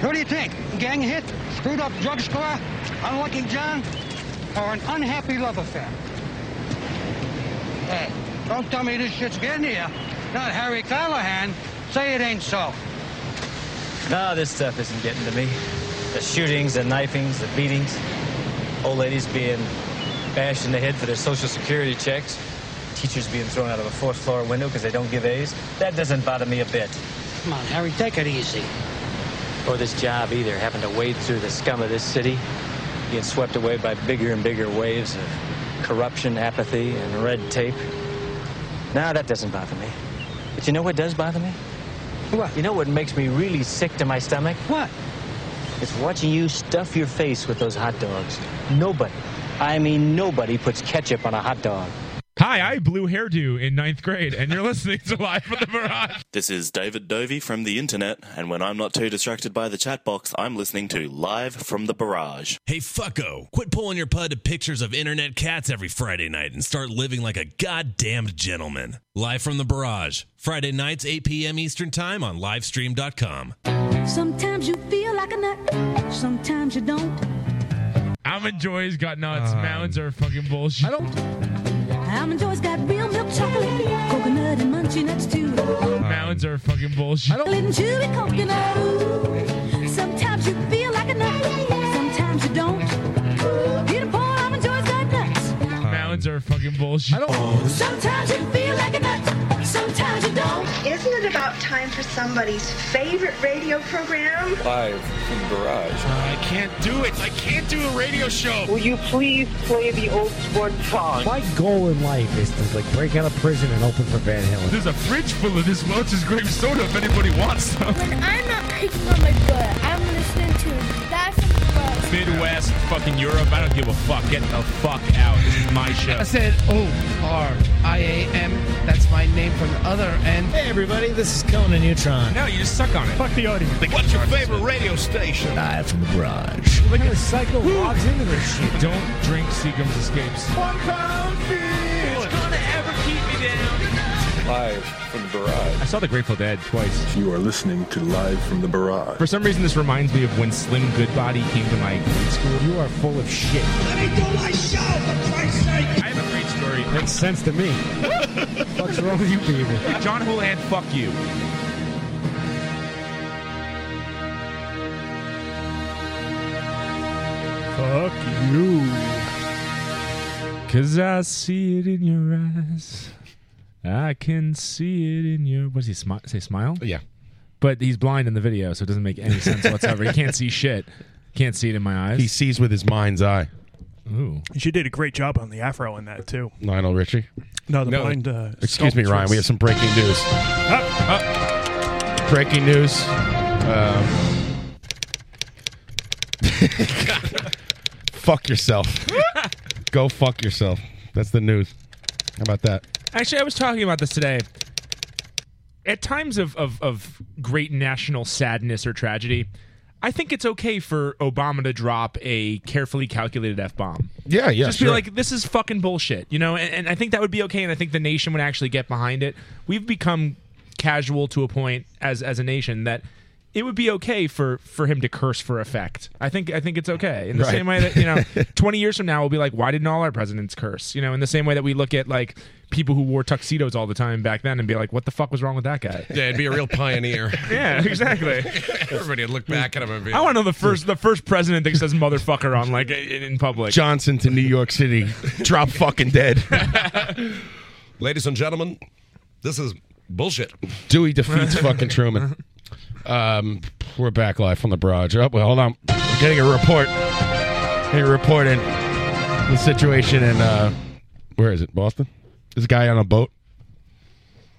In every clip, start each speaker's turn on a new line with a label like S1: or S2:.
S1: Who do you think? Gang hit? Screwed up drug score? Unlucky John? Or an unhappy love affair? Hey, don't tell me this shit's getting to you. Not Harry Callahan. Say it ain't so.
S2: No, this stuff isn't getting to me. The shootings, the knifings, the beatings, old ladies being bashed in the head for their social security checks, teachers being thrown out of a fourth floor window because they don't give A's. That doesn't bother me a bit.
S1: Come on, Harry, take it easy.
S2: Or this job either, having to wade through the scum of this city, being swept away by bigger and bigger waves of corruption, apathy, and red tape. No, that doesn't bother me. But you know what does bother me?
S1: What?
S2: You know what makes me really sick to my stomach?
S1: What?
S2: It's watching you stuff your face with those hot dogs. Nobody, I mean nobody, puts ketchup on a hot dog.
S3: Hi, I blew hairdo in ninth grade, and you're listening to Live from the Mirage.
S4: This is David Dovey from the internet, and when I'm not too distracted by the chat box, I'm listening to Live from the Barrage.
S5: Hey, fucko, quit pulling your pud to pictures of internet cats every Friday night and start living like a goddamned gentleman. Live from the barrage, Friday nights, 8 p.m. Eastern Time on livestream.com.
S6: Sometimes you feel like a nut, sometimes you don't.
S3: Almond Joy's got nuts. Mounds are fucking bullshit.
S7: I don't.
S6: Almond Joy's got real milk chocolate, coconut and munchy nuts too.
S3: Mounds are fucking bullshit.
S7: I don't.
S6: Little chewy coconut, ooh. Sometimes you feel like a nut, sometimes you don't. Get a point, Almond Joy's got nuts.
S3: Mounds are fucking bullshit.
S7: I don't.
S6: Sometimes you feel like a nut, sometimes you don't.
S8: Isn't it about time for somebody's favorite radio program?
S9: Live from the garage.
S10: Uh, I can't do it. I can't do a radio show.
S11: Will you please play the old sport song?
S12: My goal in life is to like break out of prison and open for Van Halen.
S3: There's a fridge full of this Welch's grape soda if anybody wants some.
S13: When I'm not picking on my butt, I'm listening to That's the
S10: Midwest, fucking Europe. I don't give a fuck. Get the fuck out. This is my show.
S14: I said O R I A M. That's my name from the other end.
S12: Hey everybody, this is Conan Neutron.
S10: No, you just suck on it. Fuck the audience.
S9: What's your favorite radio station?
S12: Live from the garage. Look at the psycho logs into this shit.
S3: Don't drink Seagram's Escapes.
S9: One pound
S10: It's gonna ever keep me down.
S9: Live from the barrage.
S3: I saw The Grateful Dead twice.
S9: You are listening to Live from the barrage.
S3: For some reason, this reminds me of when Slim Goodbody came to my grade school.
S12: You are full of shit.
S10: Let me do my show, for Christ's sake. I have a great story.
S12: Makes sense to me. What's wrong with you people?
S10: John Houlihan, fuck you.
S3: Fuck you. Cause I see it in your eyes. I can see it in your. What does he smi- say? Smile?
S7: Yeah.
S3: But he's blind in the video, so it doesn't make any sense whatsoever. he can't see shit. Can't see it in my eyes.
S7: He sees with his mind's eye.
S3: Ooh.
S15: She did a great job on the afro in that too.
S7: Lionel Richie.
S15: No, the
S10: No,
S15: blind. Uh,
S7: Excuse me, Ryan. We have some breaking news. Breaking news. Um, fuck yourself. Go fuck yourself. That's the news. How about that?
S3: Actually, I was talking about this today. At times of, of, of great national sadness or tragedy, I think it's okay for Obama to drop a carefully calculated F bomb.
S7: Yeah, yeah.
S3: Just be
S7: sure.
S3: like, this is fucking bullshit, you know? And, and I think that would be okay, and I think the nation would actually get behind it. We've become casual to a point as as a nation that it would be okay for for him to curse for effect. I think I think it's okay. In the
S7: Right.
S3: same way that, you know, 20 years from now we'll be like, why didn't all our presidents curse? You know, in the same way that we look at like people who wore tuxedos all the time back then and be like, what the fuck was wrong with that guy?
S16: Yeah, it'd be a real pioneer.
S3: yeah, exactly.
S16: Everybody would look back at him and be Hmm.
S3: I want to know the first the first president that says motherfucker on like in, in public.
S7: Johnson to New York City. Drop fucking dead.
S16: Ladies and gentlemen, this is bullshit.
S7: Dewey defeats fucking Truman. Um, we're back live from the barrage. Oh, well, hold on. We're getting a report. Getting a report in the situation in, uh, where is it? Boston? There's a guy on a boat.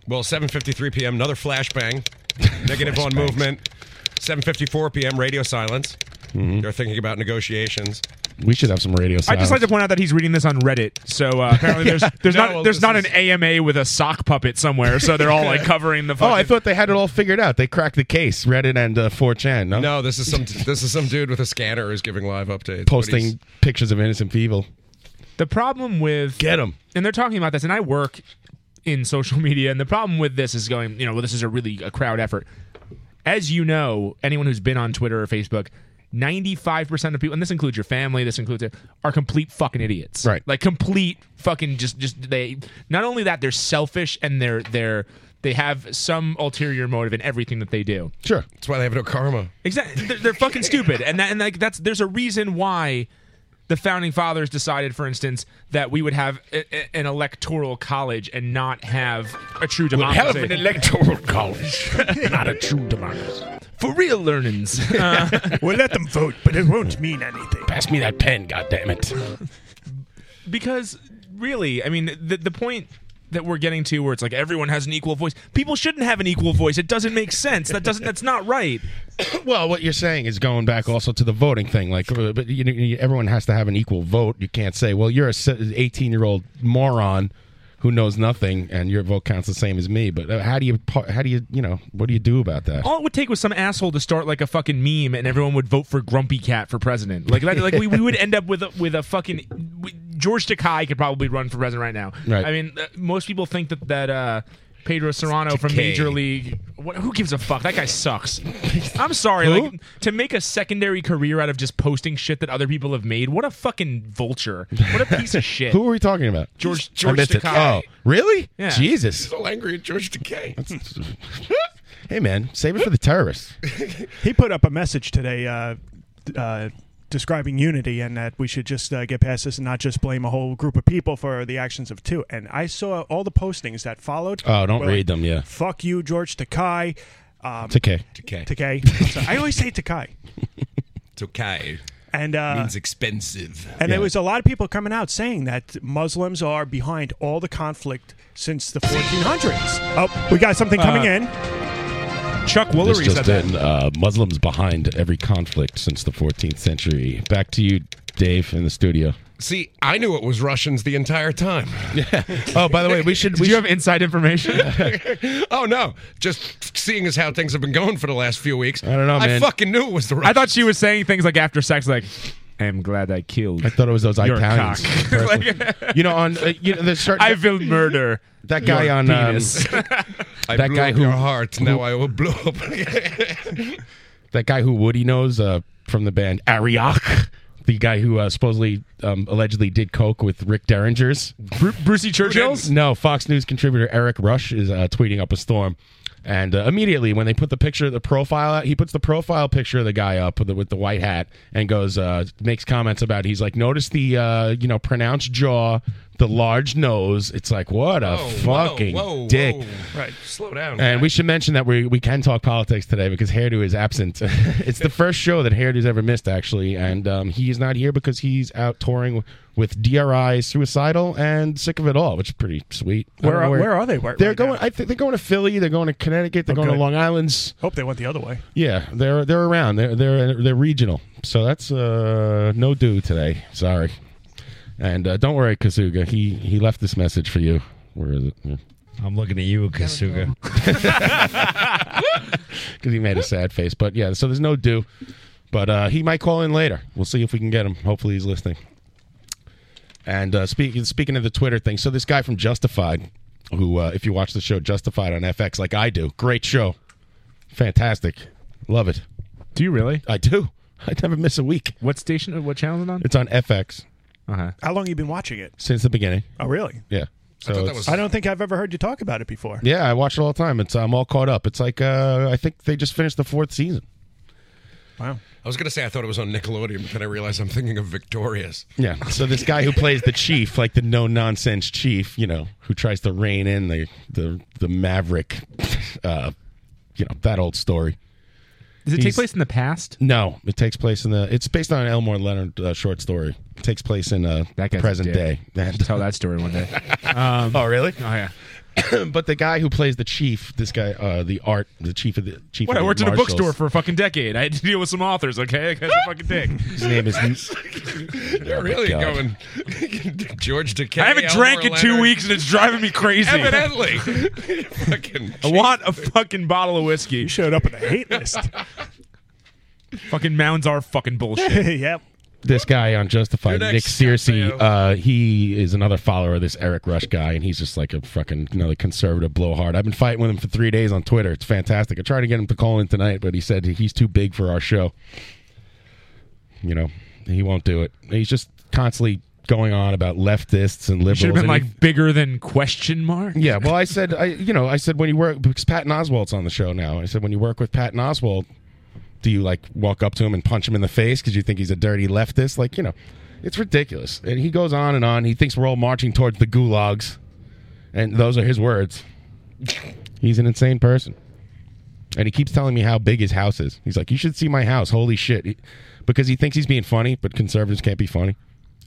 S16: Well, 7:53 p.m. Another flashbang. Negative on movement. 7:54 p.m. Radio silence.
S3: Mm-hmm.
S16: They're thinking about negotiations.
S7: We should have some radio
S3: I
S7: silence.
S3: just like to point out that he's reading this on Reddit, so uh, apparently there's there's
S16: No,
S3: not
S16: well,
S3: there's
S16: this
S3: not
S16: is-
S3: an AMA with a sock puppet somewhere, so they're all like covering the.
S7: Oh,
S3: Fucking,
S7: I thought they had it all figured out. They cracked the case. Reddit and uh, 4chan. No,
S16: No, this is some this is some dude with a scanner who's giving live updates. But he's-
S7: posting pictures of innocent people.
S3: the problem with
S7: Get him.
S3: and they're talking about this, and I work in social media, and the problem with this is going, you know, well, this is a really a crowd effort. as you know, anyone who's been on Twitter or Facebook, 95% of people, and this includes your family, this includes it, are complete fucking idiots. Right. Like complete fucking just just they not only that they're selfish and they're they're they have some ulterior motive in everything that they do.
S7: Sure. That's why they have no karma.
S3: Exactly. They're, they're fucking stupid. And that, and like that's there's a reason why the founding fathers decided, for instance, that we would have a, a- an electoral college and not have a true
S17: We'll
S3: democracy.
S17: have an electoral college, not a true democracy.
S3: For real learnings.
S17: we'll let them vote, but it won't mean anything. Pass me that pen, goddammit.
S3: because really, I mean, the, the point that we're getting to where it's like everyone has an equal voice. People shouldn't have an equal voice. It doesn't make sense. That doesn't. That's not right.
S7: well, what you're saying is going back also to the voting thing. Like, uh, but you, you, everyone has to have an equal vote. You can't say, "Well, you're a 18 year old moron who knows nothing, and your vote counts the same as me." But uh, how do you? par- How do you? You know, what do you do about that?
S3: All it would take was some asshole to start like a fucking meme, and everyone would vote for Grumpy Cat for president. Like, like, like we, we would end up with a, with a fucking we, George Takai could probably run for president right now.
S7: Right.
S3: I mean, uh, most people think that that uh, Pedro Serrano from
S7: Takei.
S3: Major League. What, who gives a fuck? That guy sucks. I'm sorry. Like to make a secondary career out of just posting shit that other people have made. What a fucking vulture. What a piece of shit.
S7: Who are we talking about?
S3: George-
S7: I
S3: George
S7: missed it.
S3: Takei.
S7: Oh, really?
S3: Yeah.
S7: Jesus.
S17: So angry at George Decay.
S7: Hey, man, save it for the terrorists.
S17: he
S15: put up a message today uh, uh, describing unity and that we should just uh, get past this and not just blame a whole group of people for the actions of two. And I saw all the postings that followed.
S7: Oh, don't
S15: were
S7: read them, yeah.
S15: Fuck you, George Takai. Um,
S7: Takei.
S15: Takai.
S7: Takei.
S15: So I always say Takai.
S16: It's okay.
S15: And uh,
S17: Means
S16: expensive.
S15: And there was a lot of people coming out saying that Muslims are behind all the conflict since the 1400s. Oh, we got something coming
S3: Uh,
S15: in.
S3: Chuck
S7: This
S3: Woolery said
S7: just
S3: that.
S7: in, uh, Muslims behind every conflict since the 14th century. Back to you, Dave, in the studio.
S16: See, I knew it was Russians the entire time. Yeah.
S7: Oh, by the way, we should.
S3: Do you have inside information?
S16: oh no! Just seeing as how things have been going for the last few weeks, I
S7: don't know, man.
S16: I fucking knew it was the
S3: I
S16: Russians.
S3: thought she was saying things like after sex, like "I'm glad I killed." I
S7: thought it was those
S3: your
S7: Italians.
S3: cock."
S7: you know, on uh, you know, there's certain.
S3: I will murder
S7: that guy
S3: your
S7: on um,
S3: penis.
S16: I
S7: that
S16: blew
S7: guy
S16: up
S7: who
S16: your heart.
S7: who-
S16: now I will blow up.
S7: that guy who Woody knows uh, from the band Ariok. The guy who uh, supposedly, um, allegedly did coke with Rick Derringers,
S16: E.
S3: Brucey Churchill's.
S7: No, Fox News contributor Eric Rush is uh, tweeting up a storm, and uh, immediately when they put the picture, the profile, out, he puts the profile picture of the guy up with the, with the white hat and goes uh, makes comments about. He's like, notice the uh, you know pronounced jaw, the large nose. It's like what a fucking dick.
S16: Right, slow down.
S7: And we should mention that we we can talk politics today because Hairdo is absent. it's the first show that Hairdo's ever missed, actually, and um, he is not here because he's out touring with DRI, Suicidal, and Sick of It All, which is pretty sweet. I
S15: Where
S7: don't
S15: are-
S7: know
S15: where are they right-
S7: they're
S15: right Oh,
S7: going. I think they're going to Philly. They're going to Connecticut. They're going
S15: good.
S7: to Long Island's.
S15: Hope they went the other way.
S7: Yeah, they're they're around. They're they're they're regional. So that's uh, no do today. Sorry. And uh, don't worry, Kazuga. He he left this message for you. Where is it?
S17: I'm looking at you, Kasuga.
S7: because he made a sad face. But yeah, so there's no do. But uh, he might call in later. We'll see if we can get him. Hopefully, he's listening. And uh, speaking speaking of the Twitter thing, so this guy from Justified, who uh, if you watch the show Justified on FX, like I do, great show, fantastic, love it.
S3: Do you really?
S7: I do. I never miss a week.
S3: What station? uh, What channel is it on?
S7: It's on FX
S3: Uh-huh.
S15: How long you been watching it?
S7: since the beginning.
S15: Oh, really?
S7: Yeah. So it's-
S15: I don't think I've ever heard you talk about it before.
S7: Yeah, I watch it all the time. It's I'm all caught up. It's like uh, I think they just finished the fourth season.
S15: Wow.
S16: I was gonna say I thought it was on Nickelodeon, but then I realized I'm thinking of Victorious.
S7: Yeah. So this guy who plays the chief, like the no nonsense chief, you know, who tries to rein in the the the maverick, uh, you know, that old story.
S3: Does it take
S7: He's-
S3: place in the past?
S7: No, it takes place in the. It's based on an Elmore Leonard uh, short story. It takes place in uh,
S3: That guy's a
S7: present
S3: dick.
S7: day.
S3: tell that story one day. Um,
S7: oh really?
S3: Oh yeah.
S7: but the guy who plays the chief, this guy, uh, the art, the chief of the chief.
S3: What?
S7: of
S3: I
S7: the
S3: worked in a
S7: marshals,
S3: bookstore for a fucking decade. I had to deal with some authors. Okay, that guy's a fucking dick.
S7: His name is.
S16: You're
S7: Oh my
S16: really
S7: God.
S16: going George Decay.
S3: I haven't drank in two weeks and it's driving me crazy.
S16: Evidently,
S3: I want a fucking bottle of whiskey. You
S15: showed up with a hate list.
S3: fucking mounds are fucking bullshit.
S15: yep.
S7: this guy on Justified,
S16: Your
S7: Nick
S16: next
S7: Searcy,
S16: step,
S7: uh, he is another follower of this Eric Rush guy, and he's just like a fucking another conservative blowhard. I've been fighting with him for three days on Twitter. It's fantastic. I tried to get him to call in tonight, but he said he's too big for our show. You know, he won't do it. He's just constantly going on about leftists and liberals.
S3: Should have been
S7: and he-
S3: like bigger than question mark.
S7: yeah, well, I said, I you know, I said when you work because Patton Oswalt's on the show now. I said when you work with Patton Oswalt, do you like walk up to him and punch him in the face because you think he's a dirty leftist? Like you know, it's ridiculous. And he goes on and on. He thinks we're all marching towards the gulags, and those are his words. He's an insane person. And he keeps telling me how big his house is. He's like, "You should see my house. Holy shit!" He- because he thinks he's being funny, but conservatives can't be funny.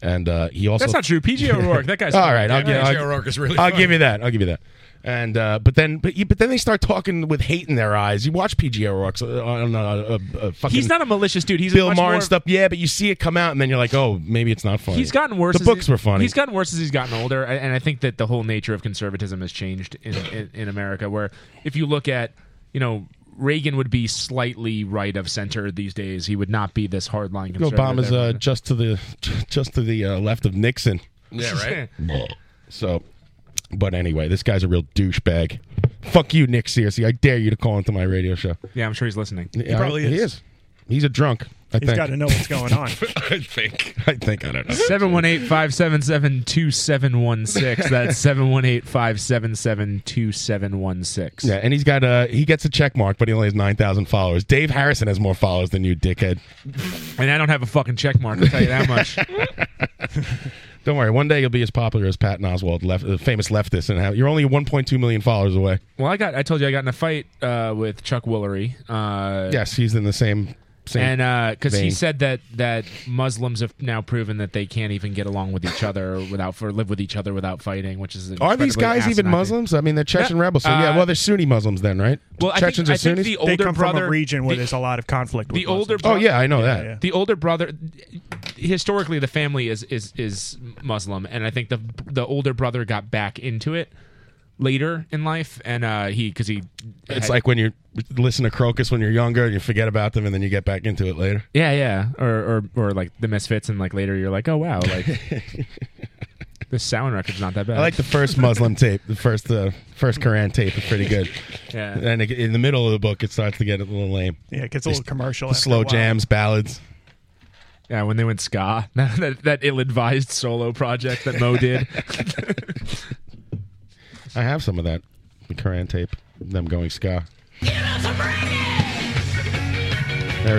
S7: And uh, he also
S3: That's not true. PJ O'Rourke, that guy's
S7: all
S3: funny.
S7: right. I'll,
S3: Yeah,
S7: give-
S3: PJ
S7: I'll-
S3: O'Rourke is really
S7: I'll
S3: funny.
S7: give you that. I'll give you that. And uh, but then but you- but then they start talking with hate in their eyes. You watch PG O'Rourke's uh, on uh, a, a, a fucking
S3: He's not a malicious dude. He's a
S7: Bill
S3: much
S7: Maher
S3: more-
S7: and stuff. Yeah, but you see it come out, and then you're like, oh, maybe it's not funny.
S3: He's gotten worse.
S7: The
S3: as
S7: books
S3: he-
S7: were funny.
S3: He's gotten worse as he's gotten older, a- and I think that the whole nature of conservatism has changed in, in, in America. Where if you look at, you know, Reagan would be slightly right of center these days. He would not be this hardline conservative.
S7: Obama's
S3: that
S7: uh, just to the just to the uh, left of Nixon.
S3: Yeah,
S7: right. so, but anyway, this guy's a real douchebag. Fuck you, Nick Searcy. I dare you to call into my radio show.
S3: Yeah, I'm sure he's listening.
S7: Yeah, He is. He's a drunk. I
S3: He's
S7: think.
S3: gotta know what's going on.
S16: I think.
S7: I think I don't know.
S3: 718-577-2716. That's 718-577-2716.
S7: Yeah, and he's got uh he gets a check mark, but he only has nine thousand followers. Dave Harrison has more followers than you, dickhead.
S3: And I don't have a fucking check mark, I'll tell you that much.
S7: Don't worry, one day you'll be as popular as Patton Oswald, left, the famous leftist, and have, you're only 1.2 million followers away.
S3: well, I got I told you I got in a fight uh, with Chuck Woolery. Uh,
S7: Yes, he's in the same. same
S3: and because he
S7: vein.
S3: said that that Muslims have now proven that they can't even get along with each other without for live with each other without fighting, which is
S7: are these
S3: incredibly
S7: guys even
S3: asinine.
S7: Muslims? I mean, they're Chechen
S3: No,
S7: rebels. So
S3: uh,
S7: yeah, well, they're Sunni Muslims then, right?
S3: Well, I think-
S7: Chechens
S3: I
S7: are
S3: think
S7: Sunnis.
S3: the
S15: They
S3: older
S15: come from
S3: brother-
S15: a region where
S3: the-
S15: there's a lot of conflict. With
S3: the older
S7: Oh,
S3: brother,
S7: yeah, I know that.
S3: the older brother historically the family is is is muslim and i think the the older brother got back into it later in life and uh he because he
S7: It's
S3: had-
S7: like when you listen to Crocus when you're younger, and you forget about them, and then you get back into it later.
S3: yeah yeah or or or like the misfits and like later you're like oh wow like the sound record's not that bad
S7: I like the first Muslim tape. The first uh, first Quran tape is pretty good.
S3: Yeah.
S7: And it, in the middle of the book, it starts to get a little lame.
S15: Yeah, it gets a
S7: They-
S15: little commercial
S7: the
S15: after a
S7: slow
S15: while.
S7: jams, ballads.
S3: yeah when they went ska that, that ill-advised solo project that mo did
S7: I have some of that. The Quran tape. Them going ska. There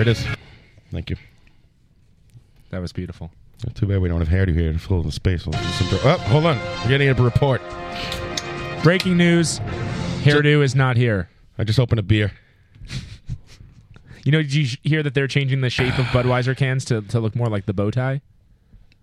S7: it is. Thank you.
S3: that was beautiful
S7: Too bad we don't have hairdo here to fill the space. We'll do some dr- oh, hold on. We're getting a report.
S3: Breaking news. Hairdo is not here.
S7: I just opened a beer.
S3: You know, did you hear that they're changing the shape of Budweiser cans to, to look more like the bow tie,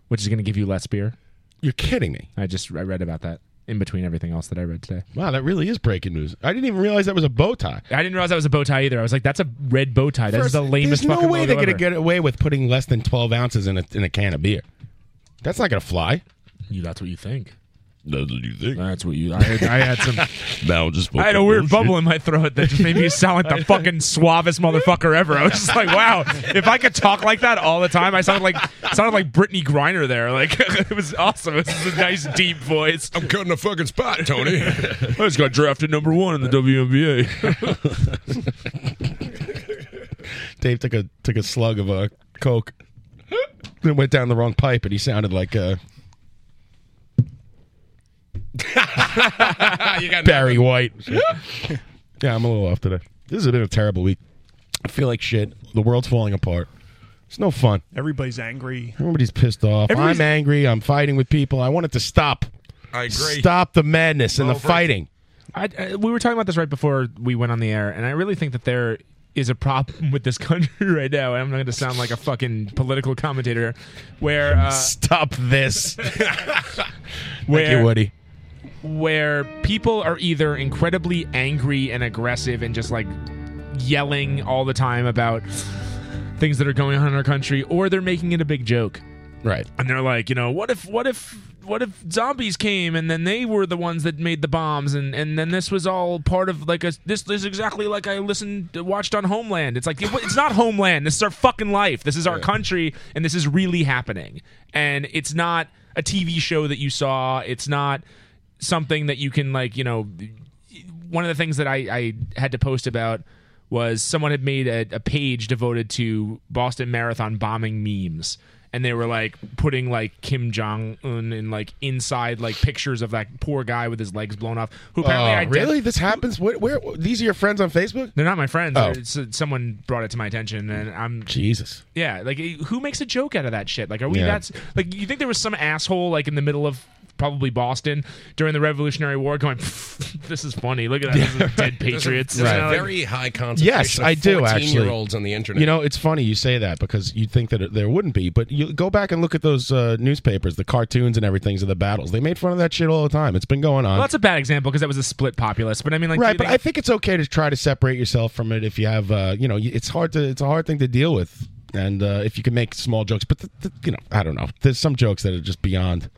S3: which is going to give you less beer?
S7: You're kidding me.
S3: I just I read about that in between everything else that I read today.
S7: Wow, that really is breaking news. I didn't even realize that was a bow tie.
S3: I didn't realize that was a bow tie either. I was like, that's a red bow tie. That's
S7: First,
S3: the lamest
S7: There's
S3: fucking
S7: no way they're
S3: logo
S7: going to
S3: ever.
S7: get away with putting less than 12 ounces in a, in a can of beer. That's not going to fly.
S3: You, that's what you think.
S7: That's what you think.
S3: That's what you. I had, I had some.
S7: now just.
S3: I had a weird bubble in my throat that just made me sound like the fucking suavest motherfucker ever. I was just like, wow, if I could talk like that all the time, I sounded like sounded like Brittany Griner there. Like it was awesome. It was a nice deep voice. I'm
S16: cutting a fucking spot, Tony.
S3: I just got drafted number one in the WNBA.
S7: Dave took a took a slug of a coke. Then went down the wrong pipe, and he sounded like uh,
S16: you got
S7: Barry White. yeah, I'm a little off today. This has been a terrible week. I feel like shit. The world's falling apart. It's no fun.
S15: Everybody's angry.
S7: Everybody's pissed off.
S15: Everybody's-
S7: I'm angry. I'm fighting with people. I want it to stop.
S16: I agree.
S7: Stop the madness and the fighting.
S3: I, I, we were talking about this right before we went on the air, and I really think that there is a problem with this country right now. And I'm not going to sound like a fucking political commentator, where uh,
S7: stop this.
S3: where
S7: Thank you, Woody.
S3: where people are either incredibly angry and aggressive and just like yelling all the time about things that are going on in our country, or they're making it a big joke.
S7: Right.
S3: And they're like, you know, what if what if what if zombies came and then they were the ones that made the bombs and and then this was all part of like a this is exactly like I listened watched on Homeland. It's like it- it's not Homeland. This is our fucking life. This is our country and this is really happening. And it's not a TV show that you saw. It's not something that you can like, you know, one of the things that I, I had to post about was someone had made a, a page devoted to Boston Marathon bombing memes. And they were like putting like Kim Jong Un and like inside like pictures of that poor guy with his legs blown off. Who apparently
S7: Oh,
S3: I did-
S7: really? This happens? Where, where? These are your friends on Facebook?
S3: They're not my friends.
S7: Oh.
S3: It's, uh, someone brought it to my attention, and I'm
S7: Jesus.
S3: yeah. Like, eh, who makes a joke out of that shit? Like, are we
S7: Yeah.
S3: that's like you think there was some asshole like in the middle of probably Boston during the Revolutionary War going, "This is funny. Look at that. This is dead patriots."
S16: There's
S3: You
S16: a
S3: know, like-
S16: very high concentration
S7: Yes,
S16: of
S7: I do
S16: 14
S7: actually.
S16: year olds on the internet.
S7: You know, it's funny you say that because you'd think that it, there wouldn't be, but you go back and look at those uh, newspapers, the cartoons and everything's of the battles. They made fun of that shit all the time. It's been going on.
S3: Well, that's a bad example because that was a split populace. But I mean, like,
S7: right,
S3: dude,
S7: but
S3: like-
S7: I think it's okay to try to separate yourself from it if you have, uh, you know, you- it's hard to, it's a hard thing to deal with, and uh, if you can make small jokes, but th th you know, I don't know. There's some jokes that are just beyond,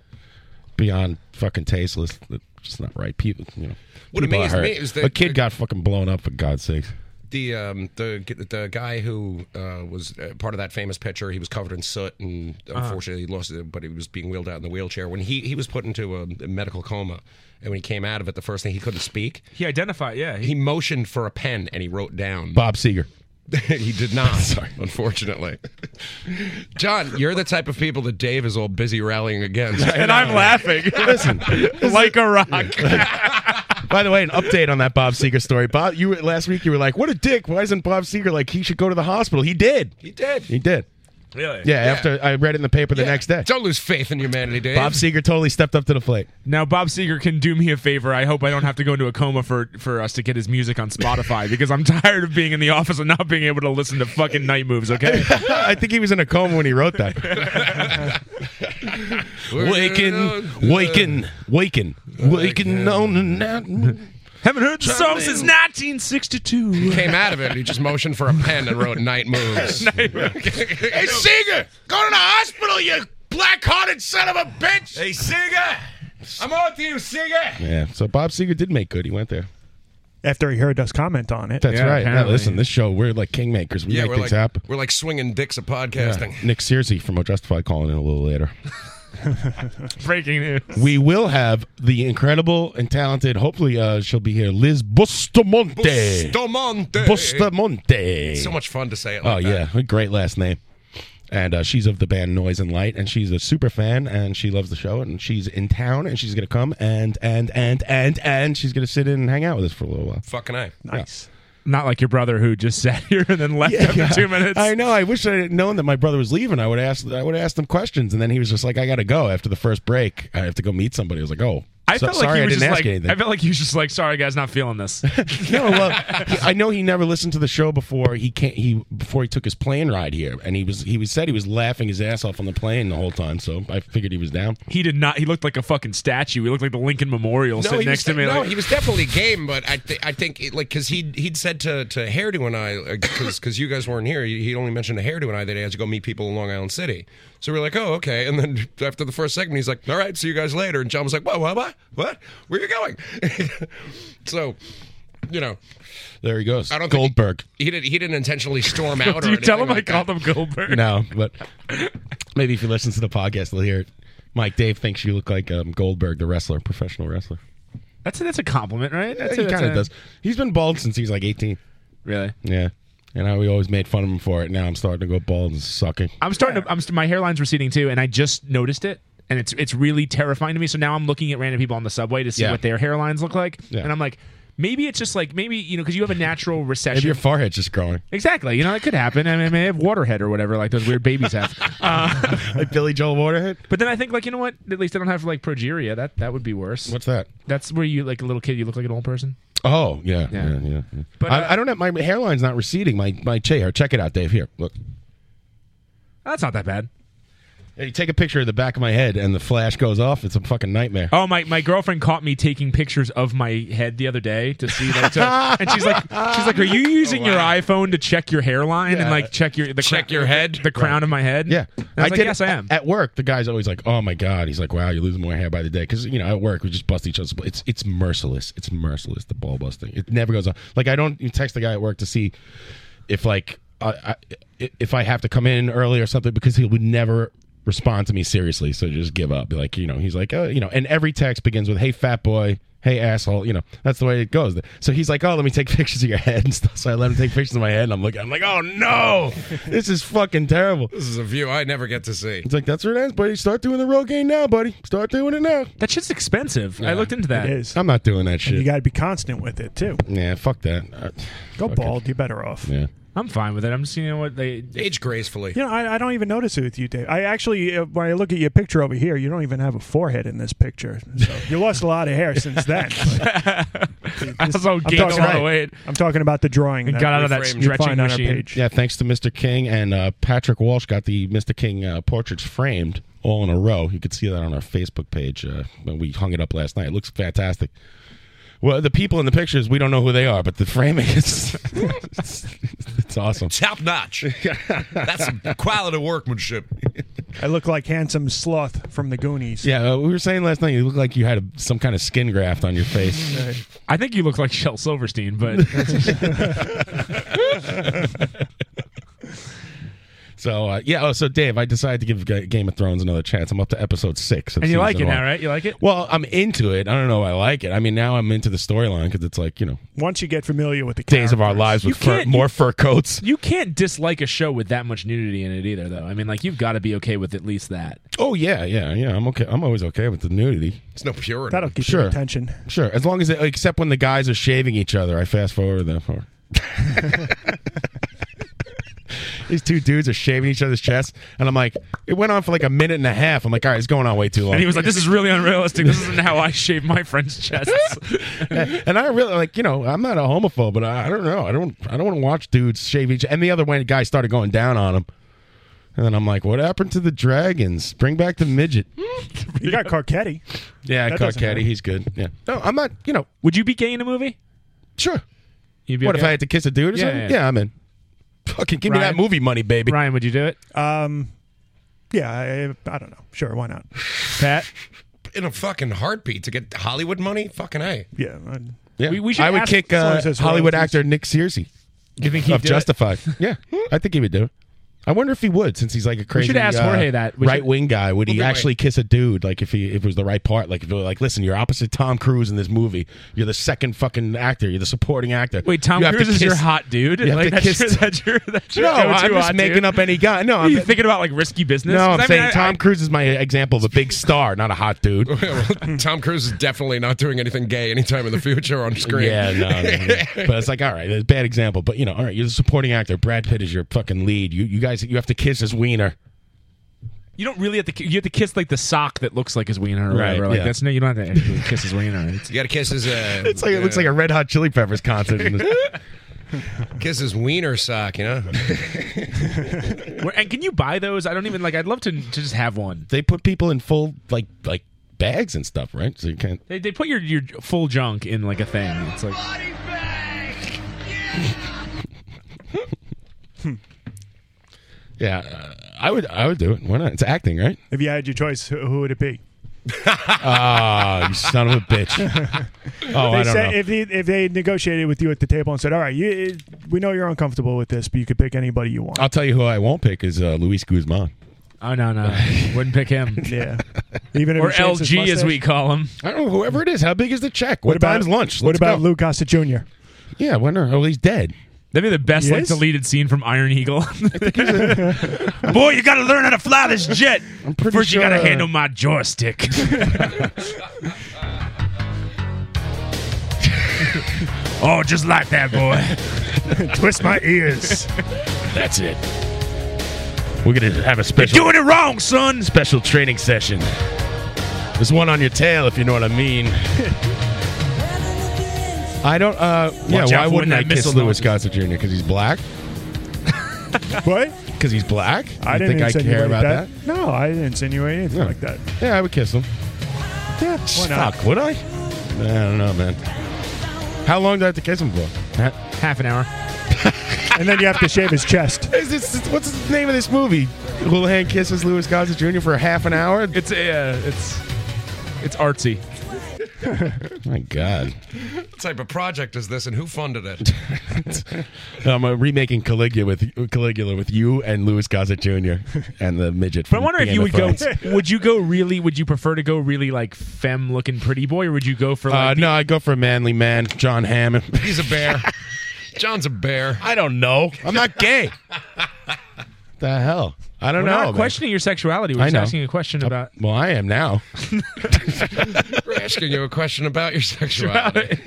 S7: beyond fucking tasteless. That's just not right. People, you know,
S16: What
S7: people are
S16: amazed me
S7: hurt.
S16: is that-
S7: a kid got fucking blown up for God's sake.
S16: the um, the the guy who uh, was uh, part of that famous picture, he was covered in soot, and
S7: Uh-huh.
S16: unfortunately he lost it. But he was being wheeled out in the wheelchair when he he was put into a, a medical coma, and when he came out of it, the first thing he couldn't speak.
S3: He identified, yeah.
S16: He, motioned for a pen, and he wrote down.
S7: Bob Seeger.
S16: he did not, unfortunately. John, you're the type of people that Dave is all busy rallying against,
S7: And I'm
S3: laughing.
S7: Listen,
S3: like a rock.
S7: By the way, an update on that Bob Seger story. Bob, you were- last week you were like, "What a dick! Why isn't Bob Seger like he should go to the hospital?" He did. He
S16: did.
S7: He did.
S3: Really?
S7: Yeah. After I read it in the paper the next day,
S16: Don't lose faith in humanity, Dave.
S7: Bob Seger totally stepped up to the plate.
S3: Now Bob Seger can do me a favor. I hope I don't have to go into a coma for for us to get his music on Spotify because I'm tired of being in the office and not being able to listen to fucking night moves. Okay.
S7: I think he was in a coma when he wrote that. waking, waking, waking, waking on the night.
S3: Haven't heard
S7: the
S3: song since 1962. He
S16: came out of it. and He just motioned for a pen and wrote "Night Moves."
S17: hey, Seeger, go to the hospital, you black-hearted son of a bitch. Hey, Seeger, I'm on to you, Seeger.
S7: Yeah. So Bob Seger did make good. He went there.
S15: After he heard us comment on it.
S7: That's right. Now listen, this show we're like kingmakers. We
S16: yeah,
S7: make
S16: we're
S7: things
S16: like
S7: happen.
S16: we're like swinging dicks of
S7: Yeah.
S16: podcasting.
S7: Nick Searcy from Justified calling in a little later.
S3: Breaking news.
S7: We will have the incredible and talented, hopefully uh, she'll be here, Liz Bustamante.
S16: Bustamante.
S7: Bustamante.
S16: It's so much fun to say it.
S7: oh,
S16: Like
S7: yeah. A great last name. And uh, she's of the band Noise and Light, and she's a super fan, and she loves the show, and she's in town, and she's going to come, and, and, and, and, and she's going to sit in and hang out with us for a little while.
S16: Fucking I.
S7: Nice.
S3: Not like your brother who just sat here and then left after two minutes.
S7: I know. I wish I had known that my brother was leaving. I would ask. I would ask him questions, and then he was just like, "I got to go after the first break. I have to go meet somebody." I was like, "Oh,
S3: I
S7: so-
S3: felt
S7: sorry,
S3: like
S7: I
S3: he was
S7: didn't
S3: just like
S7: ask anything."
S3: I felt like he was just like, sorry guys, not feeling this.
S7: no, well, he- I know he never listened to the show before he can he before he took his plane ride here, and he was he was said he was laughing his ass off on the plane the whole time. So I figured he was down.
S3: He did not. He looked like a fucking statue. He looked like the Lincoln Memorial
S16: he
S3: sitting
S16: was,
S3: next to me.
S16: No,
S3: like,
S16: he was definitely game, but I, th- I think it, like because he he'd said to to Hairdo and I because because you guys weren't here, he he only mentioned to Hairdo and I that he had to go meet people in Long Island City. So we are like, oh okay, and then after the first segment, he's like, all right, see you guys later, and John was like, whoa, what, what, what, where you going? so, you know,
S7: There he goes.
S16: I don't think he-
S7: Goldberg.
S16: he didn't he didn't intentionally storm out.
S3: Do
S16: or
S3: you tell
S16: anything
S3: him I
S16: like
S3: called
S16: that.
S3: him Goldberg?
S7: no, but maybe if he listens to the podcast, he'll hear it. Mike Dave thinks you look like um, Goldberg, the wrestler, professional wrestler.
S3: That's a, that's a compliment, right? That's
S7: he
S3: a- that's
S7: kind of
S3: a-
S7: does. He's been bald since he was like 18.
S3: Really?
S7: Yeah. And I, we always made fun of him for it. Now I'm starting to go bald and sucking.
S3: I'm starting to. I'm st- my hairline's receding too, and I just noticed it, and it's it's really terrifying to me. So now I'm looking at random people on the subway to see
S7: Yeah.
S3: what their hairlines look like,
S7: Yeah.
S3: and I'm like, maybe it's just like maybe you know because you have a natural recession.
S7: Maybe your forehead's just growing.
S3: Exactly, you know it could happen. I mean, I may have waterhead or whatever, like those weird babies have. Uh,
S7: like Billy Joel waterhead.
S3: But then I think, like you know what? At least I don't have like progeria. That that would be worse.
S7: What's that?
S3: That's where you like a little kid. You look like an old person.
S7: Oh yeah, yeah, yeah. yeah.
S3: But,
S7: I, I don't have my hairline's not receding. My my chair. Check it out, Dave. Here, look.
S3: That's not that bad.
S7: You take a picture of the back of my head and the flash goes off. It's a fucking nightmare.
S3: Oh my! My girlfriend caught me taking pictures of my head the other day to see like, so- and she's like, she's like, "Are you using your iPhone to check your hairline and
S7: Oh, Yeah.
S3: like check your the
S7: Check
S3: your head, the crown of my head?" Yeah, I, was like, "Yes, I am."
S7: At work, the guy's always like, "Oh my god," he's like, "Wow, you're losing more hair by the day." Because you know, at work, we just bust each other's. bl- It's it's merciless. It's merciless. The ball busting. It never goes on. Like I don't even text the guy at work to see if like I, I, if I have to come in early or something because he would never respond to me seriously. So just give up. Like you know, he's like, oh, you know, and every text begins with, "Hey, fat boy." Hey asshole, you know that's the way it goes. So he's like, "Oh, let me take pictures of your head and stuff." So I let him take pictures of my head, and I'm looking. I'm like, "Oh no, this is fucking terrible."
S16: This is a view I never get to see.
S7: It's like that's where it ends, buddy. Start doing the Rogaine now, buddy. Start doing it now.
S3: That shit's expensive. I looked into that.
S15: It is.
S7: I'm not doing that
S15: And you
S7: shit.
S15: got to be constant with it too.
S7: yeah, fuck that. I-
S15: Go
S7: fuck
S15: bald. You're better off.
S7: it. Yeah.
S3: I'm fine with it. I'm just you know what they
S16: age gracefully.
S15: You know, I, I don't even notice it with you, Dave. I actually, uh, when I look at your picture over here, you don't even have a forehead in this picture. So you lost a lot of hair since then.
S3: I also gained a lot of weight.
S15: I'm talking about the drawing.
S3: And got out of that
S15: we framed.
S3: stretching
S15: You'll find on our
S3: machine.
S15: page.
S7: Yeah, thanks to Mr. King and uh, Patrick Walsh got the Mr. King uh, portraits framed all in a row. You could see that on our Facebook page uh, when we hung it up last night. It looks fantastic. Well, the people in the pictures, we don't know who they are, but the framing is it's, it's awesome.
S16: Top notch. That's some quality workmanship.
S15: I look like handsome sloth from the Goonies.
S7: Yeah, uh, we were saying last night you look like you had a, some kind of skin graft on your face.
S15: Uh,
S3: I think you look like Shel Silverstein, but
S7: So uh, yeah, oh, so Dave, I decided to give Ga- Game of Thrones another chance. I'm up to episode six. of
S3: and you like it
S7: season
S3: now,
S7: one.
S3: right? You like it?
S7: Well, I'm into it. I don't know. if I like it. I mean, now I'm into the storyline because it's like you know
S15: Once you get familiar with the
S7: days of our lives with fur,
S3: can't-
S7: more fur coats.
S3: You can't dislike a show with that much nudity in it either, though. I mean, like you've got to be okay with at least that.
S7: Oh yeah, yeah, yeah. I'm okay. I'm always okay with the nudity.
S16: It's no purity.
S15: That'll keep
S7: Sure.
S15: your attention.
S7: Sure, as long as it, except when the guys are shaving each other, I fast forward that far. These two dudes are shaving each other's chests, and I'm like, it went on for like a minute and a half. I'm like, all right, it's going on way too long.
S3: And he was like, "This is really unrealistic. This isn't how I shave my friends' chests."
S7: and I really like, you know, I'm not a homophobe, but I, I don't know. I don't I don't want to watch dudes shave each. And the other one guy started going down on him, and then I'm like, what happened to the dragons? Bring back the midget.
S15: You got Carcetti.
S7: Yeah,
S15: Hmm. That doesn't
S7: Carcetti,
S15: matter.
S7: he's good. Yeah. No, I'm not. You know,
S3: would you be gay in a movie?
S7: Sure.
S3: You'd be
S7: What if
S3: okay?
S7: I had to kiss a dude or
S3: Yeah,
S7: something?
S3: yeah,
S7: Yeah,
S3: yeah.
S7: I'm in. Fucking give me that
S3: Ryan?
S7: movie money, baby.
S3: Ryan, would you do it?
S15: Um, yeah, I, I don't know. Sure, why not?
S3: Pat?
S16: In a fucking heartbeat to get Hollywood money? Fucking A.
S15: Yeah.
S7: Yeah.
S16: We- we should
S7: I would
S16: ask-
S7: kick
S16: as long
S7: uh,
S16: as it's
S7: Hollywood
S16: royalties.
S7: actor Nick Searcy.
S3: You think he'd
S7: of
S3: do it?
S7: Justified? yeah, I think he would do it. I wonder if he would, since he's like a crazy
S3: should ask Jorge that. We should-
S7: right wing guy. Would he
S3: We'll be
S7: actually kiss a dude? Like if he if it was the right part? Like if it were like, listen, you're opposite Tom Cruise in this movie. You're the second fucking actor. You're the supporting actor.
S3: Wait, Tom
S7: You have to
S3: Cruise is your
S7: kiss-
S3: hot dude.
S7: You have
S3: like
S7: to
S3: that's
S7: kiss
S3: your, that's your, that's your
S7: No,
S3: go-to
S7: I'm just
S3: hot
S7: making
S3: dude?
S7: up any guy. No, I'm-
S3: you thinking about like risky business?
S7: No,
S3: 'Cause
S7: I'm
S3: I
S7: saying
S3: mean, I-
S7: Tom Cruise is my example of a big star, not a hot dude.
S16: Tom Cruise is definitely not doing anything gay anytime in the future on screen.
S7: Yeah, no, no, no. but it's like all right, it's a bad example. But you know, all right, you're the supporting actor. Brad Pitt is your fucking lead. You you guys you have to kiss his wiener.
S3: you don't really have to. ki- You have to kiss like the sock that looks like his wiener or
S7: Right,
S3: whatever. Like
S7: yeah.
S3: that's no, you don't have to actually kiss his wiener. It's,
S16: You got to kiss his. Uh,
S7: It's like it looks like a Red Hot Chili Peppers concert. In this.
S16: kiss his wiener sock. You know.
S3: Where- and can you buy those? I don't even like. I'd love to, to just have one.
S7: they put people in full like like bags and stuff, right? So you can't.
S3: They, they put your your full junk in like a thing. It's like
S7: Yeah, uh, I would I would do it. Why not? It's acting, right?
S15: If you had your choice, who, who would it be?
S7: Ah, you son of a bitch. Oh,
S15: they
S7: I don't
S15: said,
S7: know.
S15: If they, if they negotiated with you at the table and said, "All right, you, we know you're uncomfortable with this, but you could pick anybody you want."
S7: I'll tell you who I won't pick is uh, Luis Guzman.
S3: oh no no, wouldn't pick him.
S15: yeah, even if
S3: or
S15: he shaves his
S3: LG as we
S15: mustache?
S3: call him.
S7: I don't know whoever it is. How big is the check? What, time's lunch?
S15: What
S7: Let's
S15: about
S7: go.
S15: Lou Gossett Jr.?
S7: Yeah, when are, oh he's dead.
S3: That'd be the best
S15: He
S3: like
S15: is?
S3: deleted scene from Iron Eagle. Boy, you got to learn how to fly this jet.
S7: pretty
S3: First, you got to
S7: sure, uh,
S3: handle my joystick. oh, just like that, boy.
S15: Twist my ears.
S7: That's it. We're gonna have a special.
S3: You're doing it wrong, son.
S7: Special training session. There's one on your tail, if you know what I mean. I don't. uh Yeah,
S3: Watch out for
S7: why
S3: when
S7: wouldn't
S3: that
S7: I kiss
S3: missile
S7: Louis Gossett Jr. because he's black?
S15: what?
S7: Because he's black?
S15: I
S7: You
S15: didn't
S7: think I
S15: insinuate
S7: care about that.
S15: No, I didn't insinuate anything
S7: Yeah.
S15: like that.
S7: Yeah, I would kiss him.
S15: Yeah, why not?
S7: Fuck, would I? I don't know, man. How long do I have to kiss him for?
S3: Half an hour.
S15: and then you have to shave his chest.
S7: Is this, what's the name of this movie? Houlihan kisses Louis Gossett Jr. for half an hour?
S3: It's uh, it's it's artsy.
S7: My God.
S16: What type of project is this, and who funded it?
S7: I'm uh, remaking Caligula with Caligula with you and Louis Gossett Jr. and the midget.
S3: But I wonder if you would go. Would you go really? Would you prefer to go really like femme looking pretty boy, or would you go for like?
S7: Uh, no, I go for a manly man, John Hammond.
S16: He's a bear. John's a bear.
S7: I don't know. I'm not gay. the hell? I don't
S3: We're
S7: know.
S3: not
S7: man.
S3: questioning your sexuality. We're
S7: I
S3: just
S7: know.
S3: asking a question
S7: Uh,
S3: about.
S7: Well, I am now.
S16: We're asking you a question about your sexuality.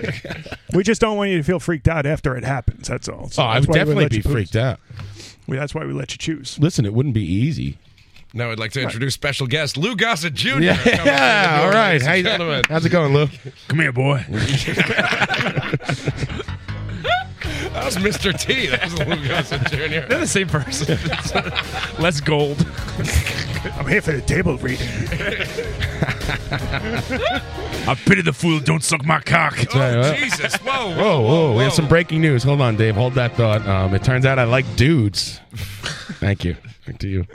S15: We just don't want you to feel freaked out after it happens. That's all.
S7: oh, I would definitely be freaked out.
S15: Well, that's why we let you choose.
S7: Listen, it wouldn't be easy.
S16: now I'd like to introduce special guest Lou Gossett Jr.
S7: Yeah,
S16: Come on, ladies and
S7: all right. How you-
S16: gentlemen.
S7: how's it going, Lou?
S3: Come here, boy.
S16: That was Mr. T. That was Lou Gossett Jr.
S3: They're the same person. Less gold.
S15: I'm here for the table reading.
S10: I pity the fool. Don't suck my cock.
S7: That's right,
S16: Oh,
S7: well-
S10: Whoa.
S7: Whoa, whoa, we have some breaking news. Hold on, Dave. Hold that thought. Um, it turns out I like dudes. Thank you. Back to you.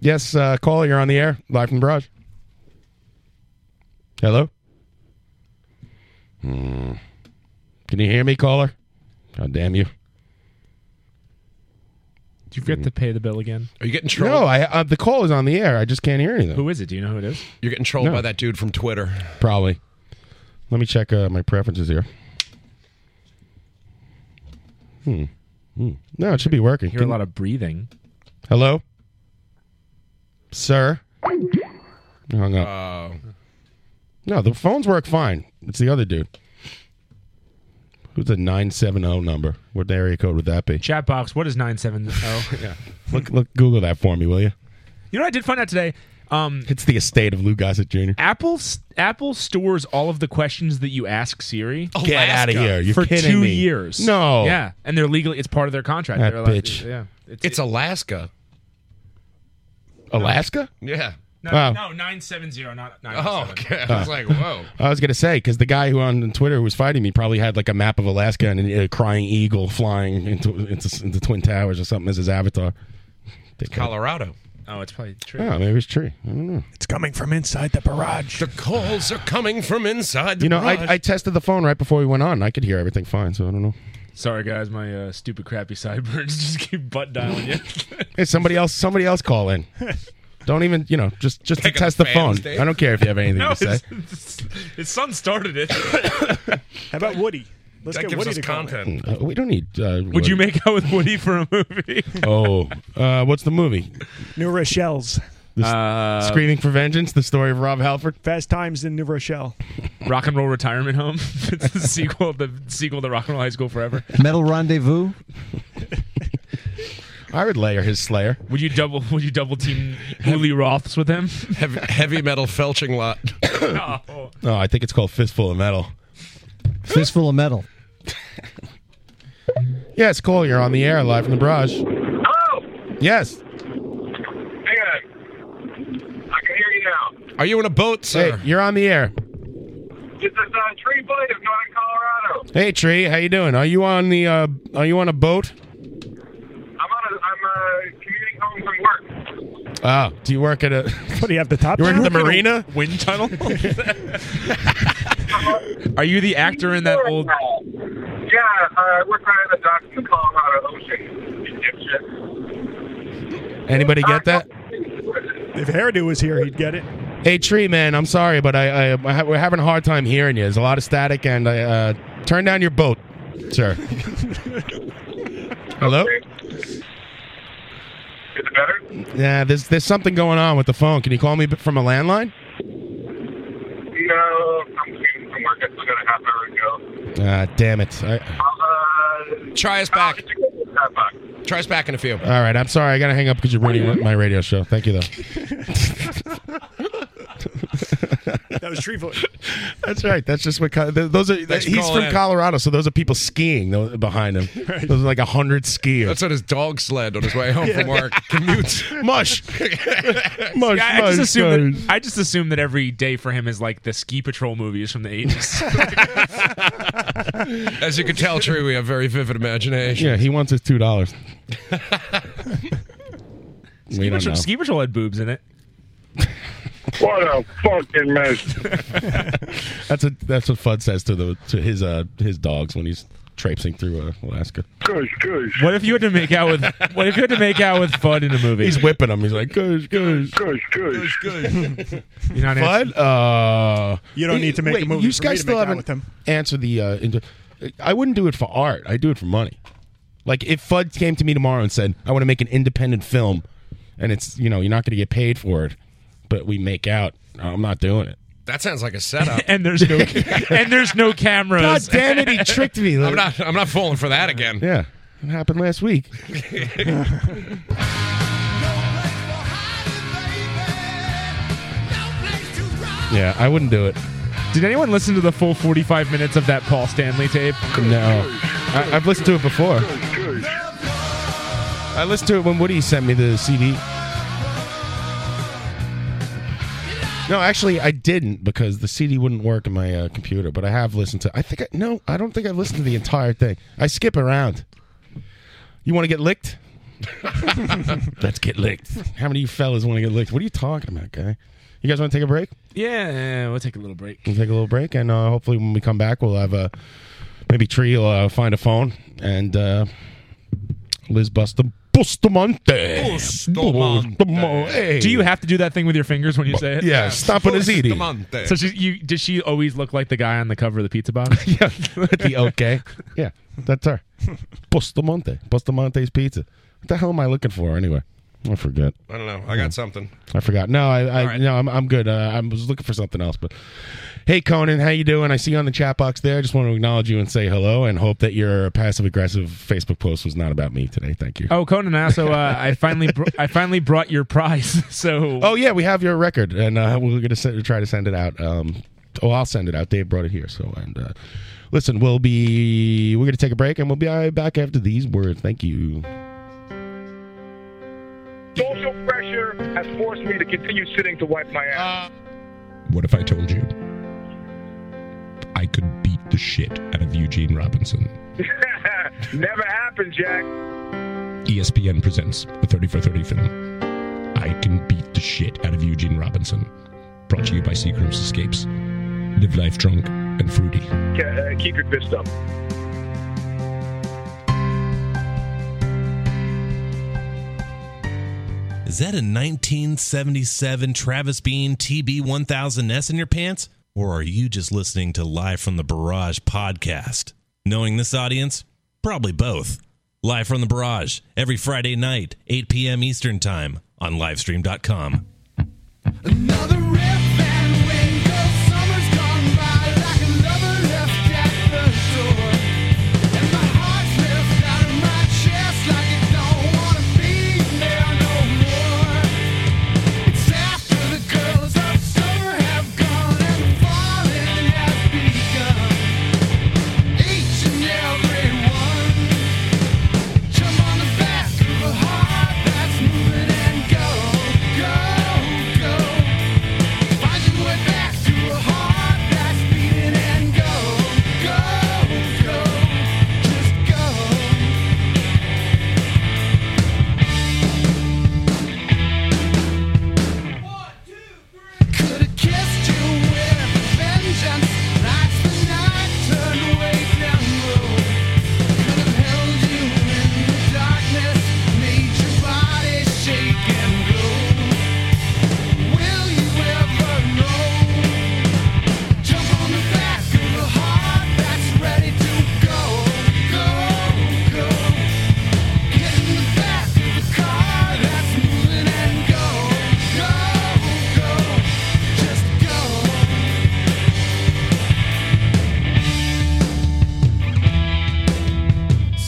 S7: Yes, uh, caller, you're on the air, live from the barrage. Hello. Hmm. Can you hear me, caller? God damn you!
S3: Did you forget to pay the bill again?
S16: Are you getting
S7: No, I uh, the call is on the air. I just can't hear anything.
S3: Who is it? Do you know who it is?
S16: You're getting trolled
S7: No.
S16: by that dude from Twitter.
S7: Probably. Let me check uh, my preferences here. Hmm. Hmm. No, it should be working.
S3: Hear a lot of breathing.
S7: Hello? Sir? Hung up.
S16: Oh.
S7: No, the phones work fine. It's the other dude. Who's a 970 number? What area code would that be?
S3: Chat box. What is nine seven oh?
S7: Oh,
S3: zero? yeah.
S7: Look, look, Google that for me, will you?
S3: You know, what I did find out today. Um,
S7: It's the estate of Lou Gossett Jr.
S3: Apple Apple stores all of the questions that you ask Siri.
S16: Oh,
S7: Get outta here. You're
S3: for
S7: kidding
S3: two
S7: me.
S3: years.
S7: No.
S3: Yeah, and they're legally. It's part of their contract.
S7: That
S3: They're allowed-
S7: bitch.
S3: Yeah.
S16: It's, Alaska.
S7: Alaska?
S16: Yeah.
S3: No,
S7: Wow.
S3: no, nine seven zero, not nine.
S16: Oh, okay. I was
S7: Uh,
S16: like, whoa.
S7: I was gonna say because the guy who on Twitter who was fighting me probably had like a map of Alaska and a crying eagle flying into into, into Twin Towers or something as his avatar. Dickhead.
S16: Colorado.
S3: Oh, it's probably true.
S7: Oh, maybe it's true. I don't know.
S15: It's coming from inside the barrage.
S16: The calls are coming from inside the
S7: You know,
S16: barrage.
S7: I, I tested the phone right before we went on. and I could hear everything fine, so I don't know.
S3: Sorry, guys, my uh, stupid, crappy sideburns just keep butt dialing you.
S7: Hey, somebody else, somebody else, call in. Don't even, you know, just just to
S3: Pick up
S7: test
S3: the
S7: the phone.
S3: fans, Dave.
S7: I don't care if you have anything
S3: no,
S7: to say.
S3: it's- it's- his son started it.
S15: How about Woody? Let's
S16: That
S15: get
S16: gives
S15: Woody
S16: us
S15: to call in.
S16: content.
S7: Uh, we don't need. Uh,
S3: Would you make out with Woody for a movie?
S7: Oh, uh, what's the movie?
S15: New Rochelle's.
S7: The s- Screaming for Vengeance: The Story of Rob Halford.
S15: Fast Times in New Rochelle.
S3: Rock and Roll Retirement Home. it's the sequel, the sequel to Rock and Roll High School Forever.
S7: Metal Rendezvous. I would layer his Slayer.
S3: Would you double? Would you double team Julie Roths with him?
S16: heavy, heavy metal felching lot.
S7: Oh, I think it's called Fistful of Metal.
S14: Fistful of metal.
S7: Yes, Cole, you're on the air, live from the barrage. Hello. Yes.
S18: I can hear you now.
S16: Are you in a boat, sir?
S7: Hey, you're on the air.
S18: This is on Tree Blade of Northern Colorado.
S7: Hey, Tree, how you doing? Are you on the? Uh, are you on a boat?
S18: I'm on a, I'm uh, commuting home from work.
S16: Ah.
S7: Oh, do you work at a?
S15: What do you have the top?
S7: You work at the
S3: down?
S7: marina?
S3: Wind tunnel. Are you the actor in that old?
S18: Yeah, uh, we're kind of the docks in the Colorado Ocean. You dipshit.
S7: Anybody get that?
S15: If Hairdo was here, he'd get it.
S7: Hey, Tree, man, I'm sorry, but I, I, I ha- we're having a hard time hearing you. There's a lot of static, and I, uh, turn down your boat, sir. Hello.
S18: Is it better?
S7: Yeah, there's there's something going on with the phone. Can you call me b- from a landline?
S18: No, I'm commuting from work. I still got a half hour to go.
S7: Ah, damn it. I,
S18: I'll, uh,
S16: Try us back.
S18: Half hour.
S16: Try us back in a few.
S3: Uh.
S7: all right, I'm sorry. I gotta hang up because you're ruining my radio show. Thank you, though.
S15: that was tree voice.
S7: That's right. That's just what Col- th- those are.
S15: Thanks for
S7: he's
S15: calling
S7: from
S15: in.
S7: Colorado, so those are people skiing tho- behind him. Those are like a hundred skiers.
S16: That's on his dog sled on his way home from
S7: Yeah.
S16: work. Commutes.
S7: Mush. Mush,
S3: Yeah, I, just
S7: mush,
S3: assume
S7: mush.
S3: that, I just assume that every day for him is like the ski patrol movies from the 80s.
S16: As you can tell, Tree, we have very vivid imagination.
S7: Yeah, he wants his two dollars.
S3: ski, patrol, ski patrol had boobs in it.
S18: What a fucking mess.
S7: That's what that's what Fudd says to the to his uh his dogs when he's traipsing through uh, Alaska.
S18: Gosh, gosh.
S3: What if you had to make out with What if you had to make out with Fudd in a movie?
S7: He's whipping them. He's like, gosh, gosh,
S18: gosh, gosh,
S7: gosh.
S3: You're not
S7: Fudd. Uh,
S15: You don't need to make a
S7: wait,
S15: movie
S7: You
S15: for me
S7: guys
S15: to
S7: still
S15: make out
S7: haven't
S15: with him.
S7: answered the. Uh, inter- I wouldn't do it for art. I do it for money. Like if Fudd came to me tomorrow and said, "I want to make an independent film," and it's you know you're not going to get paid for it, but we make out. I'm not doing it.
S16: That sounds like a setup.
S3: and there's no and there's no cameras.
S7: God damn it! He tricked me.
S16: I'm not. I'm not falling for that again.
S7: Yeah, it happened last week. Yeah, I wouldn't do it.
S3: Did anyone listen to the full 45 minutes of that Paul Stanley tape?
S7: No, I, I've listened to it before. I listened to it when Woody sent me the CD. No, actually, I didn't because the CD wouldn't work in my uh, computer. But I have listened to. I think I, no, I don't think I've listened to the entire thing. I skip around. You want to get licked? Let's get licked. How many of you fellas want to get licked? What are you talking about, guy? You guys want to take a break?
S3: Yeah, yeah, we'll take a little break.
S7: We'll take a little break, and uh, hopefully, when we come back, we'll have a maybe Tree will uh, find a phone and uh, Liz Bustam. Bustamante.
S3: Bustamante.
S7: Bustamante.
S3: Do you have to do that thing with your fingers when you say it?
S7: Yeah, stop on his eating. Bustamante.
S3: So she, you, did she always look like the guy on the cover of the pizza box?
S7: yeah, the okay. Yeah, that's her. Bustamante. Bustamante's pizza. What the hell am I looking for anyway? I forget.
S16: I don't know. I got something.
S7: I forgot. No, I, I no, I'm, I'm good. Uh, I was looking for something else, but hey, Conan, how you doing? I see you on the chat box there. I just want to acknowledge you and say hello, and hope that your passive aggressive Facebook post was not about me today. Thank you.
S3: Oh, Conan! I also uh, I finally br- I finally brought your prize. So
S7: Oh yeah, we have your record, and uh, we're gonna send, try to send it out. Um, oh, I'll send it out. Dave brought it here, so and uh, listen, we'll be we're gonna take a break, and we'll be right back after these words. Thank you.
S18: Social pressure has forced me to continue sitting to wipe my
S7: Uh.
S18: ass.
S16: What if I told you I could beat the shit out of Eugene Robinson?
S18: Never happened, Jack.
S16: E ESPN presents a 30 for 30 film. I can beat the shit out of Eugene Robinson. Brought to you by Seagram's Escapes. Live life drunk and fruity.
S18: Ca- uh, Keep your fist up.
S5: Is that a 1977 Travis Bean TB1000S in your pants? Or are you just listening to Live from the Barrage podcast? Knowing this audience, probably both. Live from the Barrage, every Friday night, 8 p.m. Eastern Time on livestream.com.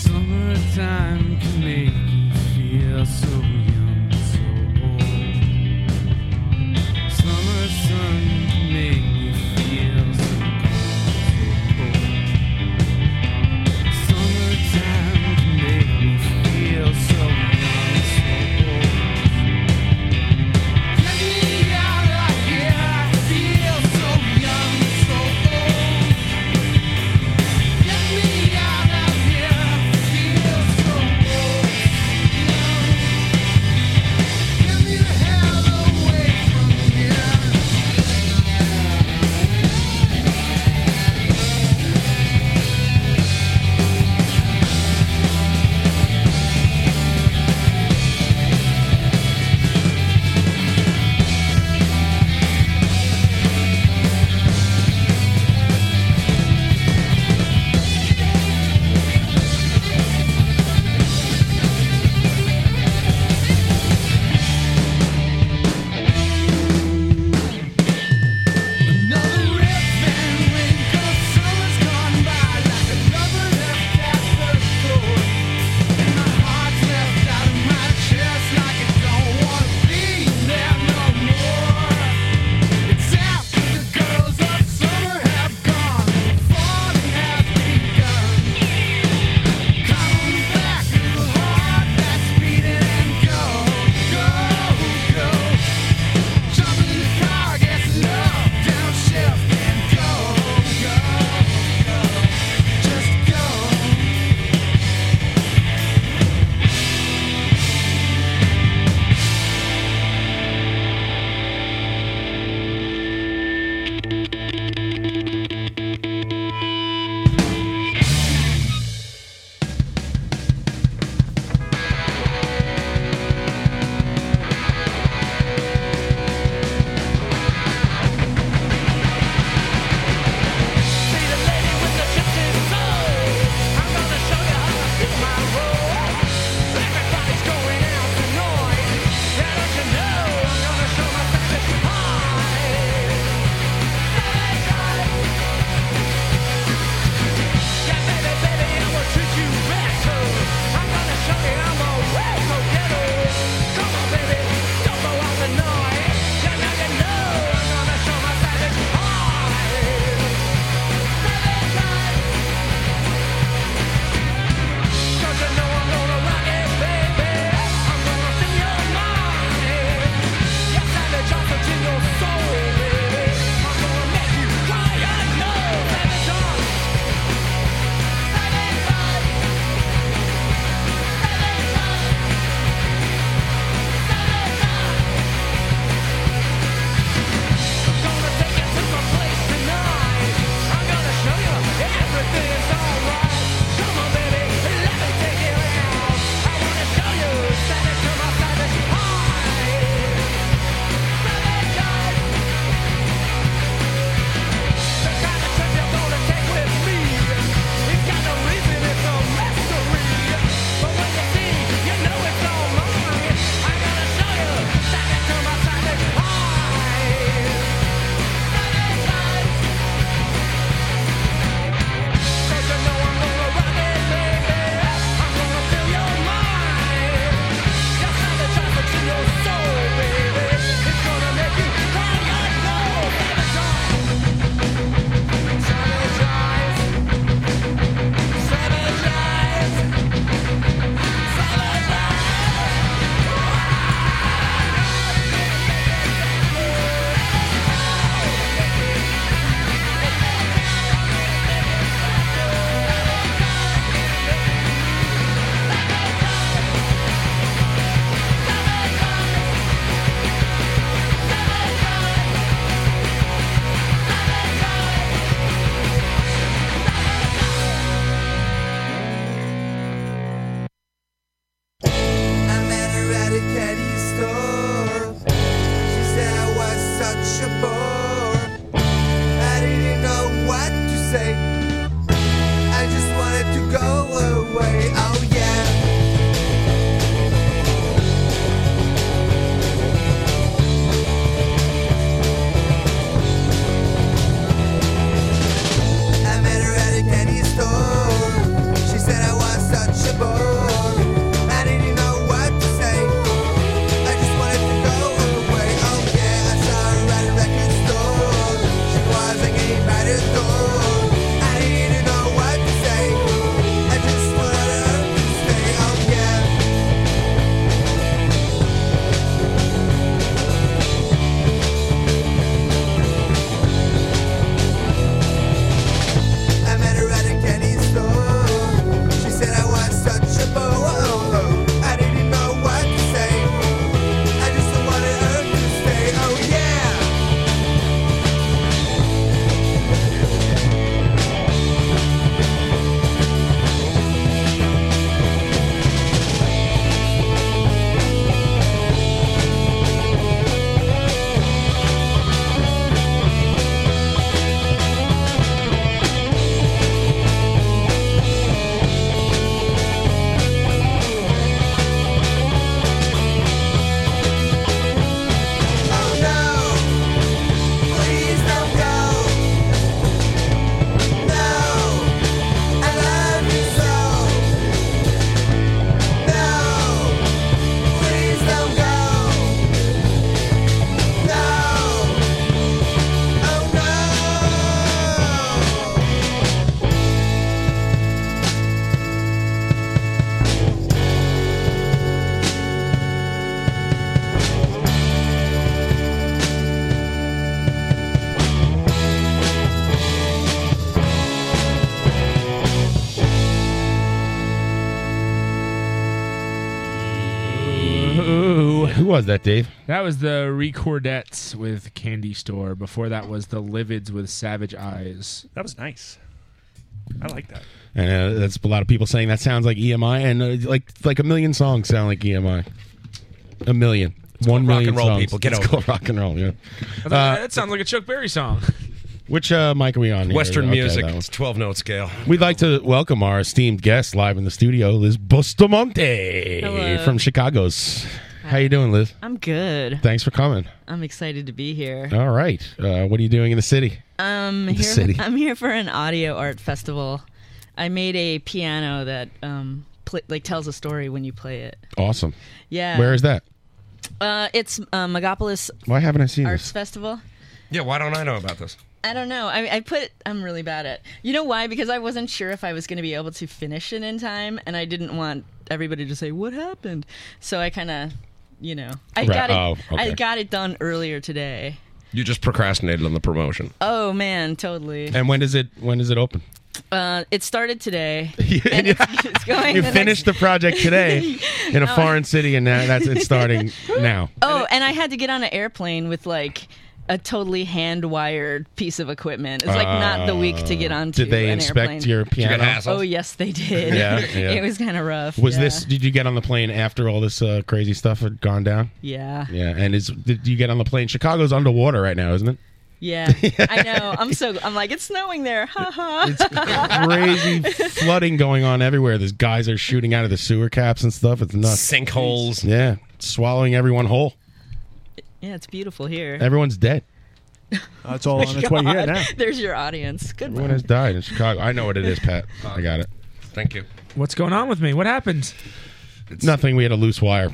S6: Summertime can make you feel so young, so old. Summer sun can Oh,
S7: Who was that, Dave?
S3: That was the Recordettes with Candy Store. Before that was the Livids with Savage Eyes.
S15: That was nice. I like that.
S7: And uh, that's a lot of people saying that sounds like EMI, and uh, like like a million songs sound like EMI. A million. One
S16: called rock
S7: million
S16: and roll,
S7: songs.
S16: people. Get
S7: It's
S16: over
S7: called rock and roll. Yeah.
S3: I thought,
S7: Uh,
S3: that sounds like a Chuck Berry song.
S7: which uh, mic are we on? Here?
S16: Western
S7: Okay,
S16: music.
S7: that one.
S16: It's twelve note scale.
S7: We'd like to welcome our esteemed guest live in the studio, Liz Bustamante
S19: Hello.
S7: from Chicago's. How you doing, Liz?
S19: I'm good.
S7: Thanks for coming.
S19: I'm excited to be here.
S7: All right. Uh, what are you doing in the city?
S19: Um,
S7: The
S19: here,
S7: city.
S19: I'm here for an audio art festival. I made a piano that um, pl- like tells a story when you play it.
S7: Awesome.
S19: Yeah.
S7: Where is that?
S19: Uh, it's uh, Megapolis
S7: Why haven't I seen
S19: Arts
S7: this?
S19: Festival.
S16: Yeah, why don't I know about this?
S19: I don't know. I, I put. I'm really bad at. You know why? Because I wasn't sure if I was going to be able to finish it in time, and I didn't want everybody to say what happened. So I kind of, you know, I
S16: Right.
S19: got it.
S16: Oh, okay.
S19: I got it done earlier today.
S16: You just procrastinated on the promotion.
S19: Oh man, totally.
S7: And when does it when does it open?
S19: Uh, it started today. and it's, it's going.
S7: you
S19: the next-
S7: finished the project today in a
S19: No, I-
S7: foreign city, and now that's it's starting now.
S19: Oh, and I had to get on an airplane with like a totally hand wired piece of equipment. It's like not the week to get
S7: Uh,
S19: onto.
S7: did they
S19: an
S7: inspect
S19: airplane.
S7: your Did you get piano? hassled?
S19: Oh yes, they did.
S7: Yeah, yeah.
S19: It was kind of rough.
S7: Was
S19: yeah.
S7: this? Did you get on the plane after all this uh, crazy stuff had gone down?
S19: Yeah.
S7: Yeah, and is did you get on the plane? Chicago's underwater right now, isn't it?
S19: Yeah, I know. I'm so. I'm like, it's snowing there. Ha ha.
S7: Crazy flooding going on everywhere. There's guys are shooting out of the sewer caps and stuff. It's nuts.
S16: Sinkholes.
S7: Yeah, swallowing everyone whole.
S19: yeah, it's beautiful here. Oh
S7: Everyone's dead.
S15: That's all on its way here
S19: God,
S15: now.
S19: There's your audience. Good
S7: Everyone
S19: one.
S7: has died in Chicago. I know what it is, Pat. I got it.
S16: Thank you.
S3: What's going on with me? What happened?
S7: Nothing. We had a loose wire.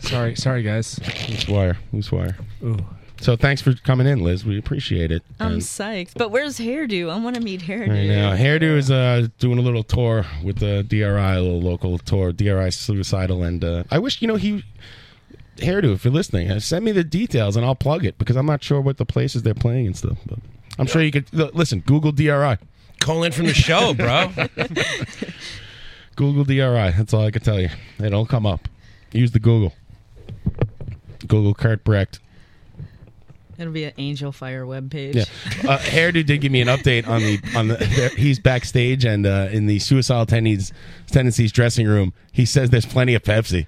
S3: sorry, sorry guys.
S7: Loose wire. Loose wire.
S3: Ooh.
S7: So thanks for coming in, Liz. We appreciate it.
S19: I'm
S7: And-
S19: psyched. But where's hairdo? I want to meet hairdo.
S7: Right now, Hairdo is uh, doing a little tour with the DRI, a little local tour, DRI Suicidal, and uh, I wish you know he Hairdo, if you're listening, uh, send me the details and I'll plug it because I'm not sure what the places they're playing and stuff. But I'm sure you could l- listen. Google DRI.
S16: Call in from the show, bro.
S7: Google DRI. That's all I can tell you. It'll come up. Use the Google. Google Kurt Brecht.
S19: It'll be an Angel Fire webpage.
S7: Yeah, uh, Hairdo did give me an update on the on the. There, he's backstage and uh, in the suicidal tendencies tendencies dressing room. He says there's plenty of Pepsi.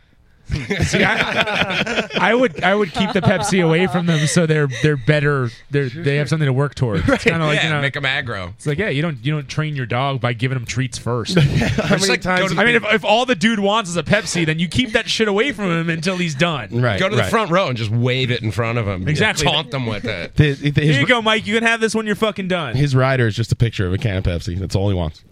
S3: I would I would keep the Pepsi away from them so they're they're better. They are they have something to work towards. It's kind of like
S16: yeah,
S3: you know,
S16: make them aggro.
S3: It's like, yeah, you don't you don't train your dog by giving him treats first. How
S16: many times-
S3: I mean, if, if all the dude wants is a Pepsi, then you keep that shit away from him until he's done.
S7: Right.
S16: Go to the front row and just wave it in front of them.
S3: Exactly.
S16: Taunt them with it.
S7: The- the- his,
S3: Here you go, Mike. You can have this when you're fucking done.
S7: his rider is just a picture of a can of Pepsi. That's all he wants.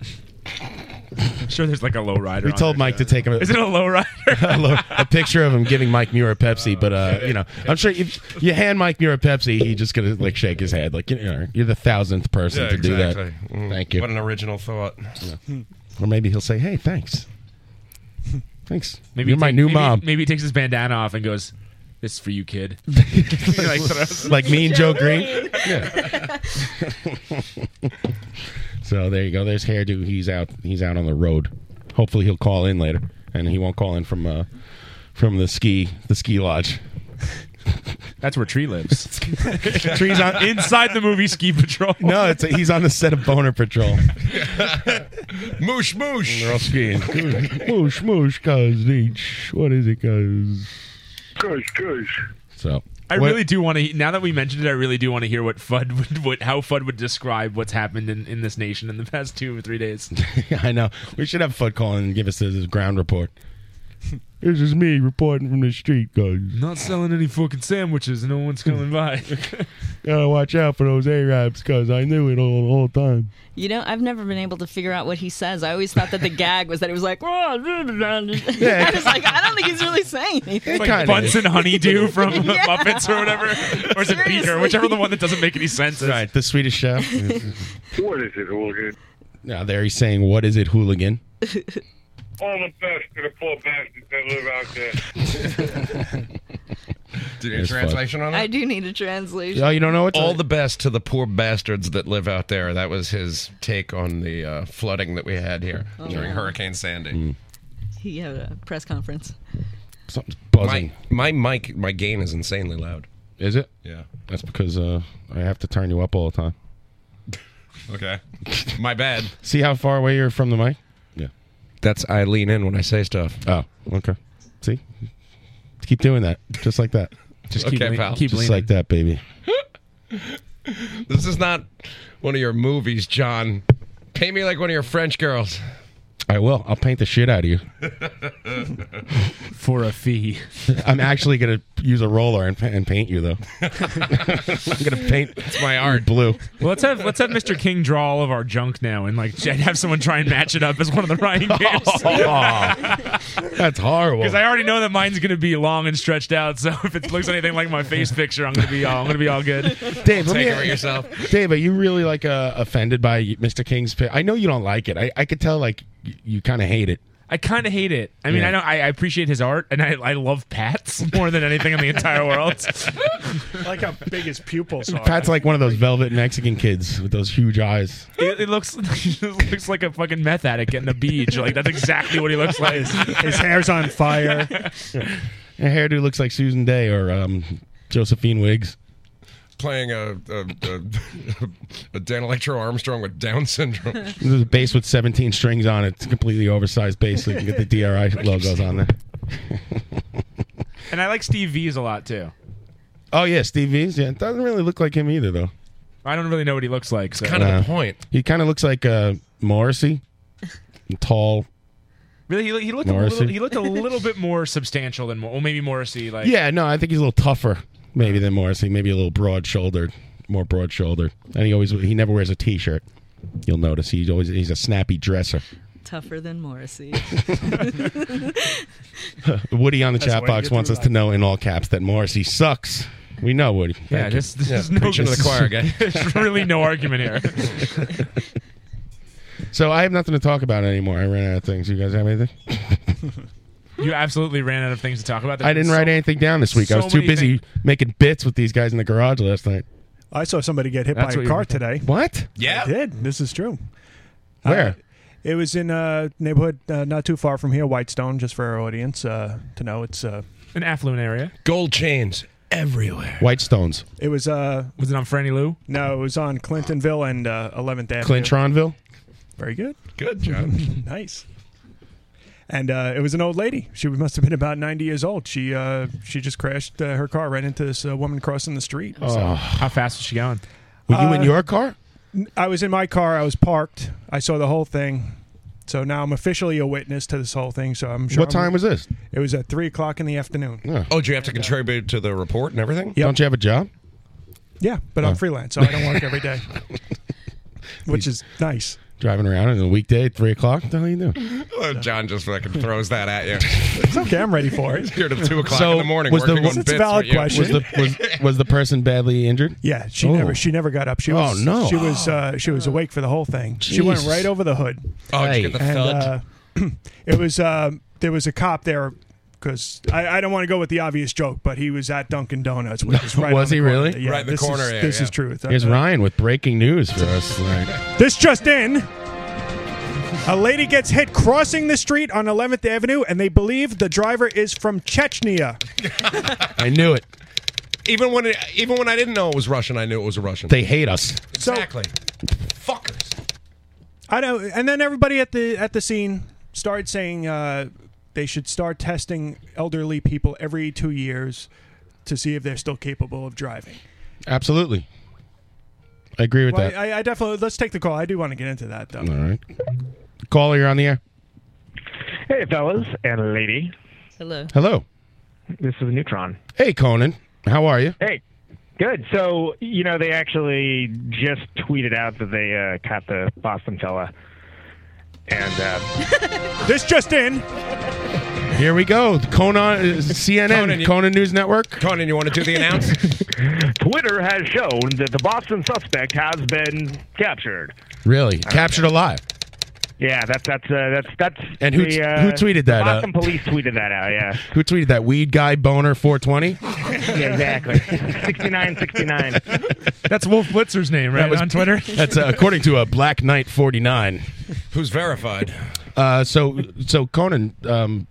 S3: I'm sure there's like a low rider.
S7: We
S3: on
S7: told
S3: there.
S7: Mike to take him.
S3: Is it a low rider?
S7: a, lo- a picture of him giving Mike Muir a Pepsi, but uh, you know, I'm sure if you hand Mike Muir a Pepsi, he's just gonna like shake his head, like you know, you're the thousandth person
S16: Yeah,
S7: to do
S16: exactly.
S7: that.
S16: Mm.
S7: Thank you.
S16: What an original thought. Hmm. Yeah.
S7: Or maybe he'll say, "Hey, thanks, thanks.
S3: Maybe
S7: you're
S3: he
S7: my
S3: take-
S7: new
S3: maybe-
S7: mom."
S3: Maybe he takes his bandana off and goes, "This is for you, kid." like, throws-
S7: like me and Joe Green. Yeah. so there you go. There's hairdo. He's out. He's out on the road. Hopefully he'll call in later, and he won't call in from uh, from the ski the ski lodge.
S3: That's where Tree lives.
S7: Trees on
S3: inside the movie Ski Patrol.
S7: No, it's he's on the set of Boner Patrol.
S16: moosh moosh.
S7: They're all skiing. moosh moosh, cause each. What is it, cause?
S18: Gosh, gosh.
S7: So
S3: I
S7: what-
S3: really do want to. Now that we mentioned it, I really do want to hear what Fudd would, what how Fudd would describe what's happened in, in this nation in the past two or three days.
S7: I know. We should have Foot call in and give us his ground report. This is me reporting from the street, guys.
S3: Not selling any fucking sandwiches. No one's coming by.
S7: Gotta watch out for those Arabs, cause I knew it all the whole time.
S19: You know, I've never been able to figure out what he says. I always thought that the gag was that it was like, "Whoa, blah, blah, blah." I was like, I don't think he's really saying anything.
S3: like Bunsen Honeydew from
S19: Yeah.
S3: Muppets or whatever, or is it Beaker,
S19: Seriously.
S3: whichever the one that doesn't make any sense. Is.
S7: Right, the Swedish chef.
S18: What is it, Hooligan?
S7: now there he's saying, "What is it, hooligan?"
S18: All the best to the poor bastards that live out there.
S16: Do you need a
S7: It's fun.
S16: translation on it? Oh,
S19: I do need a translation.
S16: All the best to the poor bastards that live out there. That was his take on the uh, flooding that we had here
S19: Oh,
S16: during
S19: wow.
S7: Mm.
S16: Hurricane Sandy.
S19: He had a press conference.
S7: Something's buzzing.
S16: My, my mic, my gain is insanely loud.
S7: Is it?
S16: Yeah.
S7: That's because uh, I have to turn you up all the time.
S16: Okay. my bad.
S7: See how far away you're from the mic? Yeah.
S16: That's I lean in when I say stuff.
S7: Oh, okay. See? Keep doing that. Just like that.
S16: Just keep Okay, lean- pal. keep
S7: Just
S16: leaning.
S7: like that, baby.
S16: This is not one of your movies, John. Pay me like one of your French girls.
S7: I will. I'll paint the shit out of you.
S3: For a fee.
S7: I'm actually going to use a roller and, pa- and paint you, though. I'm going to paint It's my art. blue.
S3: Well, let's have let's have Mr. King draw all of our junk now, and like and have someone try and match it up as one of the Ryan
S7: Oh,
S3: games.
S7: That's horrible.
S3: Because I already know that mine's going to be long and stretched out. So if it looks anything like my face picture, I'm going to be all, I'm going to be all good.
S7: Dave, let me- Dave, are you really like uh, offended by Mr. King's pick? I know you don't like it. I, I could tell like you, you kind of hate it.
S3: I kind of hate it. I mean,
S7: Yeah.
S3: I know I, I appreciate his art, and I, I love Pat's more than anything in the entire world.
S15: like how big his pupils are.
S7: Pat's like one of those velvet Mexican kids with those huge eyes.
S3: It, it looks it looks like a fucking meth addict getting a beach. Like that's exactly what he looks like.
S15: His hair's on fire.
S7: Your hairdo looks like Susan Day or um, Josephine Wiggs.
S16: Playing a, a, a, a Dan Electro Armstrong with Down syndrome.
S7: There's a bass with 17 strings on it. It's a completely oversized bass, so you can get the DRI logos on there.
S3: And I like Steve V's a lot too.
S7: oh yeah, Steve V's. Yeah, it doesn't really look like him either, though.
S3: I don't really know what he looks like. So.
S7: Nah. He kind of looks like uh, Morrissey, tall.
S3: Really, he, he looked a little.
S7: Morrissey.
S3: He looked a little bit more substantial than, Mor- well, maybe Morrissey. Like,
S7: Yeah, no, I think he's a little tougher maybe than Morrissey. Maybe a little broad-shouldered, more broad-shouldered. And he always he never wears a t-shirt. You'll notice he's always he's a snappy dresser.
S19: Tougher than Morrissey.
S7: Woody on the
S19: That's
S7: chat
S19: the way to
S7: box
S19: get
S7: wants
S19: through
S7: us to know in all caps that Morrissey sucks. We know Woody.
S3: Yeah,
S7: Thank
S3: this-
S7: you.
S3: this is no- Preaching to the choir, guy. there's really no argument here.
S7: so I have nothing to talk about anymore. I ran out of things. You guys have anything?
S3: you absolutely ran out of things to talk about.
S7: I didn't
S3: There's
S7: write
S3: so-
S7: anything down this week. I
S3: so
S7: was too
S3: many
S7: busy
S3: things-
S7: making bits with these guys in the garage last night.
S15: I saw somebody get hit
S7: That's what
S15: by a
S7: you
S15: car
S7: were-
S15: today.
S7: What?
S15: Yeah, I did. This is true.
S7: Where?
S15: Uh, it was in a neighborhood uh, not too far from here, Whitestone. Just for our audience uh, to know, it's uh,
S3: an affluent area.
S16: Gold chains everywhere.
S7: Whitestones.
S15: It was. Uh,
S3: was it on Franny Lou?
S15: No, it was on Clintonville and uh, 11th Avenue.
S7: Clintronville?
S15: Very good.
S16: Good job.
S15: nice. And uh, it was an old lady. She must have been about 90 years old. She uh, she just crashed uh, her car right into this uh, woman crossing the street.
S7: Oh.
S3: How fast was she going?
S7: Were you in
S15: Uh,
S7: your car?
S15: n- I was in my car. I was parked. I saw the whole thing. So now I'm officially a witness to this whole thing. So I'm sure.
S7: What
S15: I'm-
S7: time was this?
S15: It was at three o'clock in the afternoon.
S16: Oh, do you have to contribute to the report and everything?
S7: Don't you have a job?
S15: Yeah, but
S7: Oh.
S15: I'm freelance, so I don't work every day, which is nice.
S7: Driving around on a weekday at 3 o'clock? What the hell are you doing?
S16: Oh, John just fucking throws that at you.
S15: It's okay. I'm ready for it.
S16: Here to two o'clock in the morning.
S7: was the,
S16: working
S7: was,
S16: on bits for you.
S7: was the, was, was the person badly injured?
S15: Yeah, she
S7: Oh.
S15: never she never got up. She was
S7: Oh, no.
S15: she was uh, she was awake for the whole thing. She went
S7: Jesus.
S15: right over the hood.
S16: Oh, did you get the
S15: And,
S16: thud?
S15: uh, it was uh, there was a cop there because I, I don't want to go with the obvious joke, but he was at Dunkin' Donuts, which is right.
S7: was
S15: on the
S7: he
S15: corner.
S7: really?
S15: Yeah, this Is, this is truth.
S7: Here's
S15: Uh,
S7: Ryan with breaking news for us tonight.
S15: This just in. A lady gets hit crossing the street on 11th Avenue, and they believe the driver is from Chechnya.
S7: I knew it.
S16: Even when it, even when I didn't know it was Russian, I knew it was a Russian.
S7: They hate us.
S16: Exactly.
S15: I know, and then everybody at the at the scene started saying uh, they should start testing elderly people every two years to see if they're still capable of driving.
S7: Absolutely. I agree with
S15: Well,
S7: that.
S15: I, I definitely let's take the call. I do want to get into that though.
S7: All right. Caller, you're on the air.
S20: Hey, fellas and lady.
S19: Hello.
S7: Hello.
S20: This is Neutron.
S7: Hey, Conan. How are you?
S20: Hey, good. So, you know, they actually just tweeted out that they uh, caught the Boston fella. And uh,
S15: this just in.
S7: Here we go. Conan, Uh, is it CNN, Conan,
S20: Conan, you-
S7: News Network.
S16: Conan, you want to do the announce?
S20: Twitter has shown that the Boston suspect has been captured.
S7: Really? Captured alive.
S20: Yeah, that's that's uh, that's that's.
S7: And who
S20: the,
S7: t-
S20: uh,
S7: who tweeted
S20: The
S7: that out?
S20: Boston police tweeted that out. Yeah,
S7: Who tweeted that? Weed guy boner 420.
S20: yeah, exactly. Sixty nine, sixty nine.
S3: That's Wolf Blitzer's name, right?
S7: That was-
S3: on Twitter.
S7: That's uh, according to a Black Knight 49.
S16: Who's verified?
S7: Uh, so so Conan, um,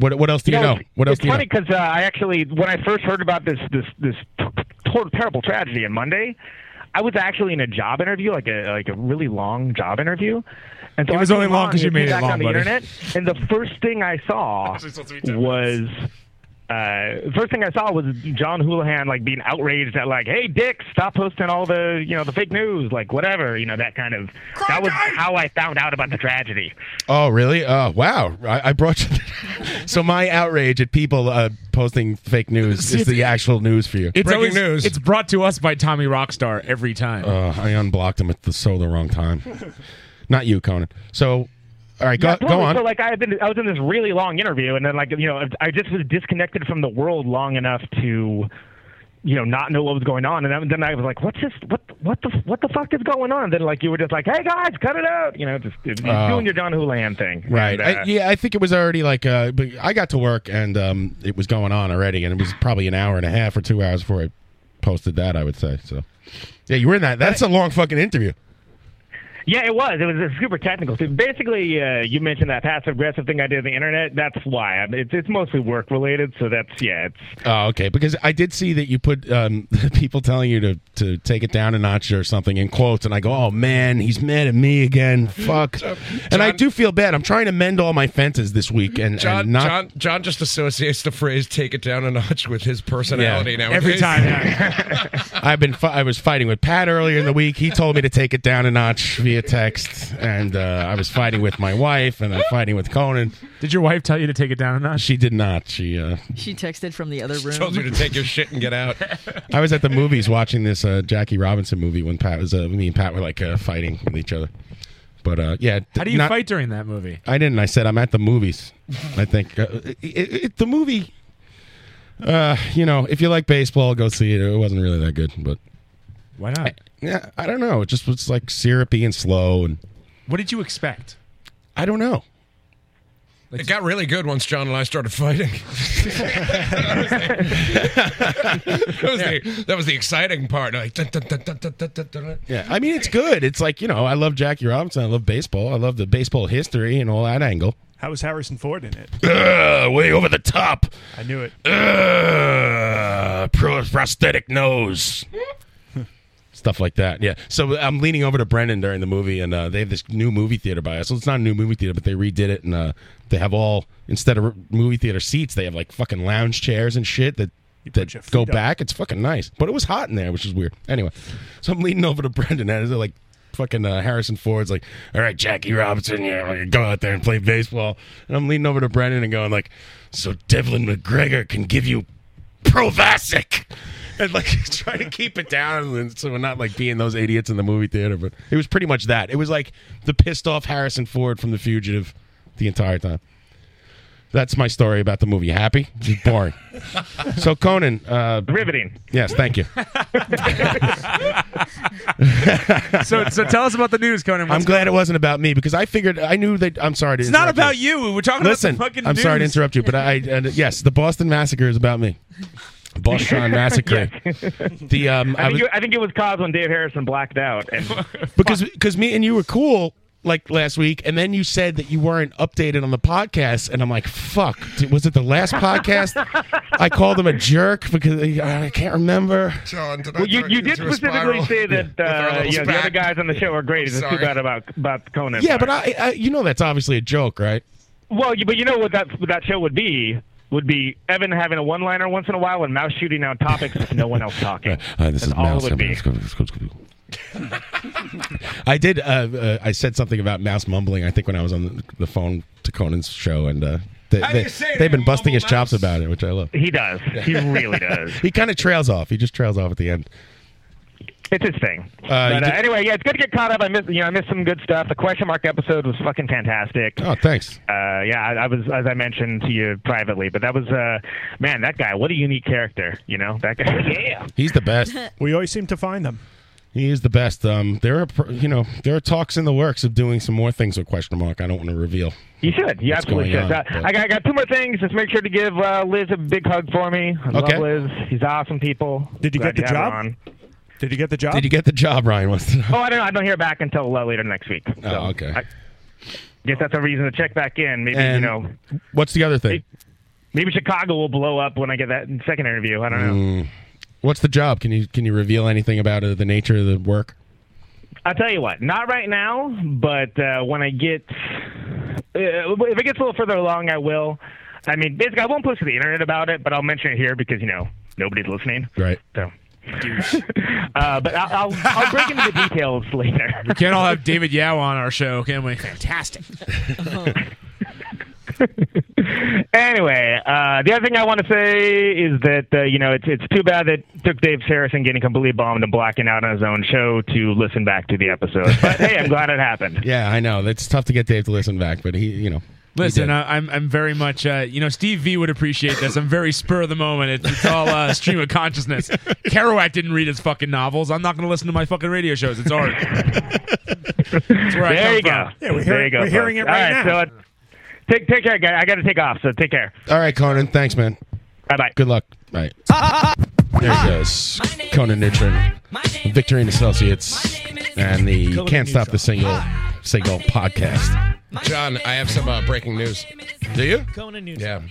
S7: What What else do you, know?
S4: it's-
S7: What else
S4: it's
S7: do you
S4: funny
S7: know?
S4: because uh, I actually, when I first heard about this this this t- t- terrible tragedy on Monday, I was actually in a job interview, like a like a really long job interview. And so
S3: It
S4: I
S3: was only
S4: came
S3: long
S4: on
S3: 'cause you
S4: and
S3: made it
S4: back
S3: long,
S4: on the
S3: buddy.
S4: internet, and the first thing I saw was. Uh, the first thing I saw was John Houlihan like being outraged at like, "Hey, Dick, stop posting all the you know the fake news, like whatever, you know that kind of." That was how I found out about the tragedy.
S7: Oh, really? Oh, wow! I, I brought you. so my outrage at people uh, posting fake news is the actual news for you.
S3: It's always- It's brought to us by Tommy Rockstar every time.
S7: Uh, I unblocked him at the so the wrong time. Not you, Conan. So, all right, go,
S4: Yeah,
S7: go
S4: totally.
S7: on.
S4: So like I had been, I was in this really long interview, and then like you know, I just was disconnected from the world long enough to, you know, not know what was going on, and then- then I was like, what's this? What what the what the fuck is going on? And then like you were just like, hey guys, cut it out, you know, just it-
S7: Oh.
S4: doing your John Hulan thing,
S7: Right.
S4: And, uh,
S7: I, yeah, I think it was already like uh, but I got to work and um, it was going on already, and it was probably an hour and a half or two hours before I posted that. I would say so. Yeah, you were in that. That's a long fucking interview.
S4: Yeah, it was. It was a super technical. So basically, uh, you mentioned that passive aggressive thing I did on the internet. That's why. I mean, it's, it's mostly work related. So that's yeah. It's
S7: Oh, okay. Because I did see that you put um, people telling you to, to take it down a notch or something in quotes, and I go, "Oh man, he's mad at me again. Fuck." and I do feel bad. I'm trying to mend all my fences this week, and, and
S16: John,
S7: not
S16: John, John just associates the phrase "take it down a notch" with his personality
S7: Yeah.
S16: now.
S7: Every time, I've been fi- I was fighting with Pat earlier in the week. He told me to take it down a notch via text, and uh, I was fighting with my wife, and I'm fighting with Conan.
S3: Did your wife tell you to take it down a notch?
S7: She did not. She. Uh,
S19: She texted from the other room.
S16: told you to take your shit and get out.
S7: I was at the movies watching this uh, Jackie Robinson movie when Pat was uh, me and Pat were like uh, fighting with each other. But uh, yeah,
S3: How do you
S7: not-
S3: fight during that movie?
S7: I didn't. I said I'm at the movies. I think uh, it, it, it- the movie. Uh, you know, if you like baseball, go see it. It wasn't really that good, but
S3: Why not?
S7: yeah, I don't know. It just was like syrupy and slow, and
S3: What did you expect?
S7: I don't know.
S16: It got really good once John and I started fighting. that, was the, that was the exciting part. Like, dun, dun, dun, dun, dun, dun, dun, dun.
S7: Yeah, I mean it's good. It's like you know, I love Jackie Robinson. I love baseball. I love the baseball history and all that angle.
S15: How was Harrison Ford in it?
S7: Ugh, way over the top.
S15: I knew it.
S7: Ugh, pro- prosthetic nose. Stuff like that, yeah. So I'm leaning over to Brendan during the movie, and uh, they have this new movie theater by us. So it's not a new movie theater, but they redid it, and uh, they have all instead of movie theater seats, they have like fucking lounge chairs and shit that that go
S15: up.
S7: back. It's fucking nice, but it was hot in there, which is weird. Anyway, so I'm leaning over to Brendan, and they're like fucking uh, Harrison Ford's like, all right, Jackie Robinson, yeah, we're gonna go out there and play baseball. And I'm leaning over to Brendan and going like, so Devlin McGregor can give you Provasic. And like try to keep it down, and so we're not like being those idiots in the movie theater. But it was pretty much that. It was like the pissed off Harrison Ford from The Fugitive, the entire time. That's my story about the movie. You Happy? It's boring. so Conan, uh,
S4: riveting.
S7: Yes, thank you.
S3: so, so tell us about the news, Conan.
S7: I'm
S3: What's
S7: glad it
S3: going on?
S7: wasn't about me because I figured I knew that. I'm sorry. To
S3: It's not
S7: interrupt
S3: about you. We're talking about the
S7: Listen,
S3: fucking
S7: I'm sorry to
S3: news.
S7: interrupt you, but I and, uh, yes, the Boston Massacre is about me. Boston Massacre. The um,
S4: I,
S7: I
S4: think
S7: was-
S4: it, I think it was caused when Dave Harrison blacked out. And
S7: because because me and you were cool like last week, and then you said that you weren't updated on the podcast, and I'm like, fuck, d- was it the last podcast? I called him a jerk because uh, I can't remember.
S16: John, did
S4: well, you,
S16: drag
S4: you
S16: into
S4: did
S16: a
S4: specifically
S16: spiral?
S4: say that
S16: With our
S4: uh,
S16: little
S4: you know, the other
S16: spat.
S4: guys on the show are great.
S16: I'm
S4: It's just too
S16: sorry.
S4: bad about about Conan.
S7: Yeah,
S4: part.
S7: but I, I you know that's obviously a joke, right?
S4: Well, you, but you know what that what that show would be would be Evan having a one liner once in a while and Mouse shooting out topics with no one else talking.
S7: Hi, Uh, this
S4: That's
S7: is
S4: all
S7: Mouse.
S4: it would be.
S7: I did. Uh, uh, I said something about mouse mumbling. I think when I was on the, the phone to Conan's show, and uh, they,
S4: How do
S7: they,
S4: you say
S7: they've been busting his chops about it, which I love.
S4: He does. He really does.
S7: he kind of trails off. He just trails off at the end.
S4: It's his thing.
S7: Uh,
S4: but
S7: you
S4: uh,
S7: did-
S4: anyway, yeah, it's good to get caught up. I missed, you know, I missed some good stuff. The question mark episode was fucking fantastic.
S7: Oh, thanks.
S4: Uh, yeah, I, I was, as I mentioned to you privately, but that was, uh, man, that guy, what a unique character, you know, that guy. yeah.
S7: He's the best.
S15: we always seem to find them.
S7: He is the best. Um, there are pr- you know there are talks in the works of doing some more things with question mark. I don't want to reveal.
S4: You should. You
S7: what's
S4: absolutely
S7: going
S4: should.
S7: on,
S4: So,
S7: but-
S4: I, got, I got two more things. Just make sure to give uh, Liz a big hug for me. I
S7: Okay.
S4: love Liz. He's awesome people.
S15: Did you
S4: Glad
S15: get the
S4: to have her
S15: job?
S4: on.
S15: Did you get the job?
S7: Did you get the job, Ryan? Wants to know.
S4: Oh, I don't know. I don't hear back until uh, later next week. So
S7: Oh, okay.
S4: I, guess that's a reason to check back in. Maybe you
S7: And
S4: know,
S7: what's the other thing?
S4: maybe Chicago will blow up when I get that second interview. I don't know.
S7: Mm. What's the job? Can you can you reveal anything about uh, the nature of the work?
S4: I'll tell you what, not right now, but uh, when I get, uh, if it gets a little further along, I will. I mean, basically, I won't post to the internet about it, but I'll mention it here because you know nobody's listening.
S7: Right.
S4: So. uh, but I'll, I'll, I'll break into the details later.
S3: We can't all have David Yao on our show, can we? Fantastic.
S4: anyway, uh, the other thing I want to say is that uh, you know it's it's too bad that it took Dave Saracen getting completely bombed and blacking out on his own show to listen back to the episode. But hey, I'm glad it happened.
S7: Yeah, I know that's tough to get Dave to listen back, but he, you know,
S3: Listen, I, I'm I'm very much uh, you know Steve V would appreciate this. I'm very spur of the moment. It's, it's all uh, stream of consciousness. Kerouac didn't read his fucking novels. I'm not going to listen to my fucking radio shows. It's art. That's where I
S4: there
S3: come
S4: you
S3: from.
S4: go. there you go. folks. All right, So uh, take take care, guys. I got to take off. So take care.
S7: all right, Conan. Thanks, man.
S4: Bye bye.
S7: Good luck. All right. There he goes, Conan Neutron, Victorine Associates, and the
S16: Conan
S7: Can't Stop
S16: Neutron.
S7: the Single Single podcast.
S16: John, I have some uh, breaking news. Do you?
S2: Conan News.
S16: Yeah.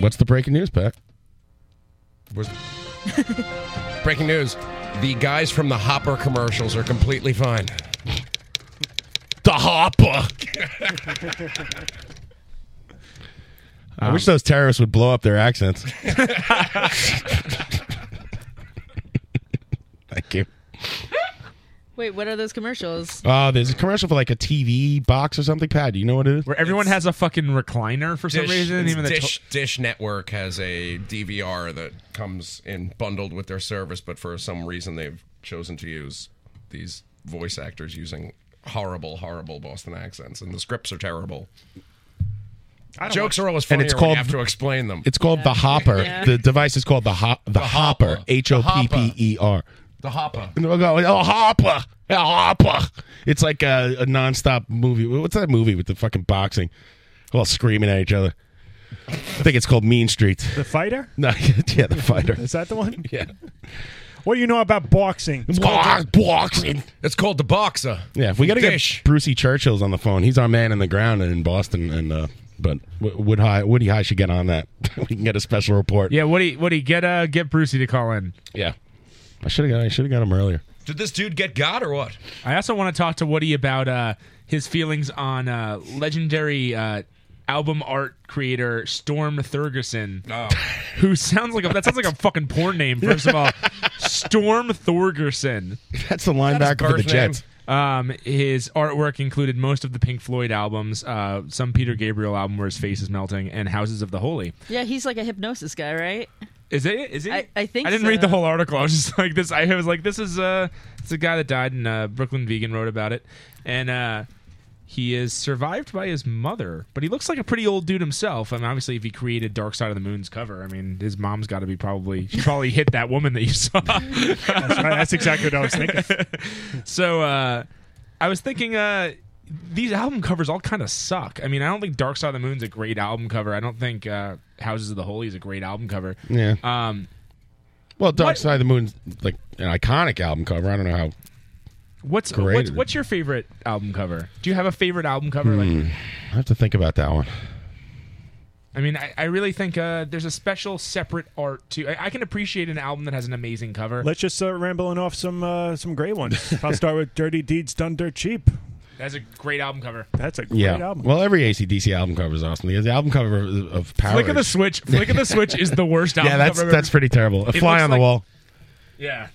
S7: What's the breaking news, Pat?
S16: Was- breaking news. The guys from the Hopper commercials are completely fine. The Hopper. Um,
S7: I wish those terrorists would blow up their accents. Thank you.
S19: Wait, what are those commercials?
S7: Uh, there's a commercial for like a TV box or something. Pat, do you know what it is?
S3: Where everyone has a fucking recliner for some
S16: Dish-
S3: reason.
S16: it's
S3: Even the to-
S16: Dish, Dish Network has a DVR that comes in bundled with their service, but for some reason they've chosen to use these voice actors using horrible, horrible Boston accents, and the scripts are terrible. Jokes are always funnier
S7: and it's called
S16: when you have to explain them.
S7: It's called the Hopper.
S16: Yeah.
S7: The device is called the ho- the, Hopper. H O P P E R.
S16: the Hopper.
S7: And they'll go, oh, Hopper, oh, Hopper. It's like a, a nonstop movie. What's that movie with the fucking boxing? All screaming at each other. I think it's called Mean Street.
S15: The fighter?
S7: No, yeah, the fighter.
S15: Is that the one?
S7: Yeah.
S15: What do you know about boxing?
S7: It's called boxing.
S16: It's called the Boxer.
S7: Yeah, we got to
S16: Dish.
S7: get Brucey Churchill's on the phone. He's our man in the ground in Boston, and uh, but Wo- Wood High, Woody High should get on that. we can get a special report.
S3: yeah, Woody, Woody, get uh, get Brucey to call in.
S7: Yeah, I should have got I should have got him earlier.
S16: Did this dude get God or what?
S3: I also want to talk to Woody about uh, his feelings on uh, legendary uh, album art creator Storm Thurgerson,
S16: Oh.
S3: who sounds like a, that sounds like a fucking porn name. First of all, Storm Thurgerson.
S7: That's the linebacker for the Jets.
S3: Um, his artwork included most of the Pink Floyd albums, uh, some Peter Gabriel album where his face is melting, and Houses of the Holy.
S19: Yeah, he's like a hypnosis guy, right?
S3: Is it? Is it?
S19: I, I think
S3: I didn't
S19: so.
S3: read the whole article. I was just like this. I was like, this is uh, it's a guy that died, and uh, Brooklyn Vegan wrote about it, and uh, he is survived by his mother, but he looks like a pretty old dude himself. I mean, obviously, if he created Dark Side of the Moon's cover, I mean, his mom's got to be probably she probably hit that woman that you saw. that's,
S15: right. That's exactly what I was thinking.
S3: so uh, I was thinking. Uh, these album covers all kind of suck. I mean, I don't think Dark Side of the Moon's a great album cover. I don't think uh, Houses of the Holy is a great album cover.
S7: Yeah.
S3: Um,
S7: Well, Dark Side of the Moon's like an iconic album cover. I don't know how.
S3: What's
S7: Great.
S3: what's, what's your favorite album cover? Do you have a favorite album cover? Like,
S7: Hmm. I have to think about that one.
S3: I mean, I, I really think uh, there's a special, separate art to. I, I can appreciate an album that has an amazing cover.
S15: Let's just uh, rambling off some uh, some great ones. I'll start with "Dirty Deeds Done Dirt Cheap."
S3: That's a great album cover.
S15: That's a great
S7: Yeah.
S15: album.
S7: Well, every ACDC album cover is awesome. The, the album cover of, of Power.
S3: Flick of the Switch. Flick of the Switch is the worst album
S7: yeah, that's
S3: cover I've
S7: that's
S3: ever-
S7: pretty terrible. A
S3: It
S7: fly
S3: looks
S7: on the
S3: like-
S7: wall.
S3: Yeah.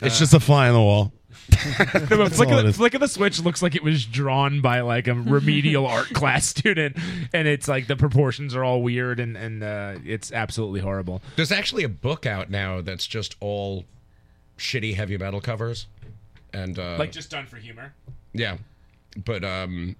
S7: It's just a fly on the wall.
S3: No, but
S7: That's
S3: Flick,
S7: all
S3: of
S7: it
S3: the,
S7: is.
S3: Flick of the Switch looks like it was drawn by like a remedial art class student, and it's like the proportions are all weird, and and uh, it's absolutely horrible.
S16: There's actually a book out now that's just all shitty heavy metal covers, and uh,
S3: like just done for humor.
S16: yeah, but um,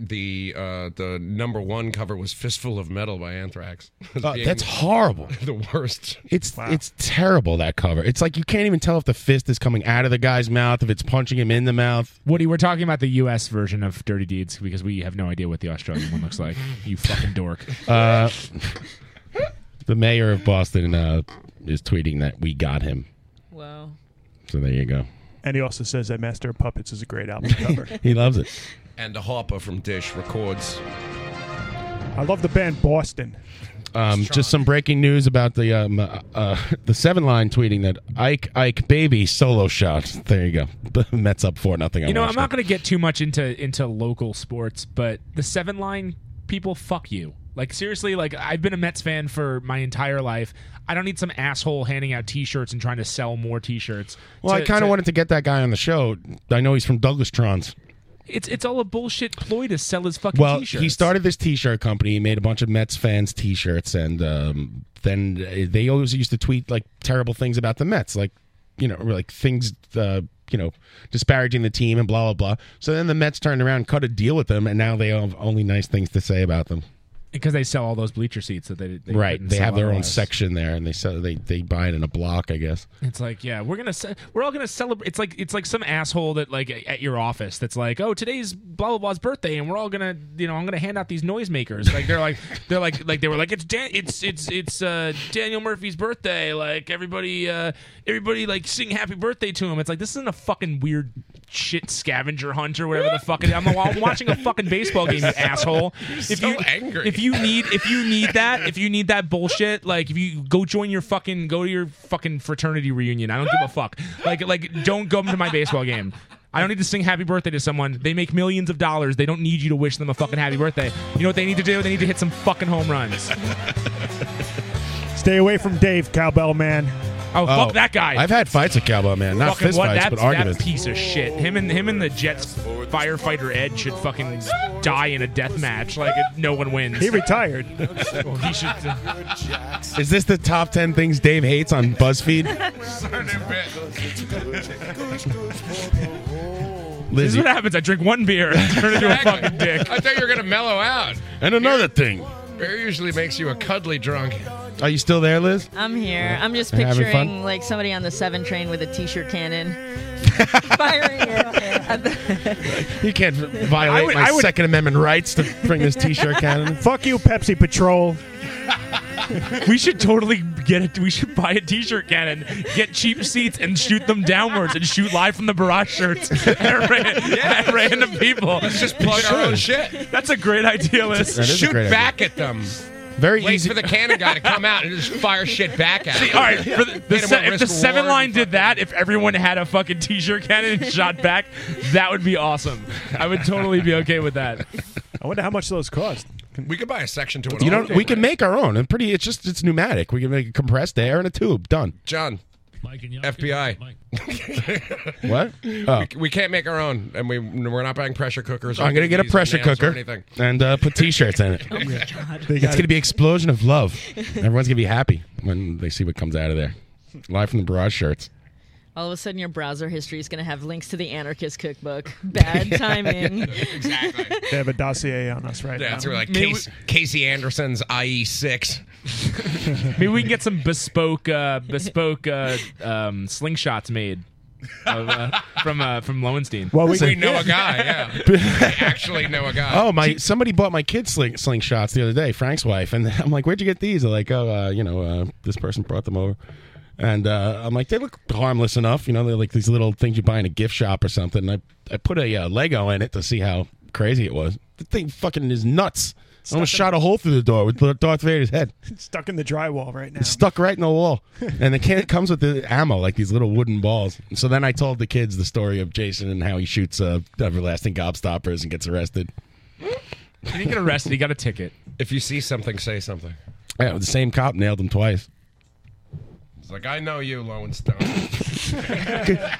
S16: the uh, the number one cover was "Fistful of Metal" by Anthrax. As
S7: Uh,
S16: being
S7: that's horrible.
S16: The worst.
S7: It's it's terrible that cover. It's like you can't even tell if the fist is coming out of the guy's mouth, if it's punching him in the mouth.
S3: Woody, we're talking about the U.S. version of Dirty Deeds because we have no idea what the Australian one looks like. You fucking dork.
S7: Uh, the mayor of Boston uh, is tweeting that we got him.
S19: Wow.
S7: So there you go.
S15: And he also says that "Master of Puppets" is a great album cover.
S7: He loves it.
S16: and the Harper from Dish Records.
S15: I love the band Boston.
S7: Um, just some breaking news about the um, uh, uh, the seven line tweeting that Ike Ike baby solo shot. There you go. Mets up four nothing. I
S3: you know, I'm
S7: watched
S3: not going to get too much into into local sports, but the seven line people, fuck you. Like seriously, like I've been a Mets fan for my entire life. I don't need some asshole handing out T-shirts and trying to sell more T-shirts.
S7: it. Well, I
S3: To-
S7: kind
S3: to-
S7: of wanted to get that guy on the show. I know he's from Douglas Trons.
S3: It's it's all a bullshit ploy to sell his fucking
S7: Well,
S3: T-shirts.
S7: he started this T-shirt company. He made a bunch of Mets fans T-shirts, and um, then uh, they always used to tweet like terrible things about the Mets, like you know, like things, uh, you know, disparaging the team and blah blah blah. So then the Mets turned around, and cut a deal with them, and now they have only nice things to say about them.
S3: because they sell all those bleacher seats that they, they
S7: right?
S3: couldn't
S7: They
S3: sell
S7: have their own
S3: otherwise.
S7: section there, and they sell they they buy it in a block, I guess.
S3: It's like, yeah, we're gonna ce- we're all gonna celebrate. It's like it's like some asshole that like at your office that's like, oh, today's blah blah blah's birthday, and we're all gonna you know I'm gonna hand out these noisemakers. Like they're like they're like like they were like it's Dan- it's it's it's uh, Daniel Murphy's birthday. Like everybody uh, everybody like sing happy birthday to him. It's like this isn't a fucking weird shit scavenger hunt or whatever the fuck. It, I'm, I'm watching a fucking baseball game, you asshole. if you angry. if you need if you need that if you need that bullshit, like if you go join your fucking go to your fucking fraternity reunion. I don't give a fuck. Like like don't come to my baseball game. I don't need to sing happy birthday to someone. They make millions of dollars. They don't need you to wish them a fucking happy birthday. You know what they need to do? They need to hit some fucking home runs.
S15: Stay away from Dave, cowbell man.
S3: Oh, fuck that guy.
S7: I've had fights with Cowboy Man, not
S3: fucking
S7: fist
S3: what?
S7: fights,
S3: That's,
S7: but
S3: that
S7: arguments.
S3: piece of shit. Him and him and the Jets firefighter Ed should fucking die in a death match. Like no one wins.
S15: He retired.
S3: Well, he should.
S7: Is this the top ten things Dave hates on BuzzFeed?
S3: This is
S7: Lizzie.
S3: what happens. I drink one beer and turn into a fucking dick.
S16: I thought you were gonna mellow out.
S7: And another thing.
S16: Beer usually makes you a cuddly drunk.
S7: Are you still there, Liz?
S19: I'm here. I'm just
S7: You having
S19: picturing
S7: fun?
S19: like somebody on the seven train with a t-shirt cannon, firing it at the.
S7: You can't violate
S19: I would-
S7: my
S19: I would-
S7: Second Amendment rights to bring this T-shirt cannon.
S15: Fuck you, Pepsi Patrol.
S3: we should totally get it. We should buy a T-shirt cannon, get cheap seats, and shoot them downwards, and shoot live from the barrage shirts at, ra- at random people. Let's just
S16: plug our own shit.
S3: That's a great idea, Liz.
S16: Just shoot back at them.
S7: Very
S16: Wait
S3: easy-
S16: for the cannon guy to come out and just fire shit back at
S3: See,
S16: them.
S3: all right. For the,
S16: Hit
S3: the
S16: them
S3: se-
S16: with
S3: if the
S16: wrist
S3: seven
S16: warrior.
S3: line did that, if everyone had a fucking T-shirt cannon and shot back, that would be awesome. I would totally be okay with that.
S15: I wonder how much those cost.
S16: We could buy a section to it.
S7: You
S16: all.
S7: don't. We can make our own. And pretty. It's just it's pneumatic. We can make it compressed air in a tube. Done.
S16: John. FBI.
S7: What? Oh.
S16: We, we can't make our own, and we we're not buying pressure cookers. or
S7: I'm gonna get a
S16: TVs or
S7: pressure
S16: nails or
S7: cooker
S16: anything. Oh
S7: and uh, put T-shirts in it. It's gonna be explosion of love. Everyone's gonna be happy when they see what comes out of there. Live from the barrage shirts.
S19: All of a sudden, your browser history is going to have links to the Anarchist Cookbook. Bad timing.
S16: exactly.
S15: They have a dossier on us right
S16: Yeah,
S15: now.
S16: it's really like
S3: Maybe
S16: Casey, Casey Anderson's E IE6.
S3: Maybe we can get some bespoke, uh, bespoke uh, um, slingshots made of, uh, from uh, from Lowenstein.
S7: Well, we- We know
S16: a guy, yeah. We actually know a guy.
S7: Oh my! Somebody bought my kids sling, slingshots the other day. Frank's wife, and I'm like, "Where'd you get these?" They're like, "Oh, uh, you know, uh, this person brought them over." And uh, I'm like, "They look harmless enough, you know. They're like these little things you buy in a gift shop or something." And I I put a uh, Lego in it to see how crazy it was. The thing fucking is nuts. I almost shot a hole through the door with Darth Vader's head.
S15: Stuck in the drywall right now.
S7: It's stuck right in the wall. And the can it comes with the ammo, like these little wooden balls. So then I told the kids the story of Jason and how he shoots uh, everlasting gobstoppers and gets arrested.
S3: He didn't get arrested. He got a ticket.
S16: If you see something, say something.
S7: Yeah, the same cop nailed him twice.
S16: It's like I know you, Lowenstone.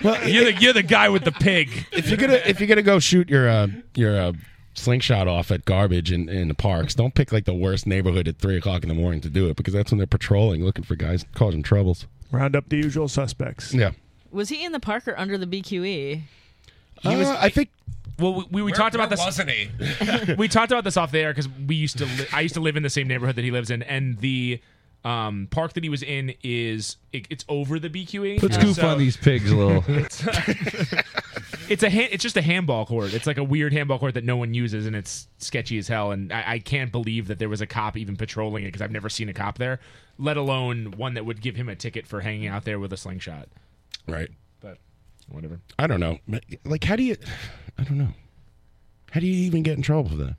S7: Well,
S3: you're the you're the guy with the pig.
S7: If you're gonna if you're gonna go shoot your uh, your uh, slingshot off at garbage in, in the parks, don't pick like the worst neighborhood at three o'clock in the morning to do it because that's when they're patrolling looking for guys causing troubles.
S15: Round up the usual suspects.
S7: Yeah.
S19: Was he in the park or under the E? BQE?
S3: He was-
S7: Uh, I think.
S3: Well, we, we, we talked about this.
S16: Wasn't he?
S3: we talked about this off the air because we used to. Li- I used to live in the same neighborhood that he lives in, and the um, park that he was in is it, it's over the BQE.
S2: Put scoop
S3: So-
S2: on these pigs a little.
S3: It's a hand, it's just a handball court. It's like a weird handball court that no one uses, and it's sketchy as hell. And I, I can't believe that there was a cop even patrolling it because I've never seen a cop there, let alone one that would give him a ticket for hanging out there with a slingshot.
S7: Right.
S3: But whatever.
S7: I don't know. Like, how do you? I don't know. How do you even get in trouble for that?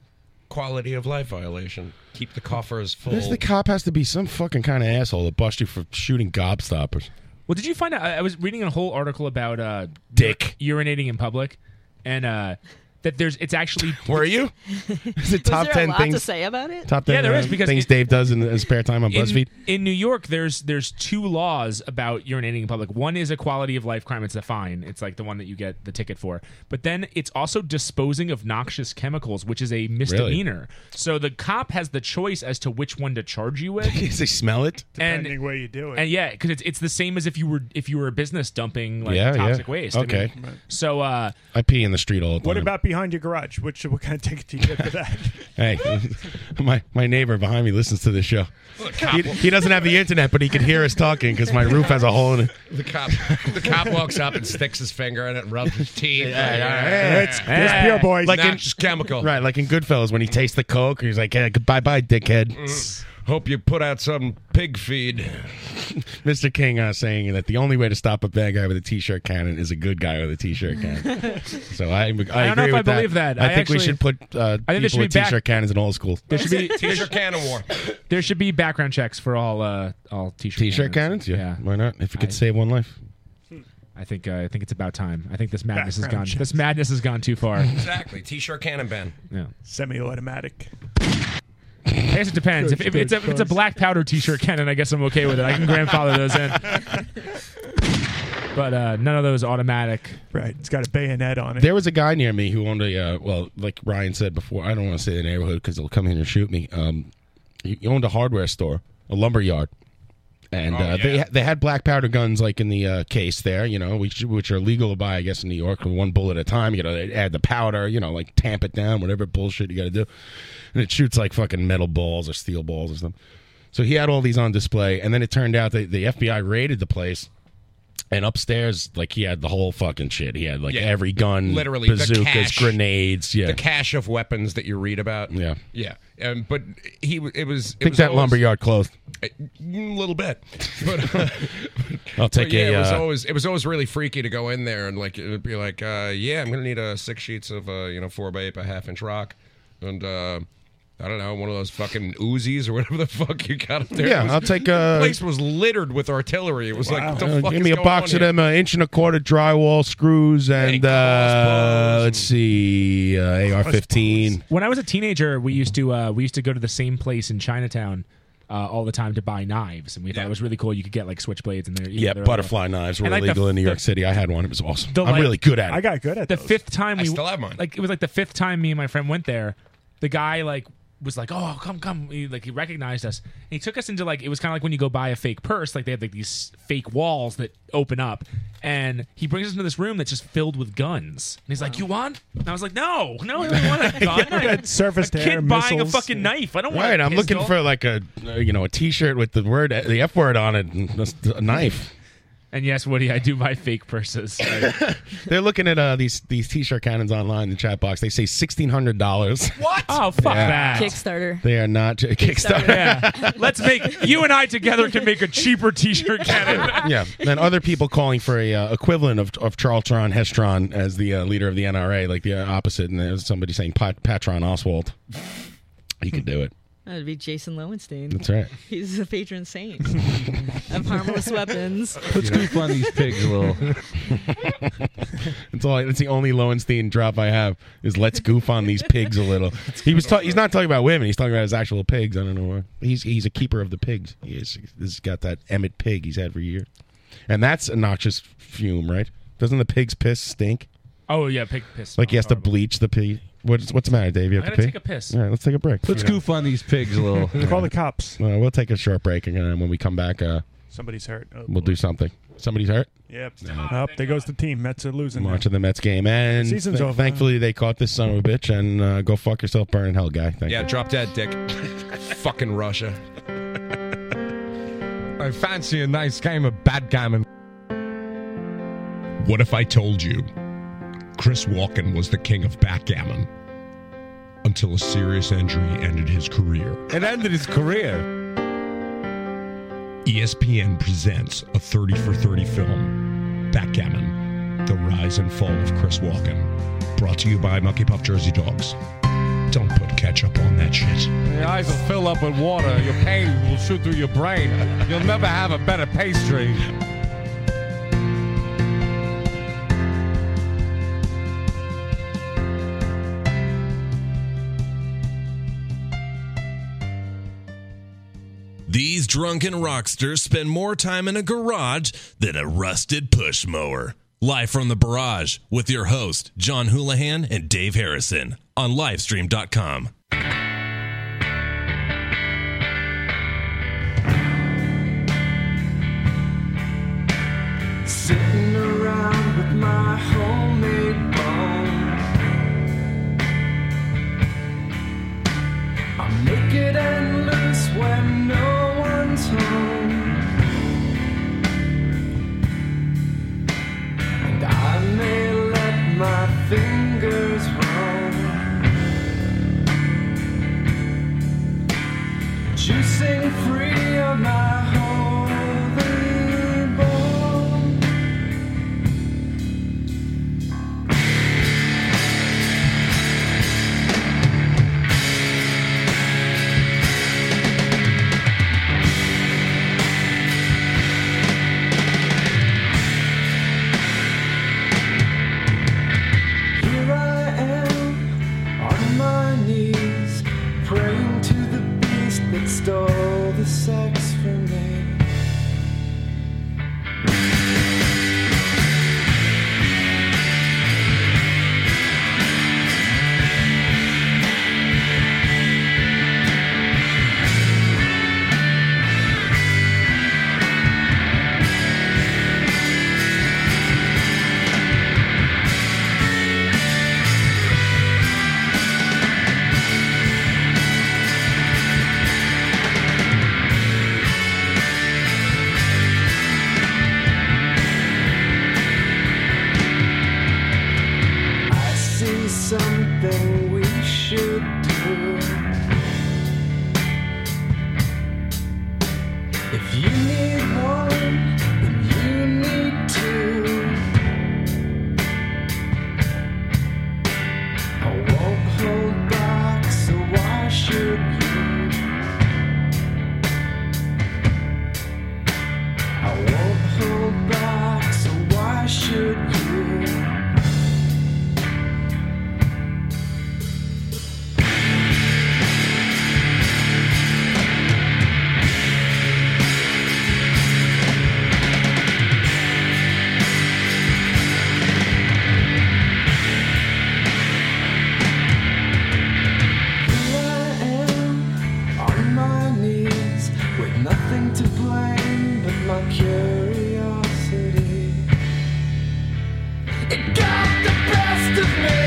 S16: Quality of life violation. Keep the coffers full.
S7: This, the cop has to be some fucking kind of asshole that bust you for shooting gobstoppers.
S3: Well, did you find out? I I was reading a whole article about uh, dick urinating in public, and uh, that there's it's actually.
S7: Were you? Is it
S19: Was
S7: top
S19: there
S7: ten
S19: a lot
S7: things?
S19: to say about it?
S7: Top ten
S3: Yeah, there
S7: uh,
S3: is, because
S7: things
S3: it-
S7: Dave does in his spare time on
S3: in,
S7: BuzzFeed.
S3: in New York, there's there's two laws about urinating in public. One is a quality of life crime; it's a fine. It's like the one that you get the ticket for. But then it's also disposing of noxious chemicals, which is a misdemeanor. So the cop has the choice as to which one to charge you with.
S7: Does he smell it?
S15: Depending where you do it.
S3: And yeah, because it's it's the same as if you were if you were a business dumping like
S7: Yeah,
S3: toxic
S7: yeah.
S3: waste.
S7: Okay.
S3: I mean, so uh,
S7: I pee in the street all the time.
S15: What about behind your garage? Which what kind of ticket do you get for that?
S7: Hey, my my neighbor behind me listens to this show.
S16: cop
S7: He,
S16: will-
S7: he doesn't have the internet, but he can hear us talking because my roof has a hole in it.
S16: The cop, the cop walks up and sticks his finger in it and rubs his teeth.
S7: It's- it's pure, boys.
S16: Like
S7: Like in-
S16: Noxious chemical.
S7: Right, like in Goodfellas when he tastes the coke, he's like, hey, "Bye, bye, dickhead."
S16: Mm. Hope you put out some pig feed.
S7: Mr. King uh, saying that the only way to stop a bad guy with a t-shirt cannon is a good guy with a t-shirt cannon. so I, I,
S3: I don't know
S7: agree
S3: if I
S7: with
S3: believe that.
S7: I,
S3: I
S7: think we
S3: actually-
S7: should put uh,
S3: I think there should
S7: people
S3: be
S7: with t-shirt
S3: back-
S7: cannons in all schools.
S3: there should be
S16: T-shirt cannon war.
S3: There should be background checks for all uh, all t-shirt
S7: T-shirt
S3: cannons.
S7: cannons, yeah. Why not? If we could save one life,
S3: I think uh, I think it's about time. I think this madness has gone.
S15: Background
S3: This madness has gone too far.
S16: Exactly. T-shirt cannon ban.
S3: Yeah.
S15: Semi-automatic.
S3: I guess it depends. If, if
S15: Good
S3: it's a if it's a
S15: choice.
S3: black powder T-shirt cannon, I guess I'm okay with it. I can grandfather those in. But uh, none of those automatic.
S15: Right. It's got a bayonet on it.
S7: there was a guy near me who owned a uh, well, like Ryan said before. I don't want to say the neighborhood because they'll come in and shoot me. Um, he owned a hardware store, a lumber yard, and
S16: Oh,
S7: uh, they
S16: yeah.
S7: they had black powder guns like in the uh, case there, you know, which which are legal to buy, I guess, in New York, one bullet at a time. You know, they add the powder, you know, like tamp it down, whatever bullshit you got to do, and it shoots like fucking metal balls or steel balls or something. So he had all these on display, and then it turned out that the FBI raided the place. And upstairs, like he had the whole fucking shit. He had like
S16: Yeah.
S7: every gun,
S16: Literally, the
S7: bazookas,
S16: cache.
S7: grenades. Yeah,
S16: The cache of weapons that you read about.
S7: yeah.
S16: Yeah. Um, but he w- it was. It
S7: I think
S16: was
S7: that
S16: always-
S7: lumberyard closed.
S16: A little bit, but uh,
S7: I'll take
S16: but yeah,
S7: a,
S16: It was
S7: uh,
S16: always it was always really freaky to go in there and like it'd be like, uh, yeah, I'm gonna need uh, six sheets of uh, you know four by eight by half inch rock, and uh, I don't know one of those fucking Uzis or whatever the fuck you got up there.
S7: Yeah,
S16: It was-
S7: I'll take, uh,
S16: The place was littered with artillery. It was like, what the
S7: Uh,
S16: fuck
S7: give
S16: is
S7: me a
S16: going
S7: box
S16: on
S7: of
S16: here?
S7: them, uh, inch and a quarter drywall screws, and uh, let's see, uh, AR-15.
S3: When I was a teenager, we used to uh, we used to go to the same place in Chinatown uh, all the time to buy knives, and we thought it was really cool. You could get like switchblades and there.
S7: Yeah, butterfly knives were
S3: And, like, the-
S7: illegal in New York
S3: the-
S7: City. I had one; it was awesome.
S3: the,
S7: I'm
S3: like-
S7: really good at it.
S15: got good at
S3: the fifth time
S16: I
S3: we
S16: still have mine.
S3: Like it was like the fifth time me and my friend went there. The guy like was like, "Oh, come, come!" He, like he recognized us. And he took us into like it was kind of like when you go buy a fake purse. Like they have like these fake walls that open up, and he brings us into this room that's just filled with guns. And he's like, "You want?" And I was like, "No, no, I don't want a gun. I-
S15: surface
S3: a
S15: to air
S3: kid buying a
S15: missiles.
S3: fucking knife. I don't want."
S7: Right,
S3: a
S7: I'm looking
S3: pistol."
S7: for like a uh, you know a T-shirt with the word uh, the F word on it, and just a knife.
S3: And yes, Woody, I do buy fake purses. I-
S7: They're looking at uh, these these T-shirt cannons online in the chat box. They say sixteen hundred dollars.
S3: What? Oh, fuck that.
S19: Kickstarter.
S7: They are not Kickstarter.
S3: yeah. Let's make you and I together can make a cheaper T-shirt cannon.
S7: yeah, and other people calling for a uh, equivalent of of Charlton Hestron as the uh, leader of the NRA, like the uh, opposite. And there's somebody saying Pat- Patron Oswald. He could do it.
S19: That'd be Jason Lowenstein.
S7: That's right.
S19: He's a patron saint of harmless weapons.
S7: Let's goof on these pigs a little. that's all. I- That's the only Lowenstein drop I have is let's goof on these pigs a little. He was. Ta- he's not talking about women. He's talking about his actual pigs. I don't know why. He's he's a keeper of the pigs. He is, he's got that Emmett pig he's had for a year, and that's a noxious fume, right? Doesn't the pig's piss stink?
S3: Oh yeah, pig piss.
S7: Like he has to bleach the pee. What's what's the matter, Dave? You have
S3: I
S7: to
S3: gotta
S7: pee.
S3: take a piss.
S7: All right, let's take a break.
S10: Let's goof on these pigs a little.
S15: Call the cops.
S7: Uh, we'll take a short break, and then when we come back, uh,
S15: Somebody's hurt. Oh,
S7: we'll do something. Somebody's hurt.
S15: Yep. Up there goes the team. Mets are losing. now.
S7: Watching the Mets game, and
S15: Season's
S7: thank-
S15: over.
S7: thankfully they caught this son of a bitch. And uh, go fuck yourself, burn in hell, guy. Thank
S16: Yeah,
S7: you.
S16: drop dead, dick. Fucking Russia.
S2: I fancy a nice game of backgammon. What if I told you Chris Walken was the king of backgammon until a serious injury ended his career? It ended his career. E ESPN presents a 30 for 30 film, Backgammon The Rise and Fall of Chris Walken. Brought to you by Monkey Puff Jersey Dogs. Don't put ketchup on that shit.
S1: Your eyes will fill up with water. Your pain will shoot through your brain. You'll never have a better pastry.
S5: These drunken rocksters spend more time in a garage than a rusted push mower. Live from the barrage with your host, John Houlihan and Dave Harrison on livestream.com.
S6: Sitting around with my homemade bones. I'm naked and loose when no one's home. And I may let my fingers roam. Juicing free of my holy bone. Here I am on my knees, praying to the beast that stole the sex from me. I see something we should do. If you need one, then you need two. I won't hold back, so why should you? I won't hold back, so why should you? Here I am on my knees with nothing to blame but my curiosity. It got the best of me.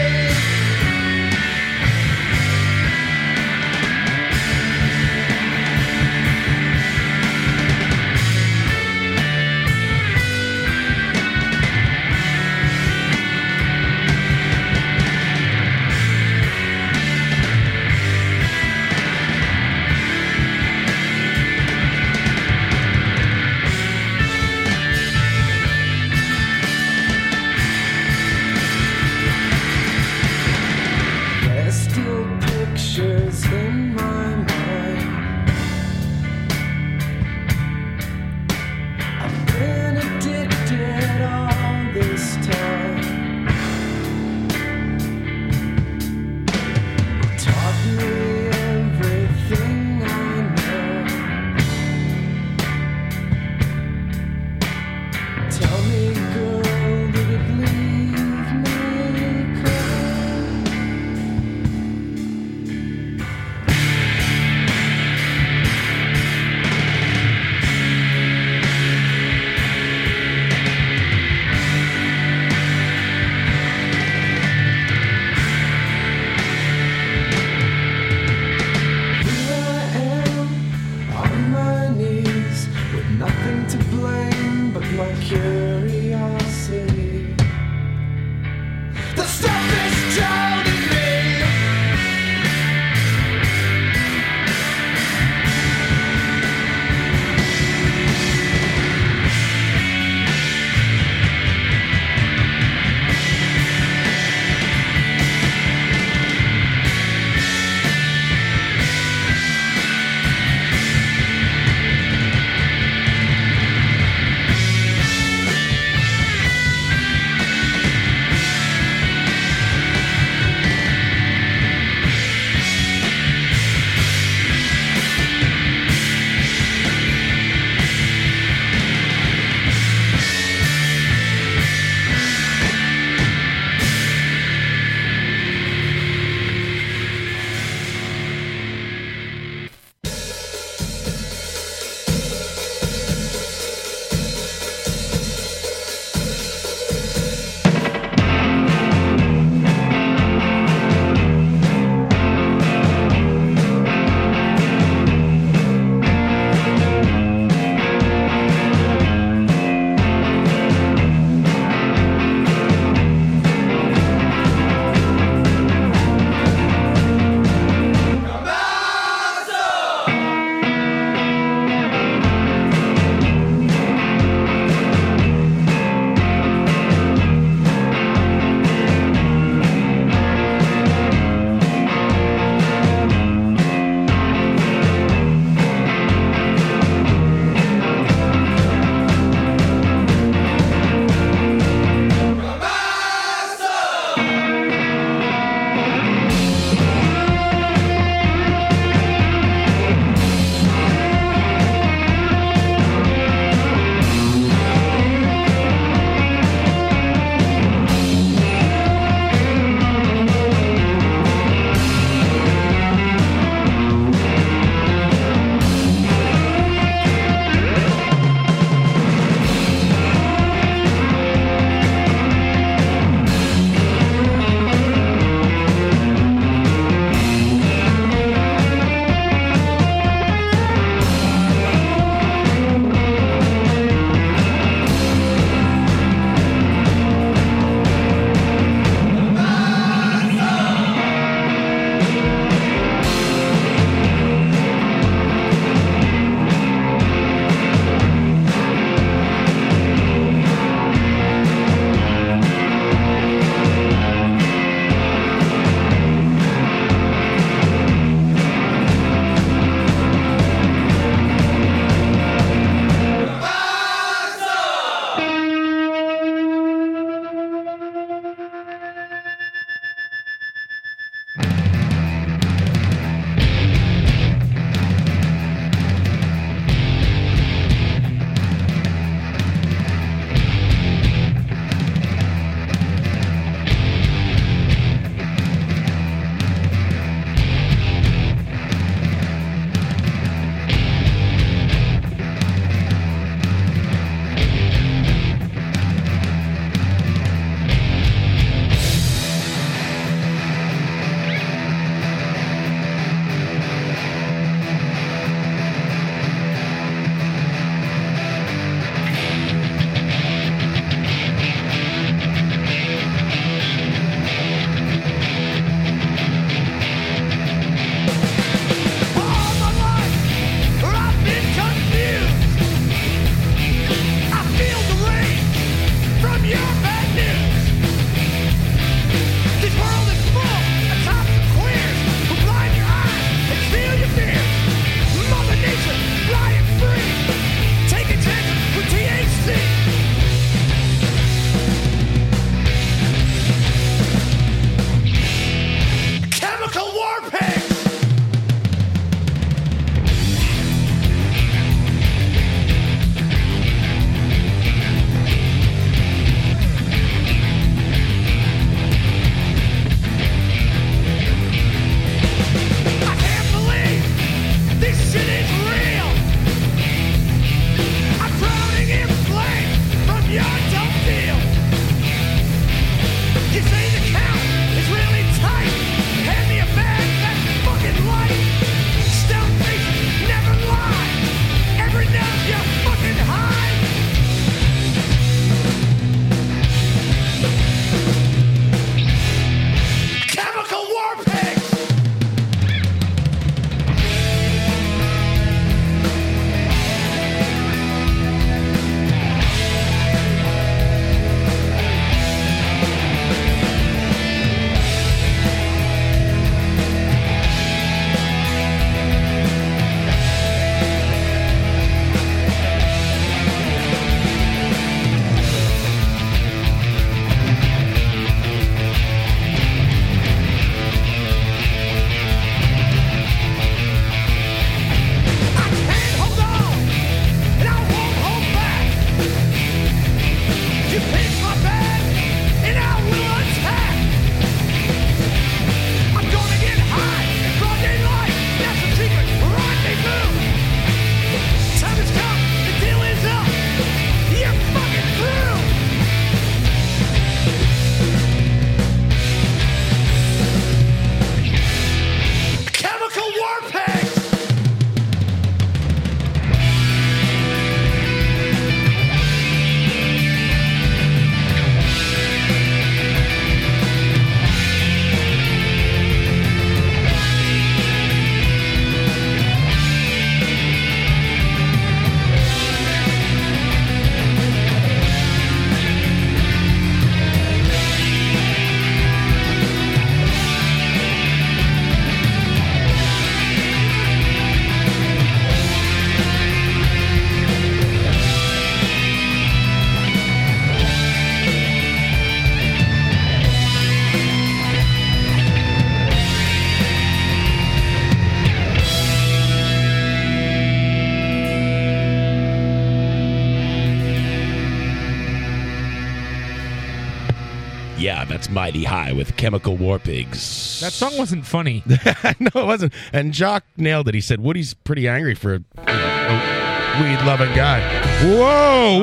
S21: Yeah, that's Mighty High with Chemical War Pigs.
S3: That song wasn't funny.
S7: no, it wasn't. And Jock nailed it. He said Woody's pretty angry for you know, a weed loving guy. Whoa, whoa, whoa,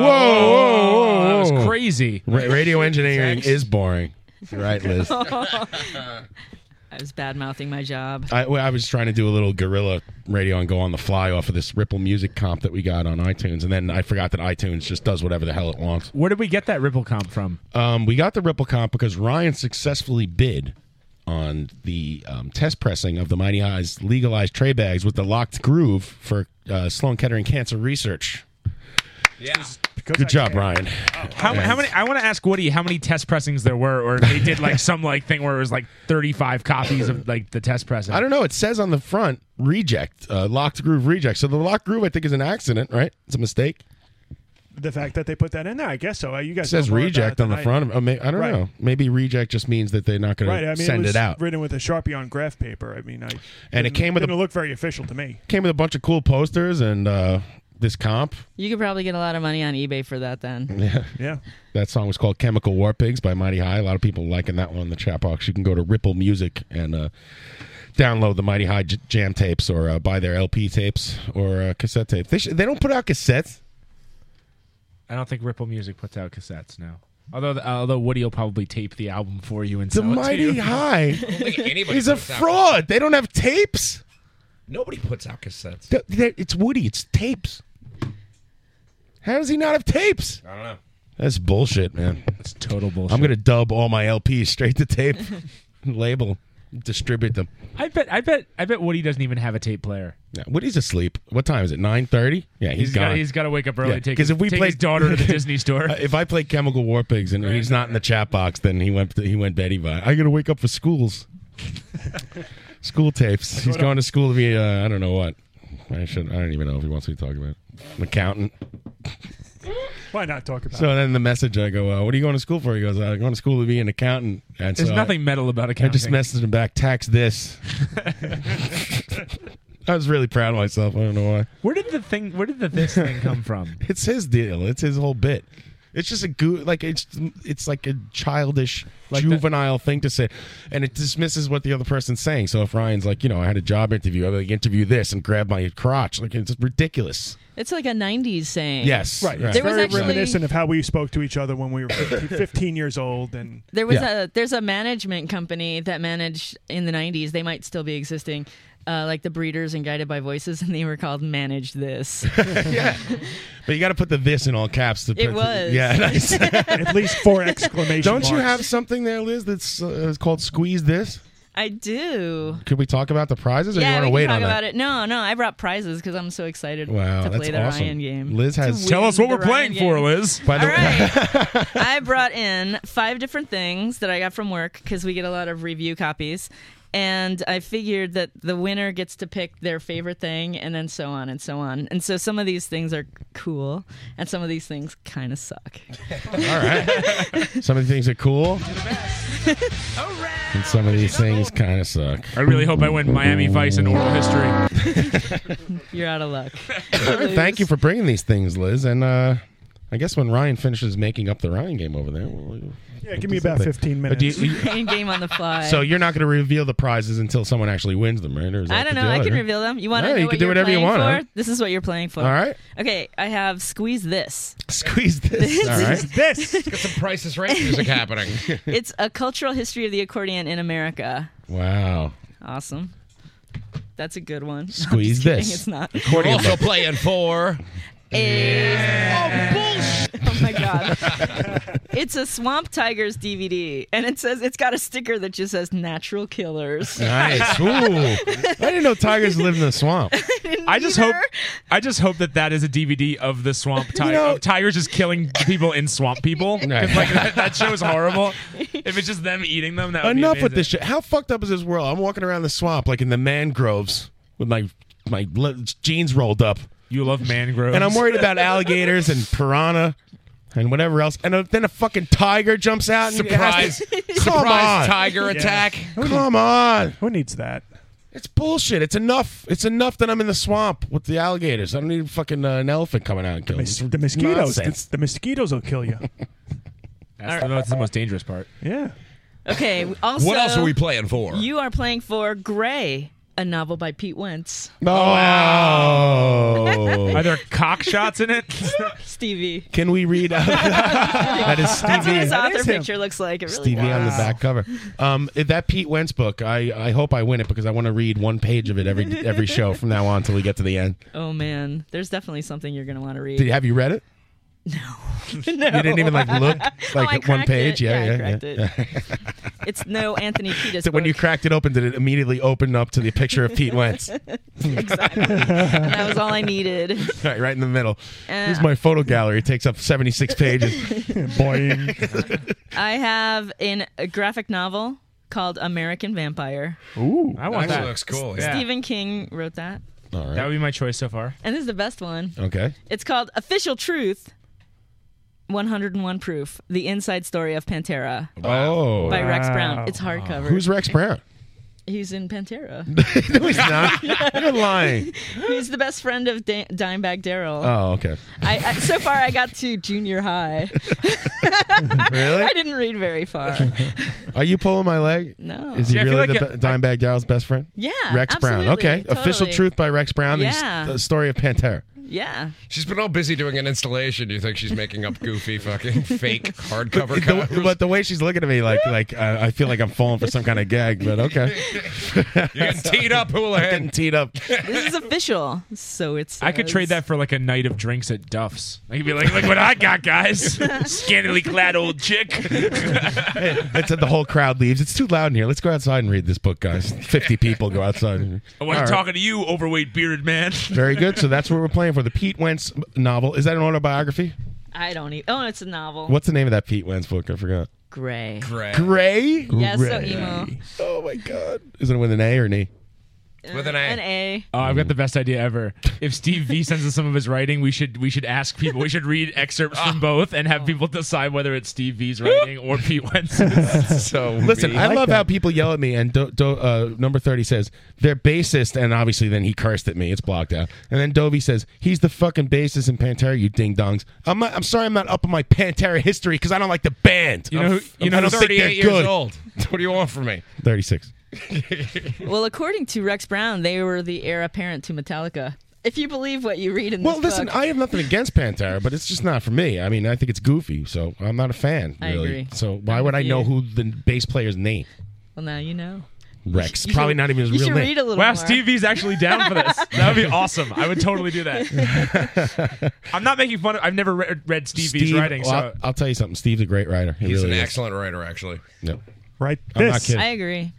S7: whoa!
S3: Oh, that was
S7: whoa.
S3: crazy.
S7: Ra- radio engineering is boring. You're right, Liz.
S19: I was bad mouthing my job.
S7: I, well, I was trying to do a little guerrilla radio and go on the fly off of this Ripple Music comp that we got on iTunes, and then I forgot that iTunes just does whatever the hell it wants.
S3: Where did we get that Ripple comp from?
S7: Um, we got the Ripple comp because Ryan successfully bid on the um, test pressing of the Mighty High's legalized tray bags with the locked groove for uh, Sloan Kettering Cancer Research.
S3: Yeah.
S7: Good job, Ryan.
S3: How, how many? I want to ask Woody how many test pressings there were, or if they did like some like thing where it was like thirty-five copies of like the test pressing.
S7: I don't know. It says on the front reject, uh, locked groove reject. So the locked groove, I think, is an accident, right? It's a mistake.
S15: The fact that they put that in there, I guess so. Uh, You
S7: It
S15: guys
S7: says
S15: know more about
S7: reject
S15: it
S7: on the
S15: than
S7: front.
S15: do.
S7: Of, I, mean, I don't
S15: Right.
S7: know. Maybe reject just means that they're not going
S15: Right, I
S7: to
S15: mean,
S7: send it,
S15: it, was
S7: out.
S15: Written with a sharpie on graph paper. I mean, I
S7: And it
S15: didn't-
S7: came with a-
S15: didn't look very official to me.
S7: Came with a bunch of cool posters and uh, this comp.
S19: You could probably get a lot of money on eBay for that then.
S7: Yeah.
S15: Yeah.
S7: That song was called Chemical War Pigs by Mighty High. A lot of people liking that one in the chat box. You can go to Ripple Music and uh, download the Mighty High j- jam tapes or uh, buy their LP tapes or uh, cassette tapes. They, sh- they don't put out cassettes.
S3: I don't think Ripple Music puts out cassettes now. Although, although Woody will probably tape the album for you and
S7: The
S3: sell it to
S7: Mighty
S3: you.
S7: High
S16: anybody
S7: is a
S16: puts out
S7: fraud. They don't have tapes.
S16: Nobody puts out cassettes.
S7: Th- th- It's Woody. It's tapes. How does he not have tapes?
S16: I don't know.
S7: That's bullshit, man.
S3: That's total bullshit.
S7: I'm going to dub all my LPs straight to tape, label, distribute them.
S3: I bet, I bet, I bet Woody doesn't even have a tape player.
S7: Yeah, Woody's asleep. What time is it? Nine thirty. Yeah,
S3: He's
S7: gone.
S3: gotta- he's gotta wake up early, take
S7: Because
S3: his-
S7: if we
S3: take
S7: play Uh,
S3: his daughter to the Disney store.
S7: if I play Chemical War Pigs and he's not in the chat box, then he went. He went Betty by. I gotta wake up for schools. School tapes. He's going to school to be. Uh, I don't know what. I should. I don't even know if he wants me to talk about. it. An accountant.
S15: Why not talk about
S7: So
S15: it?
S7: then the message I go, uh, "What are you going to school for?" He goes, "I'm going to school to be an accountant." And
S3: There's
S7: so I-
S3: nothing metal about
S7: I just
S3: accounting.
S7: messaged him back. Tax this. I was really proud of myself. I don't know why.
S3: Where did the thing? Where did the this thing come from?
S7: It's his deal. It's his whole bit. It's just a goo like it's it's like a childish, juvenile thing to say, and it dismisses what the other person's saying. So if Ryan's like, you know, I had a job interview, I would like interview this and grab my crotch, like it's ridiculous.
S19: It's like a 90s saying.
S7: Yes,
S15: Right.
S7: right.
S15: It's
S19: There was
S15: very
S19: actually-
S15: reminiscent of how we spoke to each other when we were 15, 15 years old. And
S19: There was
S15: Yeah.
S19: a there's a management company that managed in the 90s. They might still be existing, uh, like the Breeders and Guided by Voices, and they were called Manage This.
S7: But you got to put the this in all caps. To
S19: It was.
S7: yeah, nice.
S19: At
S15: least four exclamation.
S7: Don't you
S19: marks.
S7: have something there, Liz? That's uh, called squeeze this.
S19: I do.
S7: Could we talk about the prizes, or
S19: yeah,
S7: you want to
S19: we
S7: wait
S19: can talk
S7: on
S19: about
S7: that?
S19: it. No, no, I brought prizes because I'm so excited
S7: Wow,
S19: to
S7: that's
S19: play the
S7: awesome.
S19: Ryan game.
S7: Liz
S19: To
S7: has.
S19: win the Ryan game.
S3: Liz.
S7: By the way,
S19: I brought in five different things that I got from work because we get a lot of review copies. And I figured that the winner gets to pick their favorite thing and then so on and so on. And so some of these things are cool and some of these things kind of suck.
S7: some of the things are cool, and some of these things kind of suck.
S3: I really hope I win Miami Vice and oral history.
S19: You're out of luck.
S7: All right, Thank you for bringing these things, Liz. And uh, I guess when Ryan finishes making up the Ryan game over there, we'll,
S15: Yeah, give me about 15
S7: But do you-
S15: minutes.
S19: Playing game on the fly.
S7: so you're not going to reveal the prizes until someone actually wins them, right? Or is that
S19: I don't
S7: the
S19: know. I
S7: deal,
S19: can
S7: or-
S19: reveal them. You want to
S7: No,
S19: know
S7: you
S19: what
S7: can do
S19: you're
S7: whatever you
S19: playing
S7: want, huh?
S19: for? This is what you're playing for.
S7: All right.
S19: Okay, I have squeeze this.
S7: Squeeze this. All right.
S15: This.
S16: Got some Price is Right music happening.
S19: It's a cultural history of the accordion in America.
S7: Wow.
S19: Awesome. That's a good one. I'm just
S7: Squeeze
S19: kidding,
S7: this.
S19: It's not.
S7: Accordion
S16: also
S7: button.
S16: playing for.
S19: Oh, bullshit. Oh, my God. it's a Swamp Tigers DVD, and it says it's got a sticker that just says natural killers.
S7: Nice. Ooh. I didn't know tigers lived in the swamp.
S3: I just hope I just hope that that is a DVD of the swamp tiger.
S7: know-
S3: of tigers just killing people in swamp people. 'Cause, like, that, that show is horrible. If it's just them eating them, that would be
S7: Enough with
S3: amazing.
S7: this shit. How fucked up is this world? I'm walking around the swamp like in the mangroves with my my le- jeans rolled up.
S3: You love mangroves.
S7: And I'm worried about alligators and piranha and whatever else. And uh, then a fucking tiger jumps out. And
S16: Surprise-
S7: It has to-
S16: surprise
S7: Come on.
S16: tiger Yeah. attack.
S7: Come on.
S15: Who needs that?
S7: It's bullshit. It's enough. It's enough that I'm in the swamp with the alligators. I don't need fucking uh, an elephant coming out and killing me.
S15: The mosquitoes.
S7: Nonsense.
S15: The, the mosquitoes will kill you.
S3: That's, the, that's the most dangerous part.
S15: Yeah.
S19: Okay. Also,
S3: What else are we playing for?
S19: You are playing for Gray, a novel by Pete Wentz.
S3: Oh,
S7: Oh.
S3: Wow. Are there cock shots in it?
S19: Stevie.
S7: Can we read? uh, that is Stevie.
S19: That's what his
S7: That
S19: author
S7: is him.
S19: picture looks like. It really
S7: Stevie on the
S19: does.
S7: back cover. Um, that Pete Wentz book. I, I hope I win it because I want to read one page of it every every show from now on until we get to the end.
S19: Oh man, there's definitely something you're gonna want to read.
S7: Did, have you read it?
S19: No.
S7: You didn't even like look
S19: Oh, I
S7: like at one
S19: cracked it.
S7: page. Yeah,
S19: I
S7: yeah,
S19: cracked
S7: yeah.
S19: it. it's no Anthony Kiedis.
S7: So when you cracked it open, did it immediately open up to the picture of Pete Wentz?
S19: exactly. And that was all I needed.
S7: right, right in the middle.
S19: Uh,
S7: Here's my photo gallery. It takes up 76 pages. Boing.
S19: I have an, a graphic novel called American Vampire.
S7: Ooh,
S3: I want
S19: That
S3: that.
S19: looks cool, Stephen King wrote that,
S7: All right.
S3: That would be my choice so far.
S19: and this is the best one.
S7: Okay.
S19: It's called Official Truth 101 Proof The Inside Story of Pantera
S7: Oh.
S19: by Rex Brown. It's hardcover.
S7: Who's Rex Brown?
S19: He's in Pantera.
S7: no, he's not. You're lying.
S19: He's the best friend of da- Dimebag Daryl.
S7: Oh, okay.
S19: I, I, so far, I got to junior high.
S7: Really?
S19: I didn't read very far.
S7: Are you pulling my leg?
S19: No.
S7: Is he
S19: See, I feel
S7: really
S19: like
S7: the
S19: a-
S7: be- Dimebag Daryl's best friend?
S19: Yeah,
S7: Rex Brown.
S19: absolutely,
S7: Okay. Official
S19: totally.
S7: Truth by Rex Brown.
S19: Yeah.
S7: The, s- the story of Pantera.
S19: Yeah.
S16: She's been all busy doing an installation. Do you think she's making up goofy fucking fake hardcover
S7: The-
S16: covers?
S7: but the way she's looking at me, like, like uh, I I feel like I'm falling for some kind of gag. But okay. You're
S16: getting teed up, Houlihan.
S7: Getting teed up.
S19: This is official, so it's.
S3: I could trade that for like a night of drinks at Duff's. I could be like, look what I got, guys. Scantily clad old chick.
S7: It's the whole crowd leaves. It's too loud in here. Let's go outside and read this book, guys. Fifty people go outside.
S10: I
S7: All
S10: wasn't
S7: right.
S10: talking to you, overweight bearded man.
S7: Very good. So that's what we're playing for. The Pete Wentz novel. Is that an autobiography?
S19: I don't even. Oh, it's a novel.
S7: What's the name of that Pete Wentz book? I forgot.
S19: Gray.
S16: Gray.
S7: Gray?
S19: Yeah, so
S7: Gray.
S19: emo.
S7: Oh my god. Is it with an A or an E?
S16: With an A.
S19: An A.
S3: Oh, I've got the best idea ever. If Steve V sends us some of his writing, we should we should ask people. We should read excerpts from both and have people decide whether it's Steve V's writing or Pete Wentz's.
S16: so
S7: Listen, I, love how people yell at me. And do, do, uh, number thirty says they're bassist, and obviously then he cursed at me. It's blocked out. And then Dovey says he's the fucking bassist in Pantera. You ding dongs. I'm not, I'm sorry I'm not up on my Pantera history because I don't like the band.
S16: You
S7: I'm
S16: know who-
S7: f-
S16: you know
S7: I don't
S16: who's
S7: think they're
S16: 38 years
S7: good.
S16: old. What do you want from me?
S7: Thirty six.
S19: Well, according to Rex Brown, they were the heir apparent to Metallica. If you believe what you read in
S7: Well,
S19: this
S7: listen,
S19: book.
S7: I have nothing against Pantera, but it's just not for me. I mean, I think it's goofy, so I'm not a fan.
S19: I
S7: Really.
S19: agree.
S7: So why would I know who the bass player's name?
S19: well, now you know.
S7: Rex.
S19: You
S7: Probably
S19: should-
S7: not even his
S19: you
S7: real
S19: should
S7: name.
S19: read a little
S3: Wow,
S19: more.
S3: Steve V's actually down for this. That would be awesome. I would totally do that. I'm not making fun of. I've never re- read Steve, V's writing,
S7: well,
S3: so
S7: I'll, I'll tell you something. Steve's a great writer. He
S16: He's
S7: really
S16: an
S7: is.
S16: excellent writer, actually.
S7: Yep.
S15: Right.
S7: I'm not kidding.
S19: I agree.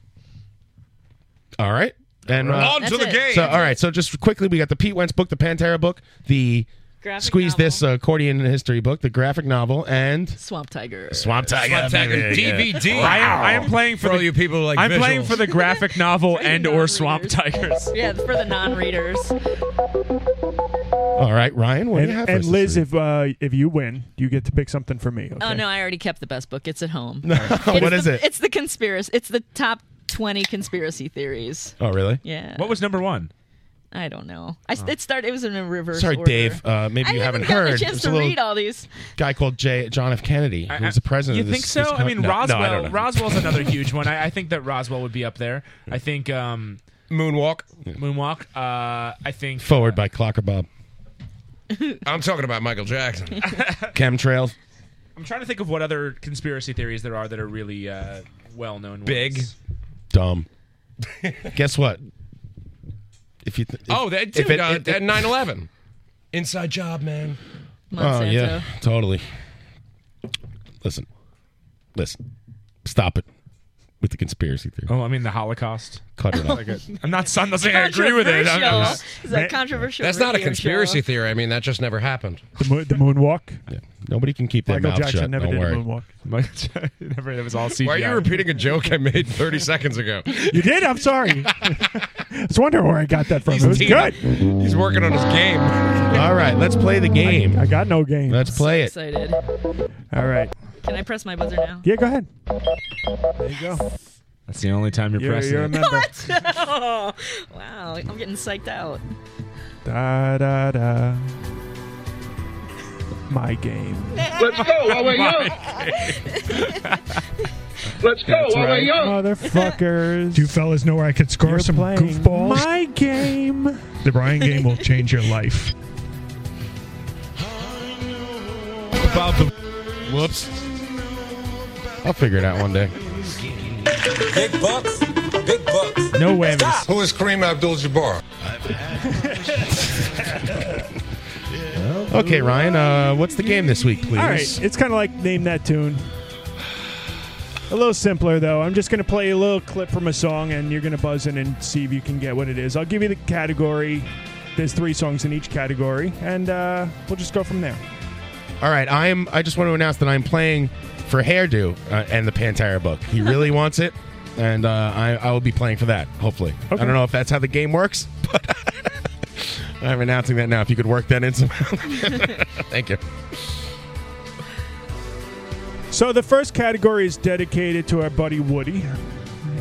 S7: All right. And uh,
S16: On to That's the it. game.
S7: So, all right. So, just quickly, we got the Pete Wentz book, the Pantera book, the
S19: Graphic
S7: Squeeze This uh, Accordion History book, the graphic novel, and
S19: Swamp Tiger.
S7: Swamp Tiger.
S16: Swamp Tiger
S7: baby, yeah.
S16: DVD.
S3: I am, I am playing for,
S16: For all
S3: the,
S16: you people who like
S3: I'm playing
S16: visuals.
S3: for the graphic novel and or Swamp Tigers.
S19: Yeah, for the non-readers.
S7: All right, Ryan, what
S15: and,
S7: do you have
S15: and
S7: for us
S15: Liz,
S7: this
S15: if uh, if you win, you get to pick something for me. Okay?
S19: Oh no, I already kept the best book. It's at home.
S7: week? what
S19: It's
S7: is
S19: the-
S7: it?
S19: It's the conspiracy. It's the top twenty conspiracy theories.
S7: Oh, really? Oh.
S19: Yeah.
S3: What was number one?
S19: I don't know. I, It started. It was in a reverse.
S7: Sorry,
S19: order.
S7: Dave. Uh, maybe
S19: I
S7: you haven't
S19: haven't gotten
S7: heard.
S19: a chance
S7: It's a
S19: to
S7: little
S19: read all these.
S7: guy called J- John F. Kennedy, who was the president.
S3: You
S7: of this,
S3: think so?
S7: this
S3: I
S7: co-
S3: mean,
S7: no,
S3: Roswell.
S7: No, I don't know.
S3: Roswell's another huge one. I, I think that Roswell would be up there. I think um,
S16: Moonwalk.
S3: Moonwalk. Uh, I think
S7: Forward by Clocker Bob.
S16: I'm talking about Michael Jackson.
S7: Chemtrails.
S3: I'm trying to think of what other conspiracy theories there are that are really uh, well known.
S16: Big.
S7: Dumb. Guess what? If you. Th- if-
S16: Oh, that dude,
S7: if it-
S16: uh,
S7: it-
S16: that 9/11. Inside job, man.
S7: Oh yeah, totally. Listen, listen, stop it with the conspiracy theory.
S3: Oh, I mean the Holocaust.
S7: Cut it out.
S19: Oh,
S3: Like it- I'm not. I'm not saying I agree with it. I'm- I'm just-
S19: Is that controversial?
S16: That's not a
S19: radio show?
S16: conspiracy theory. I mean, that just never happened.
S15: The, moon, the moonwalk.
S7: Nobody can keep their
S15: Michael
S7: mouth
S15: Jackson
S7: shut.
S15: never
S7: Don't
S15: did a
S7: worry.
S15: moonwalk.
S3: never. That was all CGI.
S16: Why are you repeating a joke I made 30 seconds ago?
S15: You did. I'm sorry. I was wondering where I got that from.
S16: He's
S15: it was
S16: teed
S15: good.
S16: up. He's working on his game.
S7: All right, let's play the game.
S15: I, got no game.
S7: Let's play it.
S19: Excited.
S15: All right.
S19: Can I press my buzzer now?
S15: Yeah, go ahead. There you go.
S3: That's the only time you're,
S15: You're-
S3: pressing.
S15: you're
S3: it.
S15: a member.
S19: What? Oh, wow, I'm getting psyched out.
S15: Da da da. my game.
S17: Let's go while we're young. Let's go
S15: That's
S17: while we're
S15: right,
S17: young.
S15: motherfuckers.
S22: Do you fellas know where I could score some goofballs?
S15: My game.
S22: The Brian game will change your life.
S7: About the whoops. I'll figure it out one day.
S17: Big bucks. Big bucks.
S7: No whammies.
S17: Who is Kareem Abdul-Jabbar?
S7: Okay, Ryan. Uh, what's the game this week, please?
S15: All right, it's kind of like name that tune. A little simpler though. I'm just gonna play a little clip from a song, and you're gonna buzz in and see if you can get what it is. I'll give you the category. There's three songs in each category, and uh, we'll just go from there.
S7: All right, I'm. I just want to announce that I'm playing for hairdo uh, and the Pantera book. He really wants it, and uh, I, I will be playing for that. Hopefully, I don't know if that's how the game works, but I'm announcing that now. If you could work that in somehow, thank you.
S15: So the first category is dedicated to our buddy Woody,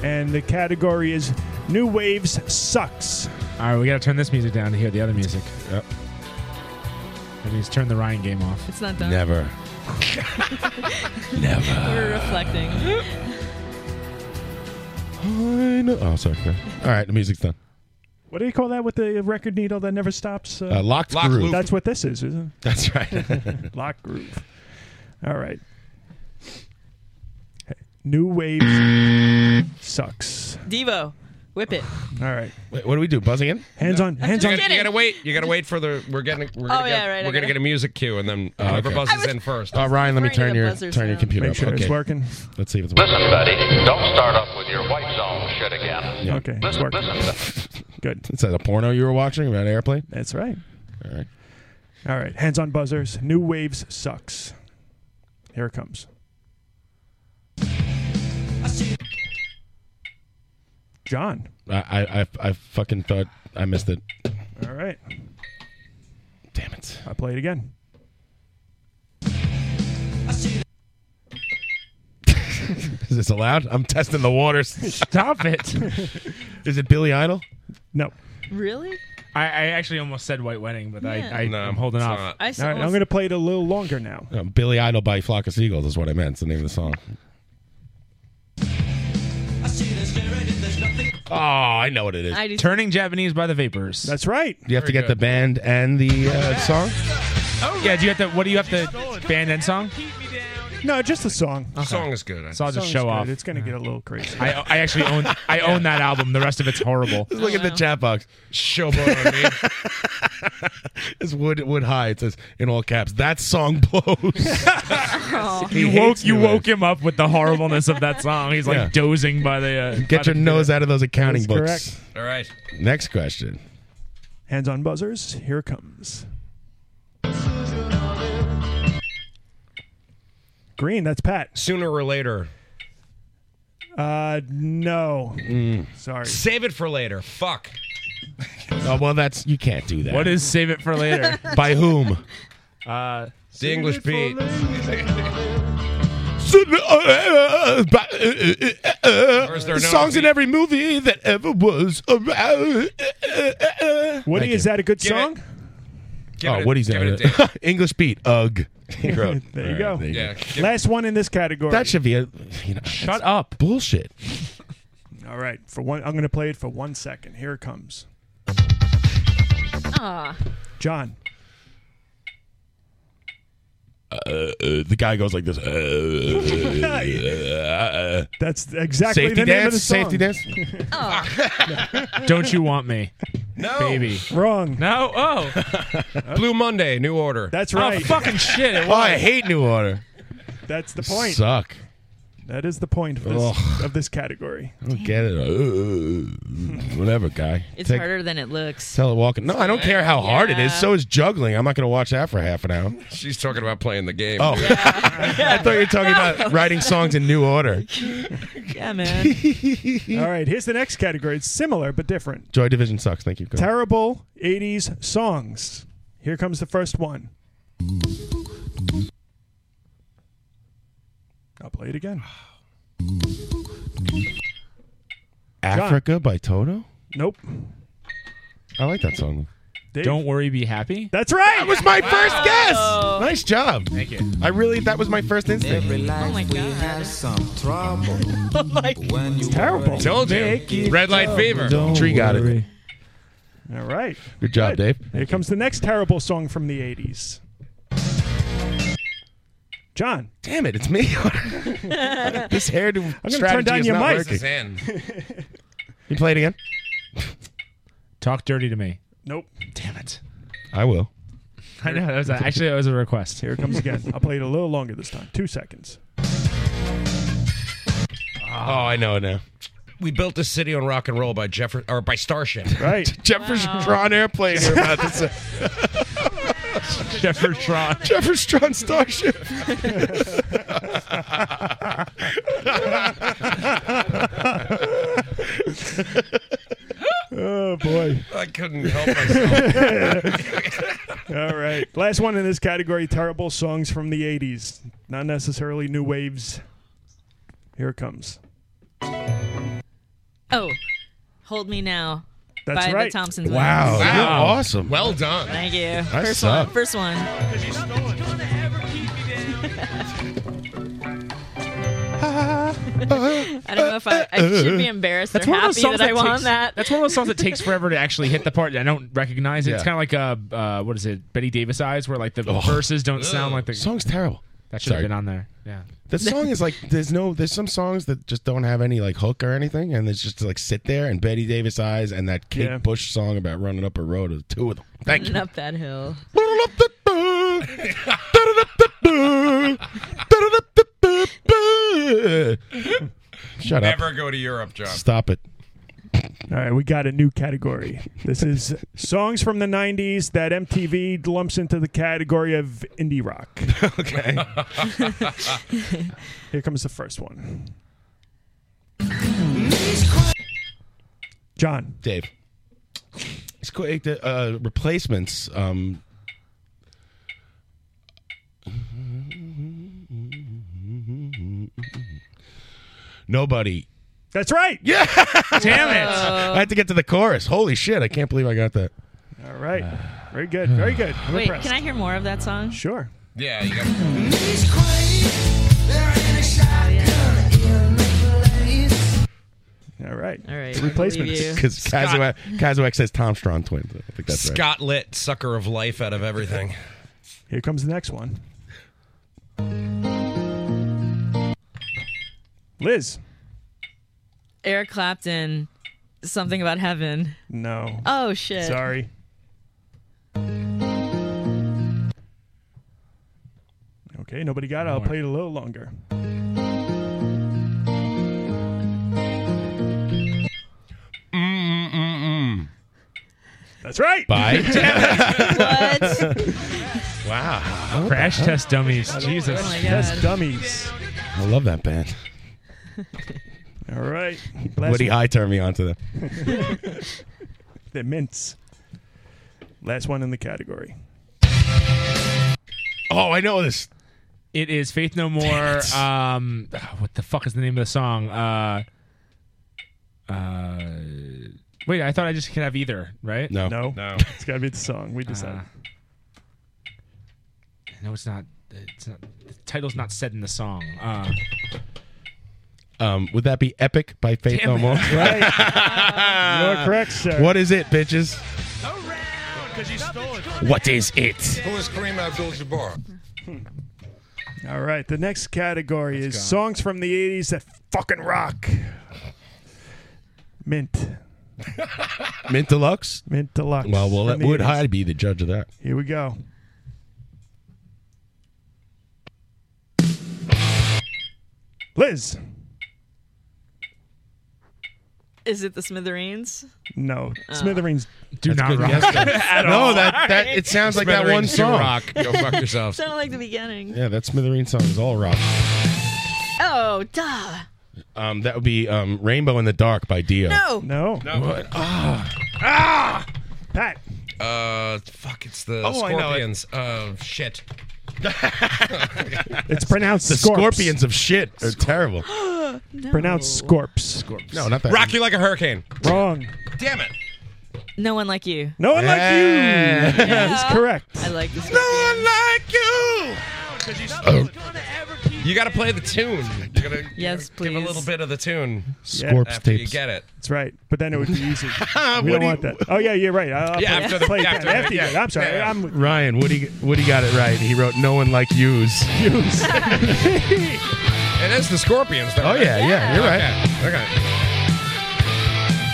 S15: and the category is New Waves Sucks.
S3: All right, we got to turn this music down to hear the other music. Yep. That means turn the Ryan game off.
S19: It's not done.
S7: Never. Never.
S19: We're reflecting.
S7: I know. Oh, sorry. Claire. All right, the music's done.
S15: What do you call that with the record needle that never stops?
S7: Uh, locked Lock groove. loop.
S15: That's what this is, isn't it?
S7: That's right.
S15: Lock groove. All right. New waves sucks.
S19: Devo, whip it.
S15: All right.
S7: Wait, what do we do? Buzzing in?
S15: Hands on. Hands
S16: you
S15: on.
S16: gotta, you gotta wait. You gotta wait for the. We're getting. We're gonna
S19: Oh,
S16: get,
S19: yeah, right, I
S16: We're
S19: got
S16: gonna
S19: it.
S16: get a music cue, and
S15: Oh,
S16: then uh, whoever
S7: okay.
S16: buzzes
S7: I was-
S16: in first.
S7: Uh, Ryan, let me
S19: Referring
S7: turn
S19: to the
S7: your
S19: buzzers
S7: turn your
S19: now.
S7: computer.
S15: Make
S7: up.
S15: sure it's
S7: Okay.
S15: working.
S7: Let's see if it's
S23: Listen,
S7: working.
S23: buddy, don't start off with your white zone shit again.
S7: Yeah.
S15: Okay, it's
S23: Listen,
S15: working.
S23: listen.
S15: Good.
S7: Is that a porno you were watching about an airplane?
S15: That's right.
S7: All right.
S15: All right. Hands on buzzers. New waves sucks. Here it comes. John.
S7: I, I, I, I fucking thought I missed it.
S15: All right.
S7: Damn it.
S15: I play it again.
S7: Is this allowed? I'm testing the waters.
S3: Stop it.
S7: Is it Billy Idol?
S15: No.
S19: Really?
S3: I, I actually almost said White Wedding, but
S19: Yeah.
S3: I, I,
S7: No,
S3: I'm holding
S7: it's
S3: off.
S16: Uh,
S7: not.
S19: I
S15: All right. I'm going to play it a little longer now.
S7: No, Billy Idol by Flock of Seagulls is what I meant. It's the name of the song. Oh, I know what it is.
S19: I do-
S3: Turning Japanese by the Vapors.
S15: That's right.
S7: You have to get the band and the uh, song.
S3: Oh yeah. Do you have to? What do you have to? Band and song.
S15: No, just the song.
S3: Okay.
S16: Song is good.
S3: So I'll just
S15: Song's
S3: show
S15: good.
S3: off.
S15: It's going to get a little crazy.
S3: I, I actually own I own that album. The rest of it's horrible.
S7: Just look at the chat box.
S16: Showboat on me.
S7: It's Wood Wood High. It says in all caps. That song blows. He
S3: You
S7: hates
S3: woke you
S7: me,
S3: woke him up with the horribleness of that song. He's like
S7: Yeah.
S3: dozing by the. Uh, by
S7: Get your
S3: the-
S7: nose out of those accounting
S15: That's
S7: books.
S15: correct.
S16: All right.
S7: Next question.
S15: Hands on buzzers. Here it comes. Green, that's Pat.
S16: Sooner or later.
S15: Uh, no.
S7: Mm.
S15: Sorry.
S16: Save it for later. Fuck.
S7: Oh well, that's you can't do that.
S3: What is save it for later?
S7: by whom?
S3: Uh,
S16: The English beat.
S3: uh,
S7: Songs
S16: there no
S7: in every movie that ever was around.
S15: Woody,
S7: Thank
S15: is
S7: you.
S15: that a good
S7: Give
S15: song?
S16: Give
S7: oh,
S16: it a-
S7: Woody's
S16: give
S7: in
S16: it
S7: it.
S16: a date.
S7: English beat. Ugh. He wrote.
S15: there
S7: All
S15: you
S7: right,
S15: go.
S7: there you
S16: Yeah. give-
S15: Last one in this category.
S7: That should be a. You know,
S3: Shut
S7: that's
S3: up.
S7: Bullshit.
S15: All right. For one, I'm going to play it for one second. Here it comes.
S19: Aw.
S15: John.
S21: Uh, uh, the guy goes like this.
S7: uh,
S21: Uh,
S15: That's exactly
S21: Safety
S15: the name of
S21: dance?
S15: the song.
S21: Safety dance?
S3: Don't you want me,
S16: No.
S3: baby?
S15: Wrong.
S3: No. Oh.
S16: Blue Monday. New order.
S15: That's
S3: Oh
S15: right.
S3: fucking shit! It
S7: Oh, I
S3: was.
S7: hate New Order.
S15: That's the point.
S7: Suck.
S15: That is the point of this,
S7: Ugh.
S15: of this category.
S7: I don't get it. Uh, whatever, guy.
S19: It's
S7: Take-
S19: harder than it looks.
S7: Tell it walking. No, I don't care how hard it is.
S19: Yeah.
S7: So is juggling. I'm not going to watch that for half an hour.
S16: She's talking about playing the game.
S7: Oh,
S16: dude.
S7: I thought you were talking about writing songs in new order.
S19: Yeah, man.
S15: All right. Here's the next category. It's similar but different.
S7: Joy Division sucks. Thank you. Go.
S15: Terrible 80s songs. Here comes the first one. I'll play it again.
S7: Africa by Toto.
S15: Nope.
S7: I like that song.
S3: Don't worry, be happy.
S15: That's right.
S7: That was my first
S3: Wow.
S7: guess. Nice job. Thank
S3: you.
S7: I really, that was my first instinct.
S6: oh my god. some trouble.
S7: It's terrible. Told you. Red light fever. Tree got it.
S15: All right.
S7: Good job, Dave.
S15: Here comes the next terrible song from the 80s. John.
S7: Damn it, it's me. this hairdo
S15: I'm gonna
S7: strategy
S15: turn down
S7: is
S15: your
S7: not
S15: mic.
S7: working. You play it again?
S3: Talk dirty to me.
S15: nope.
S3: Damn it.
S7: I will.
S3: I know. That was a, actually that was a request.
S15: Here it comes again. I'll play it a little longer this time. Two seconds.
S16: Oh, I know it now. We built this city on rock and roll by Jeffer or by Starship.
S15: Right.
S7: Jefferson Drawn Airplane we're about to say.
S3: Jeffertron.
S7: Jeffertron Starship.
S15: oh boy.
S16: I couldn't help myself.
S15: All right. Last one in this category, terrible songs from the 80s. Not necessarily new waves. Here it comes.
S19: Oh, hold me now.
S15: That's
S19: by
S15: right.
S19: the Thompsons.
S7: Wow,
S19: Winners.
S7: you're Wow. awesome.
S16: Well done.
S19: Thank you.
S7: I
S19: first
S7: suck.
S19: one. First one. I don't know if I, I should be embarrassed or
S3: That's one of those
S19: happy
S3: songs
S19: that I won
S3: takes-
S19: that.
S3: That's one of those songs that takes forever to actually hit the part that I don't recognize. It. It's
S7: Yeah. Oh.
S3: kind of like uh, uh, what is it, Betty Davis eyes, where like the verses don't sound like the
S7: song's terrible.
S3: That should have
S7: Sorry.
S3: been on there. Yeah.
S7: That song is like there's no there's some songs that just don't have any like hook or anything, and it's just like sit there and Betty Davis eyes and that Kate
S19: Yeah.
S7: Bush song about running up a road are the two of them. Thank
S19: Running up that hill.
S7: Shut up.
S16: Never go to Europe, John.
S7: Stop it.
S15: All right, we got a new category. This is songs from the 90s that MTV lumps into the category of indie rock.
S7: okay.
S15: Here comes the first one. John.
S7: Dave. It's quick. The uh, replacements. Um, nobody.
S15: That's right.
S7: Yeah.
S15: Damn it. Whoa.
S7: I had to get to the chorus. Holy shit! I can't believe I got that.
S15: All right. Very good. Very good. I'm
S19: Wait,
S15: impressed.
S19: can I hear more of that song?
S15: Sure.
S16: Yeah, you
S15: All right.
S19: All right.
S15: The replacements.
S7: Because Kazuak Kazuak says Tom Strong twins. I think that's right.
S16: Scott lit sucker of life out of everything.
S15: Here comes the next one. Liz.
S19: Eric Clapton, something about heaven.
S15: No.
S19: Oh shit.
S15: Sorry. Okay, nobody got it. I'll play it a little longer.
S16: Mm-mm-mm.
S15: That's right.
S7: Bye.
S3: Wow.
S7: What
S3: Crash
S7: the hell? Oh
S3: test dummies. Jesus.
S15: Crash Test dummies.
S7: I love that band.
S15: All right.
S7: Woody High turned me on to them.
S15: the mints. Last one in the category.
S7: Oh, I know this.
S3: It is Faith No More. Um, ah, what the fuck is the name of the song? Uh, uh, wait, I thought I just could have either, right? Ah.
S7: No.
S15: No. No. It's got to be the song. We decided.
S3: No, it's not. It's not. The title's not said in the song. Uh,
S7: Um, would that be Epic by Faith
S3: Damn
S7: No
S3: it.
S7: More?
S3: Right.
S15: You're correct, sir.
S7: What is it, bitches? What is it?
S16: Who is Kareem Abdul-Jabbar?
S15: All right. The next category is songs from the 80s that fucking rock. Mint.
S7: Mint Deluxe?
S15: Mint Deluxe.
S7: Well, we'll let
S15: From the
S7: Wood
S15: 80s.
S7: Hyde be the judge of that.
S15: Here we go. Liz.
S19: Is it the Smithereens?
S15: No. Smithereens
S3: do
S7: not good rock. guess, though.
S15: At
S7: Uh. No,
S15: all.
S7: that- that- it sounds like that one
S16: Smithereens do
S7: song.
S16: rock. Go fuck yourselves.
S19: Sounded like the beginning.
S7: Yeah, that Smithereen song is all rock.
S19: Oh, duh.
S7: Um, that would be um, Rainbow in the Dark by Dio.
S19: No.
S15: No.
S16: No.
S7: What? Ah.
S16: Ah!
S15: Pat.
S16: Uh, fuck, it's the
S7: Oh, I know it.
S16: Scorpions. Oh, shit.
S15: It's pronounced
S7: The
S15: scorps.
S7: Scorpions of shit are terrible.
S19: no.
S15: Pronounced scorps.
S7: No, not that.
S16: Rock you like a hurricane.
S15: Wrong.
S16: Damn it.
S19: No one like you.
S15: No one like you. That's correct.
S19: I like this.
S16: No one like you. You got to play the tune. You got to
S19: yes,
S16: give a little bit of the tune.
S15: Yeah. Scorps
S16: after you
S15: tapes.
S16: get it.
S15: That's right. But then it would be easy.
S16: What
S15: we
S16: do
S15: don't
S16: you-
S15: want that. Oh yeah, you're right. I'll I'll
S16: Yeah,
S15: play,
S16: after the-
S15: play it
S16: after
S15: then.
S16: the-
S15: after you
S16: yeah.
S15: get it. I'm sorry.
S16: Yeah.
S15: I'm
S7: Ryan, Woody, Woody got it right. He wrote "No one like yous." Yous.
S16: It is the Scorpions, though.
S7: Oh,
S16: right?
S7: yeah, yeah, you're right.
S16: Okay.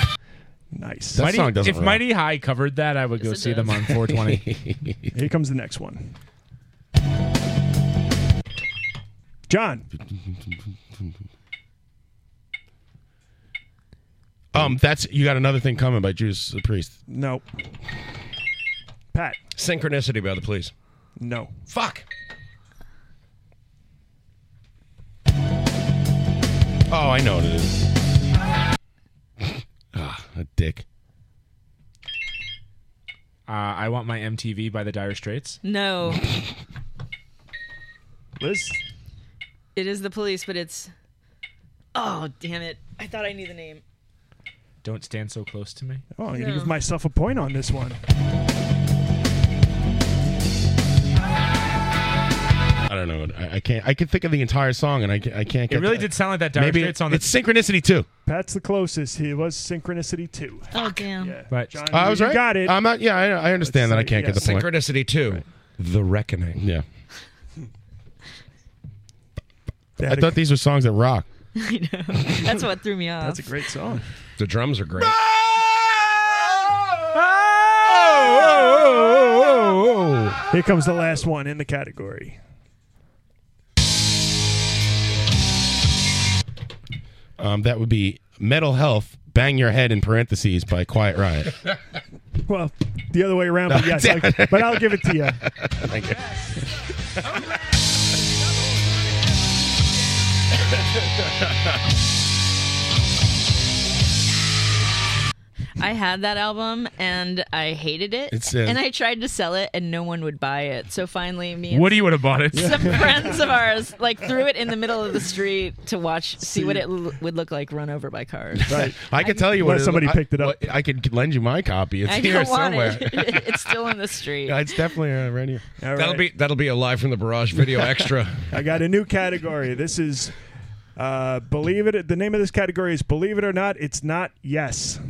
S16: okay.
S15: nice.
S7: That song doesn't
S3: if
S7: rhyme.
S3: Mighty High covered that, I would go see them on 420.
S15: Here comes the next one. John.
S7: um, that's you got another thing coming by Juice the Priest.
S15: No. Pat.
S16: Synchronicity by the police.
S15: No.
S16: Fuck.
S7: Oh, I know what it is. Ah, a dick.
S3: uh, I want my MTV by the Dire Straits.
S19: No.
S15: Liz.
S19: It is the police, but it's. Oh damn it! I thought I knew the name.
S3: Don't stand so close to me.
S15: Oh, I'm gonna
S19: No.
S15: give myself a point on this one.
S7: I don't know. what- I, I can't. I can think of the entire song, and I can't. I can't
S3: It
S7: get.
S3: really
S7: that.
S3: did sound like that Dire
S7: Maybe
S3: Straits song.
S7: It's synchronicity too.
S15: Pat's the closest. He was synchronicity two.
S19: Oh damn!
S3: Right.
S15: John,
S7: Oh, I was
S15: you
S7: right.
S15: Got it.
S7: I'm not. Yeah, I, I understand that. I can't get the point.
S16: Synchronicity two. The Reckoning.
S7: Yeah.
S15: They
S7: I
S15: had a-
S7: thought these were songs that rock.
S19: I know. That's what threw me off.
S15: That's a great song.
S16: The drums are great.
S7: Ah!
S16: Oh!
S15: Here comes the last one in the category.
S7: Um, that would be Metal Health. Bang your head in parentheses by Quiet Riot.
S15: Well, the other way around, but
S7: No,
S15: yes.
S7: damn
S15: I-
S7: it.
S15: but I'll give it to you.
S7: Thank you.
S19: I had that album and I hated it.
S3: It's, uh,
S19: and I tried to sell it and no one would buy it. So finally, me and
S3: Woody would have bought it.
S19: some friends of ours like threw it in the middle of the street to watch, see, what it l- would look like run over by cars.
S7: I could tell you what
S15: Unless
S7: it-
S15: somebody
S7: I-
S15: picked it up.
S7: what- I could lend you my copy. It's
S19: I
S7: here
S19: don't want
S7: somewhere.
S19: it. it's still in the street.
S7: Yeah, it's definitely uh, right here.
S16: That'll be that'll be a live from the barrage video extra.
S15: I got a new category. This is uh, believe it. The name of this category is believe it or not. It's not yes.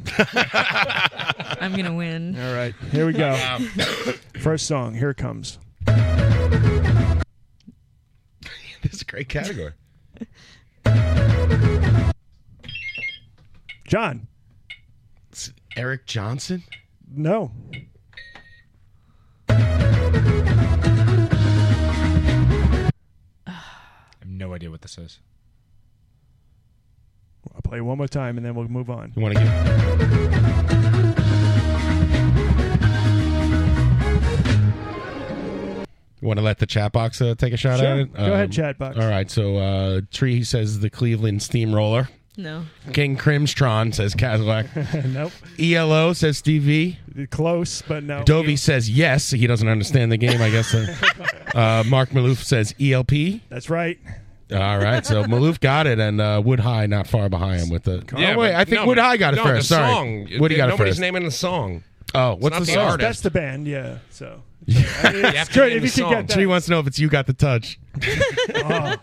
S19: I'm gonna win. Um,
S15: All right, here we go. First song. Here it comes.
S7: This is a great category.
S15: John.
S7: Eric Johnson.
S15: No.
S3: I have no idea what this is.
S15: I'll play one more time and then we'll move on.
S7: You want to give? You want to let the chat box uh, take a shot
S15: Sure.
S7: at it? Um,
S15: Go ahead, chat box.
S7: All right. So uh, Tree says the Cleveland Steamroller.
S19: No.
S7: King Crimstron says Cadillac.
S15: nope.
S7: ELO says Stevie.
S15: Close, but no.
S7: Dovey says yes. He doesn't understand the game, I guess. Uh, uh, Mark Maloof says ELP.
S15: That's right.
S7: All right, so Maloof got it, and uh, Wood High not far behind with the. oh, wait,
S16: but-
S7: I think
S16: no,
S7: Wood High got it
S16: no,
S7: first.
S16: The
S7: Sorry,
S16: song.
S7: Woody got it
S16: Nobody's
S7: first.
S16: naming the song.
S7: Oh, what's
S16: not
S7: the
S16: the
S7: song?
S16: artist.
S15: That's the band. Yeah. So. I mean, it's
S16: have to
S15: good
S16: name
S15: if you
S16: the
S15: can get
S7: Tree
S15: that.
S7: wants to know if it's you got the touch.
S15: Oh,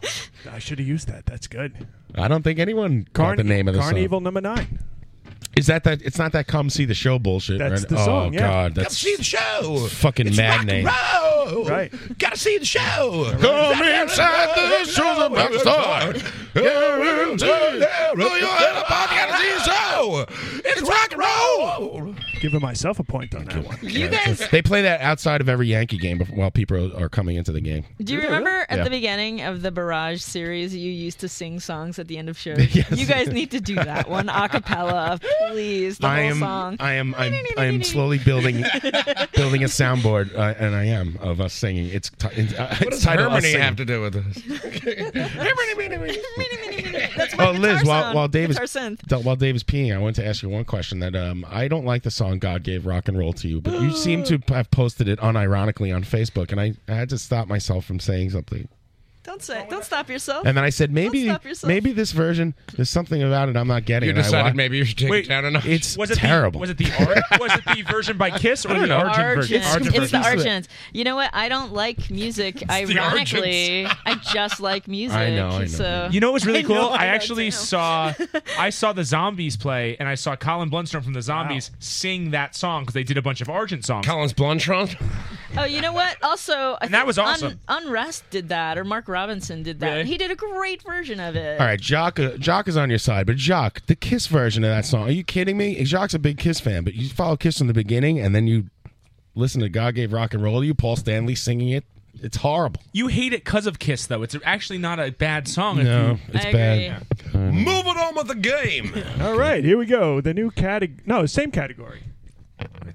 S15: I should have used that. That's good.
S7: I don't think anyone got the name of the
S15: Carnival number nine.
S7: song. Is that that? It's not that. Come see the show bullshit.
S15: That's
S7: right?
S15: the
S7: oh
S15: song, yeah.
S7: God,
S15: Come
S7: that's
S17: see the show.
S7: Fucking
S17: It's rock
S7: mad
S17: and
S7: name.
S17: roll.
S15: Oh, Right.
S17: Gotta see the show.
S7: Come inside the show's about to start.
S17: Come inside the roll your head up, gotta see the show. It's rock and roll.
S15: Giving myself a point on that one.
S19: You guys,
S7: They play that outside of every Yankee game bef- while people are coming into the game.
S19: do you remember at
S7: Yeah.
S19: the beginning of the Barrage series, you used to sing songs at the end of shows? You guys need to do that one a cappella, please. The
S7: I
S19: whole
S7: am,
S19: song.
S7: I am, I'm, I am slowly building, building a soundboard, uh, and I am of us singing. It's, t- it's, uh,
S16: What
S7: it's
S16: does
S7: titled Us
S16: Harmony
S7: Singing.
S16: have to do with this?
S19: That's my
S7: Oh, Liz,
S19: guitar
S7: while,
S19: sound,
S7: while Dave is
S19: guitar synth.
S7: d- while Dave is peeing, I want to ask you one question. That um, I don't like the song "God Gave Rock and Roll to You," but you seem to have posted it unironically on Facebook, and I, I had to stop myself from saying something.
S19: Don't say. Don't stop yourself.
S7: And then I said,
S19: Oh, Don't
S7: maybe,
S19: stop yourself.
S7: maybe this version, there's something about it I'm not getting.
S16: You
S7: And I
S16: decided
S7: wa-
S16: maybe you should take it Wait, down a notch.
S7: It's
S16: was
S3: it the-
S7: terrible.
S3: was it the art? was it the version by Kiss
S7: I
S3: or
S7: don't
S3: the
S7: know.
S3: Argent version?
S19: It's, it's the Argent. You know what? I don't like music. Ironically, I just like music. So
S3: You know what was really
S19: I
S3: cool?
S19: know,
S3: I,
S19: know,
S3: actually
S19: too.
S3: saw I saw the Zombies play, and I saw Colin Blundstrom from the Zombies sing that song because they did a bunch of Argent songs.
S16: Colin's Blundstrom.
S19: Oh, you know what? Also, I
S3: And that
S19: think
S3: was awesome.
S19: Un- Unrest did that, or Mark Robinson did that.
S7: Really?
S19: He did a great version of it.
S7: All right, Jock. Uh, Jock is on your side, but Jock, the Kiss version of that song. Are you kidding me? Jock's a big Kiss fan, but you follow Kiss from the beginning, and then you listen to God Gave Rock and Roll to You, Paul Stanley singing it. It's horrible.
S3: You hate it because of Kiss, though. It's actually not a bad song. if
S7: No,
S3: you-
S7: it's I bad. agree.
S16: Moving on with the game.
S15: All right, here we go. The new category. No, same category.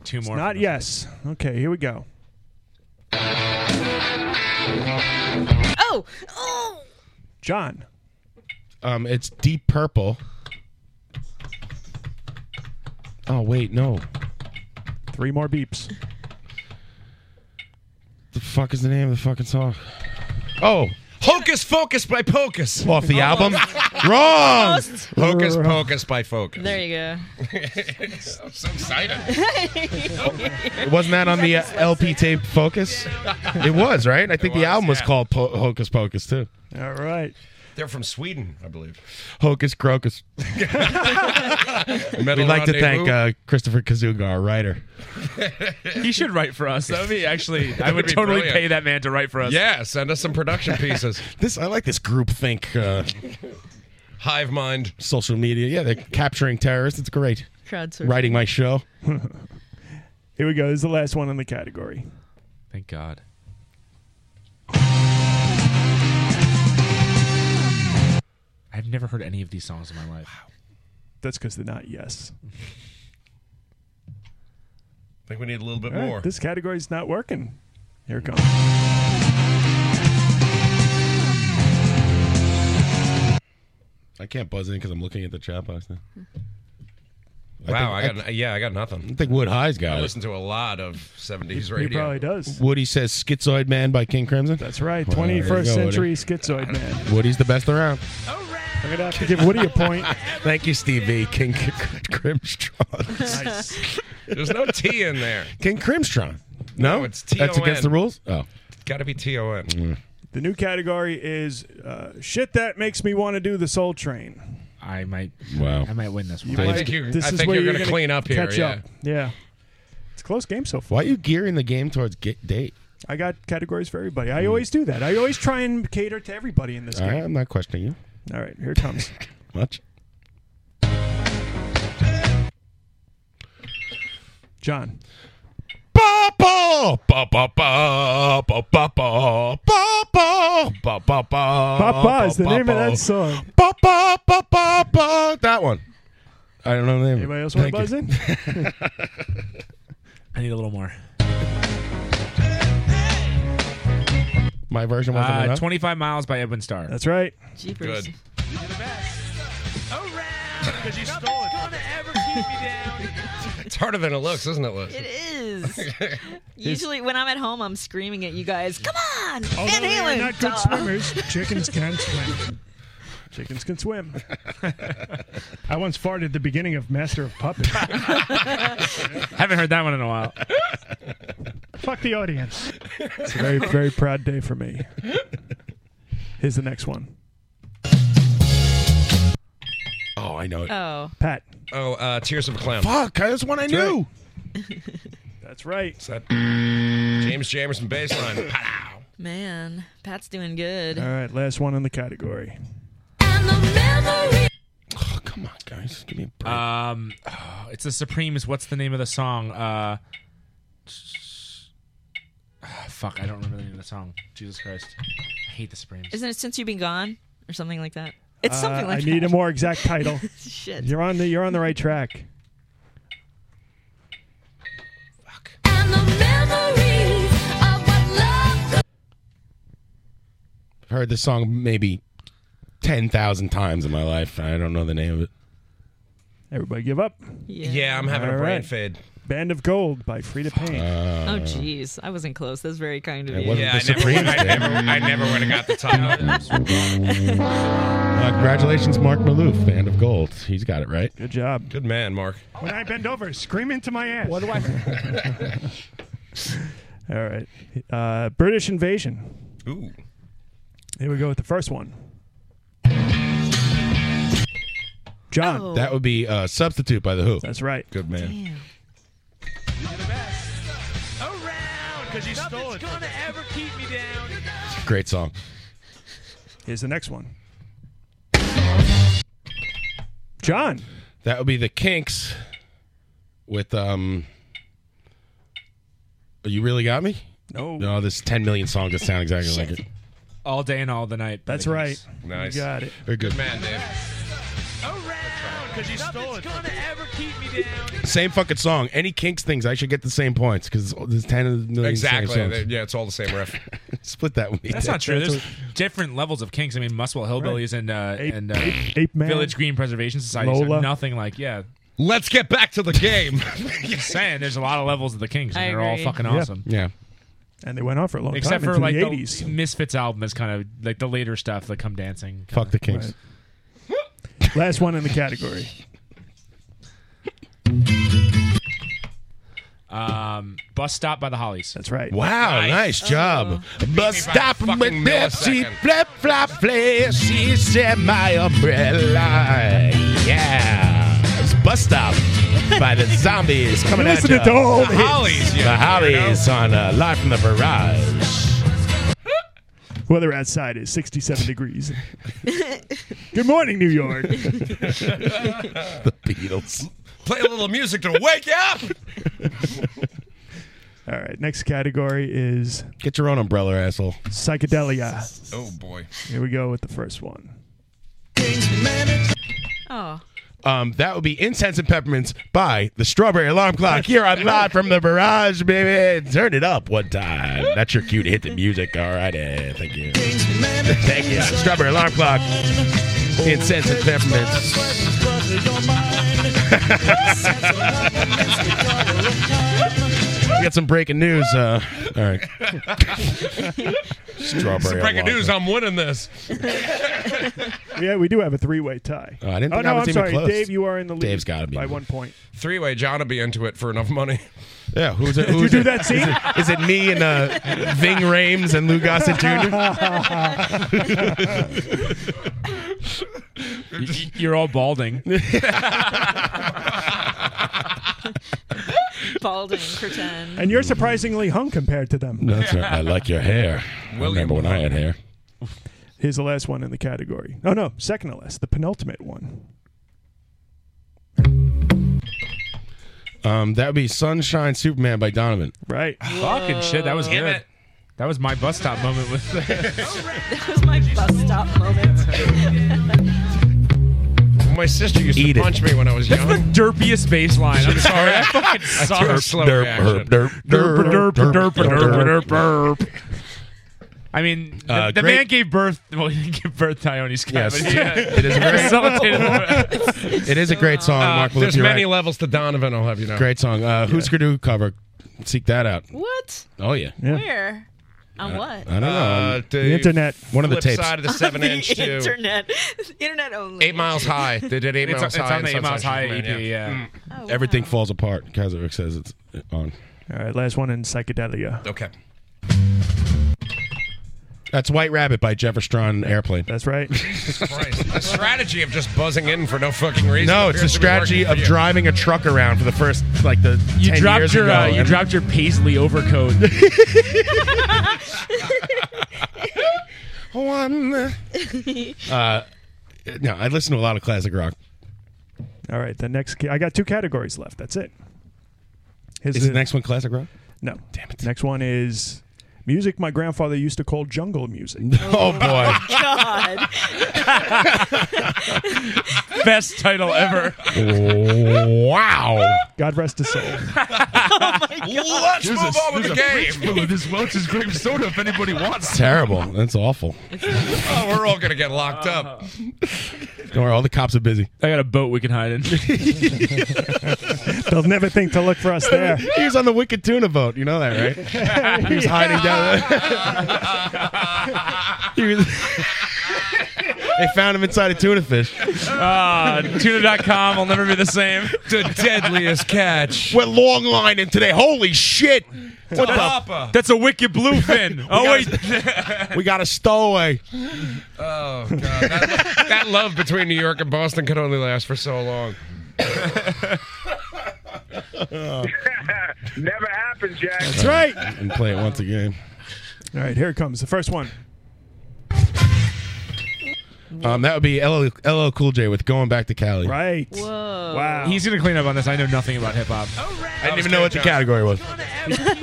S3: Two
S15: It's
S3: more.
S15: not yes. Okay, here we go.
S19: Oh, oh,
S15: John.
S7: Um, it's Deep Purple. Oh wait, no.
S15: Three more beeps.
S7: The fuck is the name of the fucking song? Oh,
S16: Hocus Focus by Pocus.
S7: Off the album? Wrong. Almost.
S16: Hocus Pocus by Focus.
S19: there you go.
S16: I'm so excited.
S7: Wasn't that on the uh, LP tape Focus? It was, right? I think
S16: It
S7: the album was
S16: yeah.
S7: called po- Hocus Pocus too.
S15: All right.
S16: They're from Sweden, I believe.
S7: Hocus Crocus.
S16: Metal
S7: We'd like to
S16: Rendezvous.
S7: thank uh, Christopher Kazuga, our writer.
S3: he should write for us. That would be actually. I
S16: That would
S3: would
S16: be
S3: totally
S16: brilliant.
S3: pay that man to write for us.
S16: Yeah, send us some production pieces.
S7: this I like this group think uh,
S16: Hive mind.
S7: social media. Yeah, they're capturing terrorists. It's great.
S19: Crowdsourcing.
S7: Writing my show.
S15: Here we go. This is the last one in the category.
S3: Thank God. I've never heard any of these songs in my life.
S15: That's because they're not yes.
S16: I think we need a little bit
S15: All right,
S16: more.
S15: This category's not working. Here it comes.
S7: I can't buzz in because I'm looking at the chat box now.
S16: wow, I,
S7: think-
S16: got yeah, I got nothing. I
S7: think Wood High's got
S16: I
S7: it.
S16: listen to a lot of '70s radio.
S15: does.
S7: Woody says Schizoid Man by King Crimson. That's
S15: right. 21st century schizoid man.
S7: Woody's the best around.
S15: I'm gonna have to give Woody a point.
S7: Thank you, Stevie. King K- Crimstron.
S15: Nice.
S16: There's no T in there.
S7: King Crimstron. No,
S16: No, Oh, it's
S7: That's
S16: T O N.
S7: against the rules. Oh,
S16: Got to be T O N.
S7: Mm.
S15: The new category is uh, shit that makes me want to do the Soul Train.
S3: I might.
S7: Wow.
S3: I might win this one.
S15: You
S16: I
S15: might-
S16: think you-
S15: this
S16: I
S15: is
S16: think
S15: where
S16: you're
S15: you're
S16: gonna
S15: gonna
S16: clean up here,
S15: catch
S16: yeah.
S15: up. Yeah, it's a close game so far.
S7: why are you gearing the game towards get date?
S15: I got categories for everybody. I always do that. I always try and cater to everybody in this
S7: All right,
S15: game.
S7: I'm not questioning you
S15: All right, here it comes.
S7: much.
S15: John.
S7: Ba ba ba ba ba ba ba ba ba ba ba ba ba.
S15: Uh, Papa is the name of that song.
S7: Ba ba ba ba ba. That one. I don't know the name.
S15: Anybody else want to buzz in?
S3: I need a little more.
S7: My version wasn't
S3: Uh,
S7: enough.
S3: 25 Miles by Edwin Starr.
S15: That's right.
S19: Jeepers.
S16: Good.
S3: Because you stole it.
S16: It's harder than it looks, isn't it, Liz?
S19: It is. Usually, when I'm at home, I'm screaming at you guys. Come on,
S15: Oh,
S19: Van
S22: Although they are
S19: Halen.
S22: not good
S19: duh."
S22: swimmers, chickens can swim.
S15: Chickens can swim.
S22: I once farted at the beginning of Master of Puppets.
S3: Haven't heard that one in a while.
S22: Fuck the audience.
S15: It's a very, very proud day for me. Here's the next one.
S7: Oh, I know it.
S19: Oh,
S15: Pat.
S16: Oh, uh, Tears of a Clown.
S7: Fuck, that's one I
S16: That's right.
S7: knew.
S15: That's right.
S16: Is that James Jamerson baseline?
S19: man, Pat's doing good.
S15: All right, last one in the category.
S7: Oh, come on, guys. Give me a break.
S3: Um, oh, it's the Supremes. What's the name of the song? Uh, ah, fuck, I don't remember the name of the song. Jesus Christ, I hate the Supremes.
S19: Isn't it since you've been gone or something like that? It's
S15: Uh,
S19: something like
S15: I
S19: that.
S15: need a more exact title.
S19: Shit.
S15: You're on the you're on the right track.
S7: I've heard this song maybe 10,000 times in my life. I don't know the name of it.
S15: Everybody give up.
S16: Yeah, I'm having
S15: All
S16: a brain
S15: right.
S16: fade.
S15: Band of Gold by Frida Payne.
S19: oh, jeez. I wasn't close. That's very kind of
S15: Uh, It
S19: you.
S15: wasn't Yeah, the I never- Supremes I did. never-
S16: I never would have got the top.
S7: Uh, congratulations, Mark Maloof, Band of Gold. He's got it right.
S15: Good job.
S16: Good man, Mark.
S15: When I bend over, scream into my ass. What do I? All right. Uh, British invasion.
S16: Ooh.
S15: Here we go with the first one. John.
S7: That would be uh, Substitute by The Who.
S15: That's right.
S7: Good man.
S10: Around, because you stole it. gonna ever keep me down.
S7: Great song.
S15: Here's the next one. John.
S7: That would be The Kinks with. um. Oh, You really got me?
S15: No.
S7: No, this 10 million song just sound exactly like it.
S3: All day and all the night.
S15: That's right. Nice. You got it.
S7: Very good.
S16: man, Dave.
S10: Around, because you stole it. gonna ever keep me down.
S7: Same fucking song. Any Kinks things, I should get the same points because there's 10 million
S16: Exactly.
S7: Same
S16: They-
S7: songs.
S16: Yeah, it's all the same riff.
S7: Split that with me.
S3: That's not true. There's
S7: what-
S3: different levels of kinks. I mean, Muswell Hillbillies and uh, and uh,
S15: Ape Man.
S3: Village Green Preservation Society
S15: Lola.
S3: are nothing like yeah.
S16: Let's get back to the game.
S3: Just saying, there's a lot of levels of the kinks, and
S15: I
S3: they're all
S15: agree.
S3: fucking
S15: Yeah.
S3: awesome.
S7: Yeah.
S15: And they went on for a long
S3: Except
S15: time
S3: for like
S15: into
S3: the
S15: the 80s.
S3: Misfits album is kind of like the later stuff, like Come Dancing.
S7: Fuck the Kinks.
S15: Last one in the category.
S3: Um, bus stop by the Hollies.
S15: That's right.
S7: Wow, nice, Uh-huh. job.
S3: Beat
S7: Bus
S3: me by a
S7: stop with
S3: fucking
S7: Pepsi,
S3: millisecond.
S7: flip flop flare. She said my umbrella. Yeah, it's bus stop by the zombies coming
S17: Listen
S7: at
S17: to
S7: you.
S17: the old The hits. Hollies, you
S7: the Hollies on uh, live from the barrage.
S15: Weather outside is 67 degrees. Good morning, New York.
S7: the Beatles.
S16: Play a little music to wake you up.
S15: All right, next category is
S7: Get your own umbrella, asshole.
S15: psychedelia.
S16: Oh boy.
S15: Here we go with the first one.
S19: Oh.
S7: Um, that would be incense and peppermints by the Strawberry Alarm Clock here on live from the barrage, baby. Turn it up one time. That's your cue to hit the music. All right, eh, thank you. Thank you. Strawberry Alarm Clock. Incense and peppermints. We got some breaking news. Uh, all right. Strawberry.
S16: Some breaking
S7: alarm
S16: news.
S7: clock.
S16: I'm winning this.
S15: Yeah, we do have a three-way tie.
S7: Oh, I didn't
S15: Oh,
S7: think
S15: no,
S7: I was
S15: I'm
S7: even
S15: sorry.
S7: close.
S15: Dave, you are in the lead
S7: Dave's got to be.
S15: by one point.
S16: Three way John will be into it for enough money.
S7: Yeah, who's it?
S16: Did you
S7: Who's
S16: do
S7: it?
S16: that
S7: Is
S16: scene?
S7: it- Is it me and uh, Ving Rames and Lou Gossett
S3: Y-
S7: Jr.?
S3: You're all balding.
S19: Balding, pretend.
S15: And you're surprisingly hung compared to them.
S7: That's right. I like your hair. I remember when I had hair.
S15: Here's the last one in the category. Oh no, second to last, the penultimate one.
S7: Um, that would be Sunshine Superman by Donovan.
S15: Right.
S3: Fucking shit, that was good. That was my bus stop moment with.
S19: that was my bus stop moment.
S16: My sister used to punch me when I was young.
S3: Derpiest bass line. I'm sorry. I fucking suck.
S16: took a slow
S3: Derp,
S16: reaction.
S3: herp, derp, derp, derp, derp, derp, derp, derp. I mean, the,
S7: Uh,
S3: the
S7: great-
S3: man gave birth. Well, he didn't give birth to Ione Scott.
S7: Yes. Oh
S3: but he, uh,
S7: It is a very-
S3: facilitated the-
S7: It is a great song,
S3: Uh,
S7: Mark. Maloof,
S16: Uh, There's
S7: you're
S16: many
S7: right.
S16: levels to Donovan, I'll have you know.
S7: Great song. Uh, Husker Du cover. Seek that out.
S19: what?
S7: Oh yeah.
S19: Where? On what?
S7: I don't know.
S16: Uh,
S7: the internet. One of the
S16: flip
S7: tapes.
S16: side of the seven
S19: the
S16: inch too.
S19: internet. internet only.
S16: Eight miles high. They did eight
S3: It's-
S16: miles
S3: it's
S16: high.
S3: on the
S16: in Mm.
S3: Eight Miles
S16: Sunshine
S3: High EP,
S16: Superman,
S3: yeah.
S7: Everything falls apart. Kazarek says it's Uh, on.
S15: All right, last one in psychedelia.
S16: Okay.
S7: That's White Rabbit by Jefferson Airplane.
S15: That's right.
S16: Christ. The strategy of just buzzing in for no fucking reason.
S7: No, it's the
S16: appears to
S7: strategy
S16: be working for
S7: of
S16: you.
S7: driving a truck around for the first like the
S3: You
S7: 10
S3: dropped
S7: years
S3: your
S7: ago,
S3: uh, you
S7: and-
S3: dropped your paisley overcoat.
S7: One. Uh, no, I listen to a lot of classic rock.
S15: All right, the next. ca- I got two categories left. That's it. Here's
S7: Is the next one classic rock?
S15: No. Damn it. Next one is music my grandfather used to call jungle music.
S7: Oh, boy.
S19: God.
S3: Best title ever.
S7: wow.
S15: God rest his soul.
S16: Let's move on with the game.
S10: This Welch's grape soda, if anybody wants.
S7: It's terrible. That's awful.
S16: Oh, we're all gonna get locked up.
S7: Don't worry, all the cops are busy.
S3: I got a boat we can hide in.
S15: They'll never think to look for us there.
S7: he was on the Wicked Tuna boat. You know that, right? he was hiding down. he was- they found him inside a tuna fish.
S10: Ah, tuna.com will never be the same.
S7: The deadliest catch. We're long lining today. Holy shit! What the-
S10: Papa.
S7: That's a wicked bluefin.
S10: Oh,
S7: we got a, we got a stowaway.
S16: Oh god, that, that love between New York and Boston could only last for so long.
S18: Never happened, Jack.
S15: That's right.
S7: And play it once again.
S15: All right, here it comes. The first one.
S7: Um, that would be LL, LL Cool J with "Going Back to Cali."
S15: Right.
S19: Whoa.
S15: Wow.
S3: He's gonna clean up on this. I know nothing about hip hop.
S7: I didn't even know what the category was.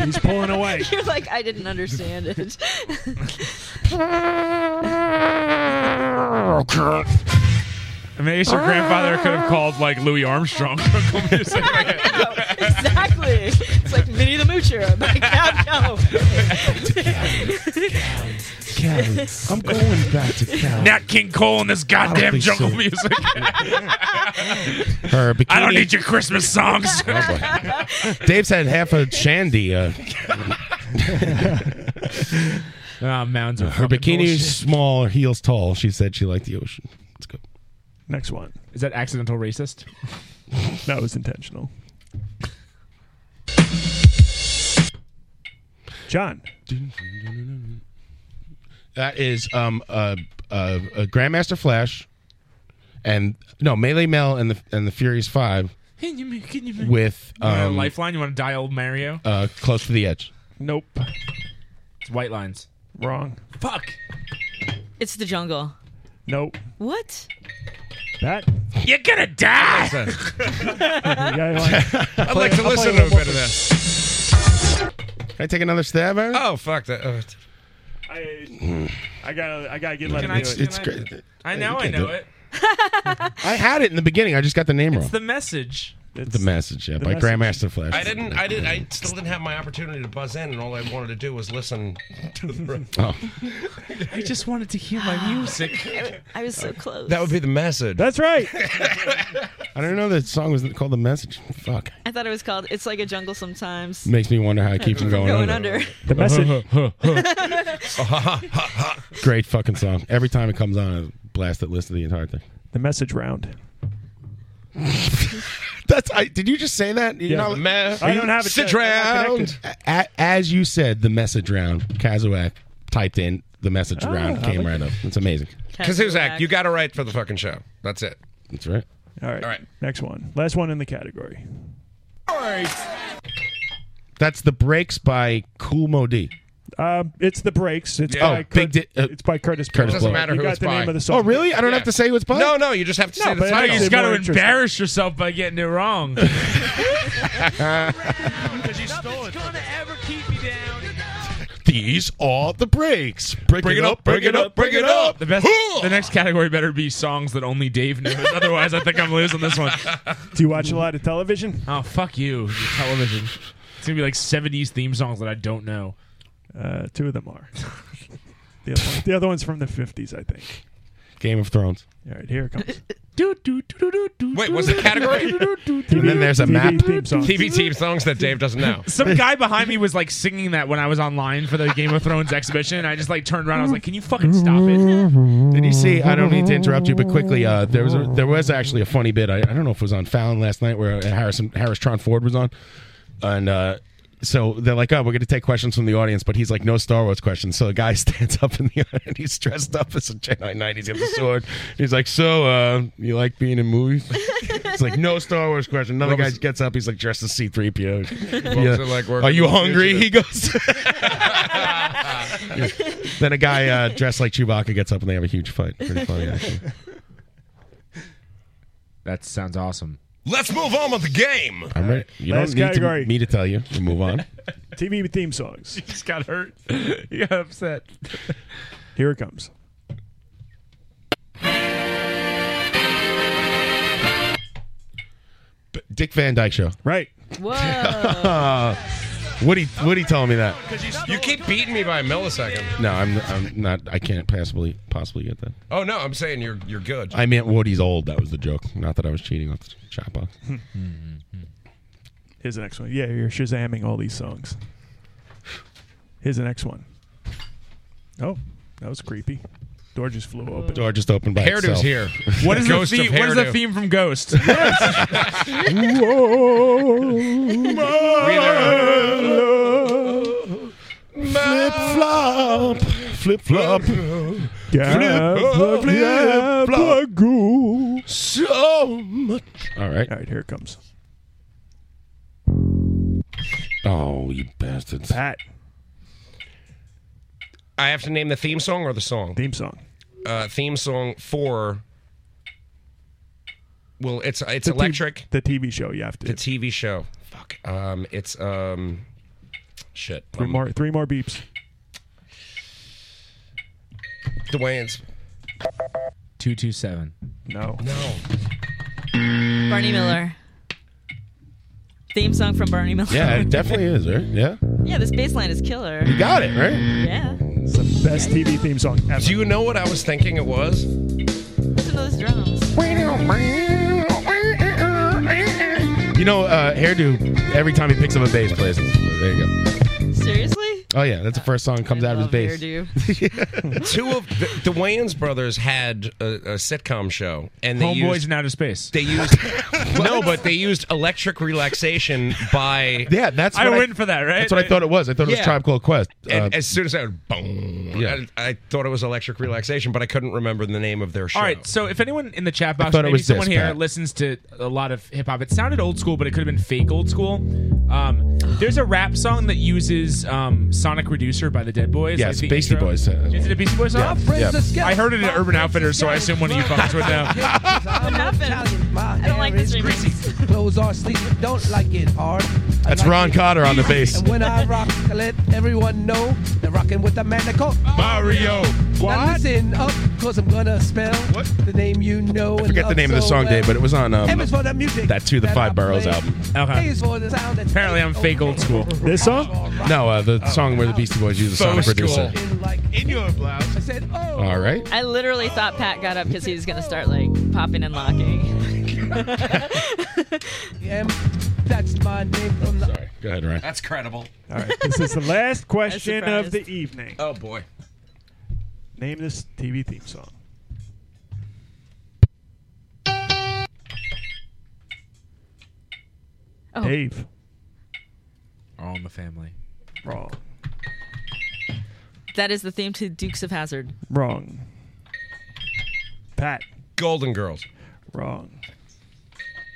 S15: He's pulling away.
S19: You're like, I didn't understand it.
S10: I mean, I guess your grandfather could have called like Louis Armstrong.
S19: exactly. It's like Vinny the Moocher. My God,
S10: Cali.
S7: I'm going back to Cali.
S10: Nat King Cole and this goddamn
S7: think
S10: jungle
S7: so.
S10: music.
S7: Her bikini.
S10: I don't need your Christmas songs.
S7: Oh, Dave's had half a shandy. Uh,
S3: Ah, mounds of
S7: her
S3: fucking
S7: bikini
S3: bullshit.
S7: is small, her heels tall. She said she liked the ocean. Let's go.
S15: Next one.
S3: Is that accidental racist?
S15: That was intentional. John.
S7: That is um uh, uh, uh Grandmaster Flash, and no Melee Mel and the and the Furious Five
S3: Can you make- can you make-
S7: with
S3: You want a
S7: um
S3: lifeline. You want to dial Mario?
S7: uh close to the edge.
S15: Nope.
S3: It's white lines.
S15: Wrong.
S3: Fuck.
S19: It's the jungle.
S15: Nope.
S19: What?
S15: That.
S10: You're gonna die.
S16: I'd like to listen to a bit of this.
S7: Can I take another stab at it?
S16: Oh fuck that! Uh,
S15: I, I gotta. I gotta get let
S3: Can
S15: him
S3: I-
S15: do it.
S3: can
S7: It's
S3: I-
S7: great.
S3: I
S7: You
S3: know. I
S7: can't
S3: know
S7: do
S3: it.
S7: I had it in the beginning. I just got the name wrong.
S3: It's the message.
S7: The message, yeah,
S3: the
S7: by
S3: message.
S7: Grandmaster Flash.
S16: I didn't. I did. I still didn't have my opportunity to buzz in, and all I wanted to do was listen to the.
S7: Oh.
S3: I just wanted to hear my music.
S19: I was so close.
S16: That would be the message.
S15: That's right.
S7: I didn't know that song was called The Message. Fuck.
S19: I thought it was called It's Like a Jungle Sometimes.
S7: Makes me wonder how it keeps them going,
S19: Going
S7: under.
S19: under.
S15: The
S7: Great fucking song. Every time it comes on, I blast it, listen to the entire thing.
S15: The message round.
S7: That's. I, did you just say that?
S15: Yeah.
S7: Not-
S15: Me- I don't have it
S7: Sit
S15: set. I'm not
S7: round. A- As you said, the message round. Kazawak typed in the message
S16: Ah,
S15: Oh,
S16: I
S7: round. Came
S16: like
S7: right
S16: it.
S7: up. It's amazing.
S16: Kazuzak, you got to write for the fucking show. That's it.
S7: That's right.
S15: All right. All right. Next one. Last one in the category.
S7: That's the breaks by Cool Modi.
S15: Uh, it's the breaks. It's
S7: Yeah.
S15: by
S7: Oh, Big Di- uh,
S15: it's by Curtis.
S7: Curtis Blow.
S15: Blow.
S7: Doesn't matter
S15: you
S7: who
S15: got
S7: it's
S15: the
S7: by.
S15: name of the song.
S7: Oh, really? I don't have to say what's by?
S16: No, no, you just have to
S15: No,
S16: say
S15: but
S16: the
S15: it
S16: title.
S15: makes
S3: You
S15: it
S3: just got
S15: more
S3: to
S15: interesting.
S3: embarrass yourself by getting it wrong.
S7: These are the breaks. Break,
S10: it up, break it up, break it up.
S3: The best. the next category better be songs that only Dave knows. Otherwise, I think I'm losing this one.
S15: Do you watch a lot of television?
S3: Oh fuck you, your television. It's gonna be like '70s theme songs that I don't know.
S15: Uh, two of them are. the, other one, the other one's from the fifties, I think.
S7: Game of Thrones.
S15: All right, here it comes.
S16: Wait, what's the category?
S7: And then there's a map.
S15: Theme songs.
S16: TV team songs that Dave doesn't know.
S3: Some guy behind me was like singing that when I was online for the Game of Thrones exhibition. And I just like turned around. I was like, "Can you fucking stop it?"
S7: Did you see? I don't mean to interrupt you, but quickly, uh, there was a, there was actually a funny bit. I, I don't know if it was on Fallon last night where uh, Harrison Harris Tron Ford was on, and uh, so they're like, "Oh, we're going to take questions from the audience," but he's like, "No Star Wars questions." So the guy stands up in the and he's dressed up as a Jedi Knight. He's got the sword. He's like, "So, uh, you like being in movies?" It's like no Star Wars question. Another guy gets up. He's like dressed as C three PO.
S16: was it like working
S7: Are you
S16: with
S7: hungry?
S16: Fugitive?
S7: He goes. then a guy uh, dressed like Chewbacca gets up and they have a huge fight. Pretty funny, actually.
S3: That sounds awesome.
S16: Let's move on with the game.
S7: I'm ready. You don't
S15: Last
S7: need
S15: category.
S7: to, me to tell you. We move on.
S15: TV theme songs.
S3: He just got hurt. He got upset.
S15: Here it comes.
S7: B- Dick Van Dyke Show.
S15: Right.
S19: Whoa.
S7: Woody Woody told me that.
S16: You keep beating me by a millisecond.
S7: No, I'm I'm not. I can't possibly possibly get that.
S16: Oh no, I'm saying you're you're good.
S7: I meant Woody's old. That was the joke. Not that I was cheating off the chat box.
S15: Here's the next one. Yeah, you're shazamming all these songs. Here's the next one. Oh, that was creepy. Door just flew open.
S7: Door just opened by
S15: Hairdo's
S7: itself.
S15: here. What is the
S7: Ghost of
S15: theme- what is the
S7: hairdo.
S3: theme from Ghost?
S17: Flip flop.
S7: Flip flop.
S17: So much.
S7: All right. All
S15: right, here it comes.
S7: Oh, you bastards.
S15: Pat.
S16: I have to name the theme song or the song?
S15: Theme song.
S16: Uh, theme song for. Well, it's it's
S15: The T-
S16: electric.
S15: the TV show you have to.
S16: the TV show. Fuck. Um, it's um, shit. Um,
S15: Three more, three more beeps.
S16: Dwayne's.
S3: Two two seven.
S15: No.
S16: No.
S19: Barney Miller. Theme song from Barney Miller.
S7: Yeah, it definitely is, right? Yeah.
S19: Yeah, this bass line is killer.
S7: You got it, right?
S19: Yeah.
S15: It's the best TV theme song ever.
S16: Do you know what I was thinking it was?
S19: Listen to those drums.
S7: You know, uh, hairdo. Every time he picks up a bass, plays. it. There you go.
S19: Seriously?
S7: Oh yeah, that's the first song that comes out of his bass.
S16: Two of the, the Wayans brothers had a, a sitcom show, and they
S3: Homeboys
S16: used
S3: in Outer Space.
S16: They used no, but they used electric relaxation by
S7: Yeah, that's. what That's what I thought it was. I thought it was
S16: Yeah.
S7: Tribe Called Quest.
S16: And
S7: Uh,
S16: as soon as I would boom,
S7: Yeah.
S16: I, I thought it was electric relaxation, but I couldn't remember the name of their show.
S3: All right, so if anyone in the chat
S16: I
S3: box,
S16: thought
S3: or maybe
S16: it was this,
S3: someone here
S16: Pat.
S3: listens to a lot of hip hop, it sounded old school, but it could have been fake old school. Um, there's a rap song that uses um, "Sonic Reducer" by the Dead Boys.
S7: Yes,
S3: the
S7: Beastie
S3: intro.
S7: Boys said it as
S3: Is it a Beastie Boys song?
S7: Yeah, yeah.
S3: I heard it at Urban Outfitters, so I assume one of you fuckers would know.
S19: I don't like this remix.
S8: Clothes are sleek, don't like it hard. I
S7: That's
S8: like
S7: Ron
S8: it
S7: Cotter on the
S8: easy.
S7: bass.
S8: And when I rock, I let everyone know they're rocking with a man they call
S7: Mario.
S8: Now listen up, cause I'm gonna spell the name you know.
S7: I forget the name of the song, Dave, but it was on um, that to the Five Boroughs album.
S3: Apparently, I'm fake old school.
S15: This song?
S7: No, uh, the song where the Beastie Boys use the sonic
S3: Faux
S7: producer.
S8: In your blouse. I said, oh.
S7: All right.
S19: I literally thought Pat got up because he was going to start like popping and locking.
S8: M, that's my name from the. Sorry.
S7: Go ahead, Ryan.
S16: That's credible.
S15: All right, this is the last question
S8: surprised.
S15: of the evening.
S16: Oh boy.
S15: Name this TV theme song. Dave.
S3: All in the family.
S15: Wrong.
S19: that is the theme to Dukes of Hazard.
S15: Wrong. Pat.
S16: Golden Girls.
S15: Wrong.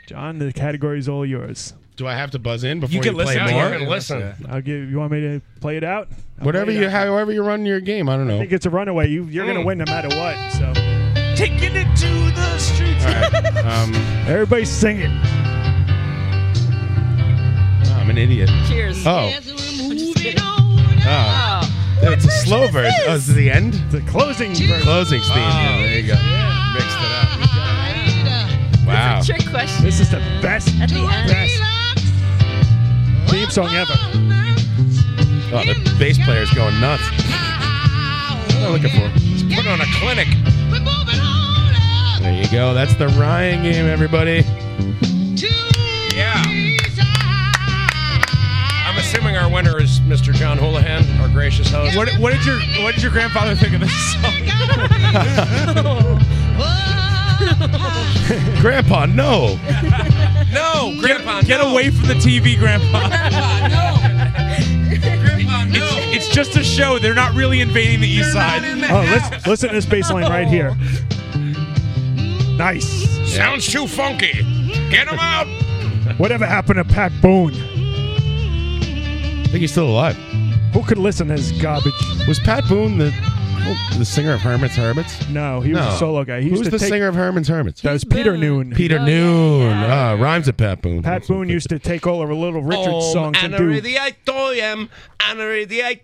S15: John, the category is all yours.
S7: Do I have to buzz in before you,
S15: can
S7: play
S15: listen.
S7: more?
S15: Yeah, you can listen. I'll give. You want me to play it out? I'll
S7: Whatever
S15: play it
S7: you,
S15: out.
S7: however you run your Oh. game, I don't
S15: I
S7: know. Mm.
S15: think it's a runaway. You, you're gonna win no matter what. So
S17: Taking it to the streets.
S7: Um,
S15: everybody sing it.
S7: Oh, I'm an idiot.
S19: Cheers.
S7: Oh,
S19: Moving
S7: oh. it's a slow version. Oh, is it the end?
S15: The closing.
S7: Closing theme. Yeah, there you go. Mixed it up. Wow.
S19: It's a trick question.
S15: This is the best.
S19: At the end.
S15: Theme song ever.
S7: Oh, the bass player's going nuts. What am I looking for?
S16: Put on a clinic.
S7: There you go. That's the Ryan game, everybody.
S16: Yeah. I'm assuming our winner is Mr. John Houlihan, our gracious host.
S3: What, what did your What did your grandfather think of this song?
S7: Grandpa, no.
S16: no,
S3: Oh, Grandpa, get, away from the TV, Grandpa.
S16: Grandpa, no.
S3: It's, it's just a show. They're not really invading the East Side.
S15: Oh, listen, listen to this bass line right here. Nice.
S16: Sounds too funky. Get him out.
S15: Whatever happened to Pat Boone? I
S7: think he's still alive.
S15: Who could listen to his garbage?
S7: Was Pat Boone the the singer of Hermits Hermits?
S15: No, he was a solo guy. He
S7: Who
S15: used
S7: was
S15: to
S7: the
S15: take-
S7: singer of Herman's Hermits?
S15: That was Peter Noon.
S7: Peter Noon. Ah, rhymes with Pat Boone.
S15: Pat Boone used to take all of Little Richard songs and do.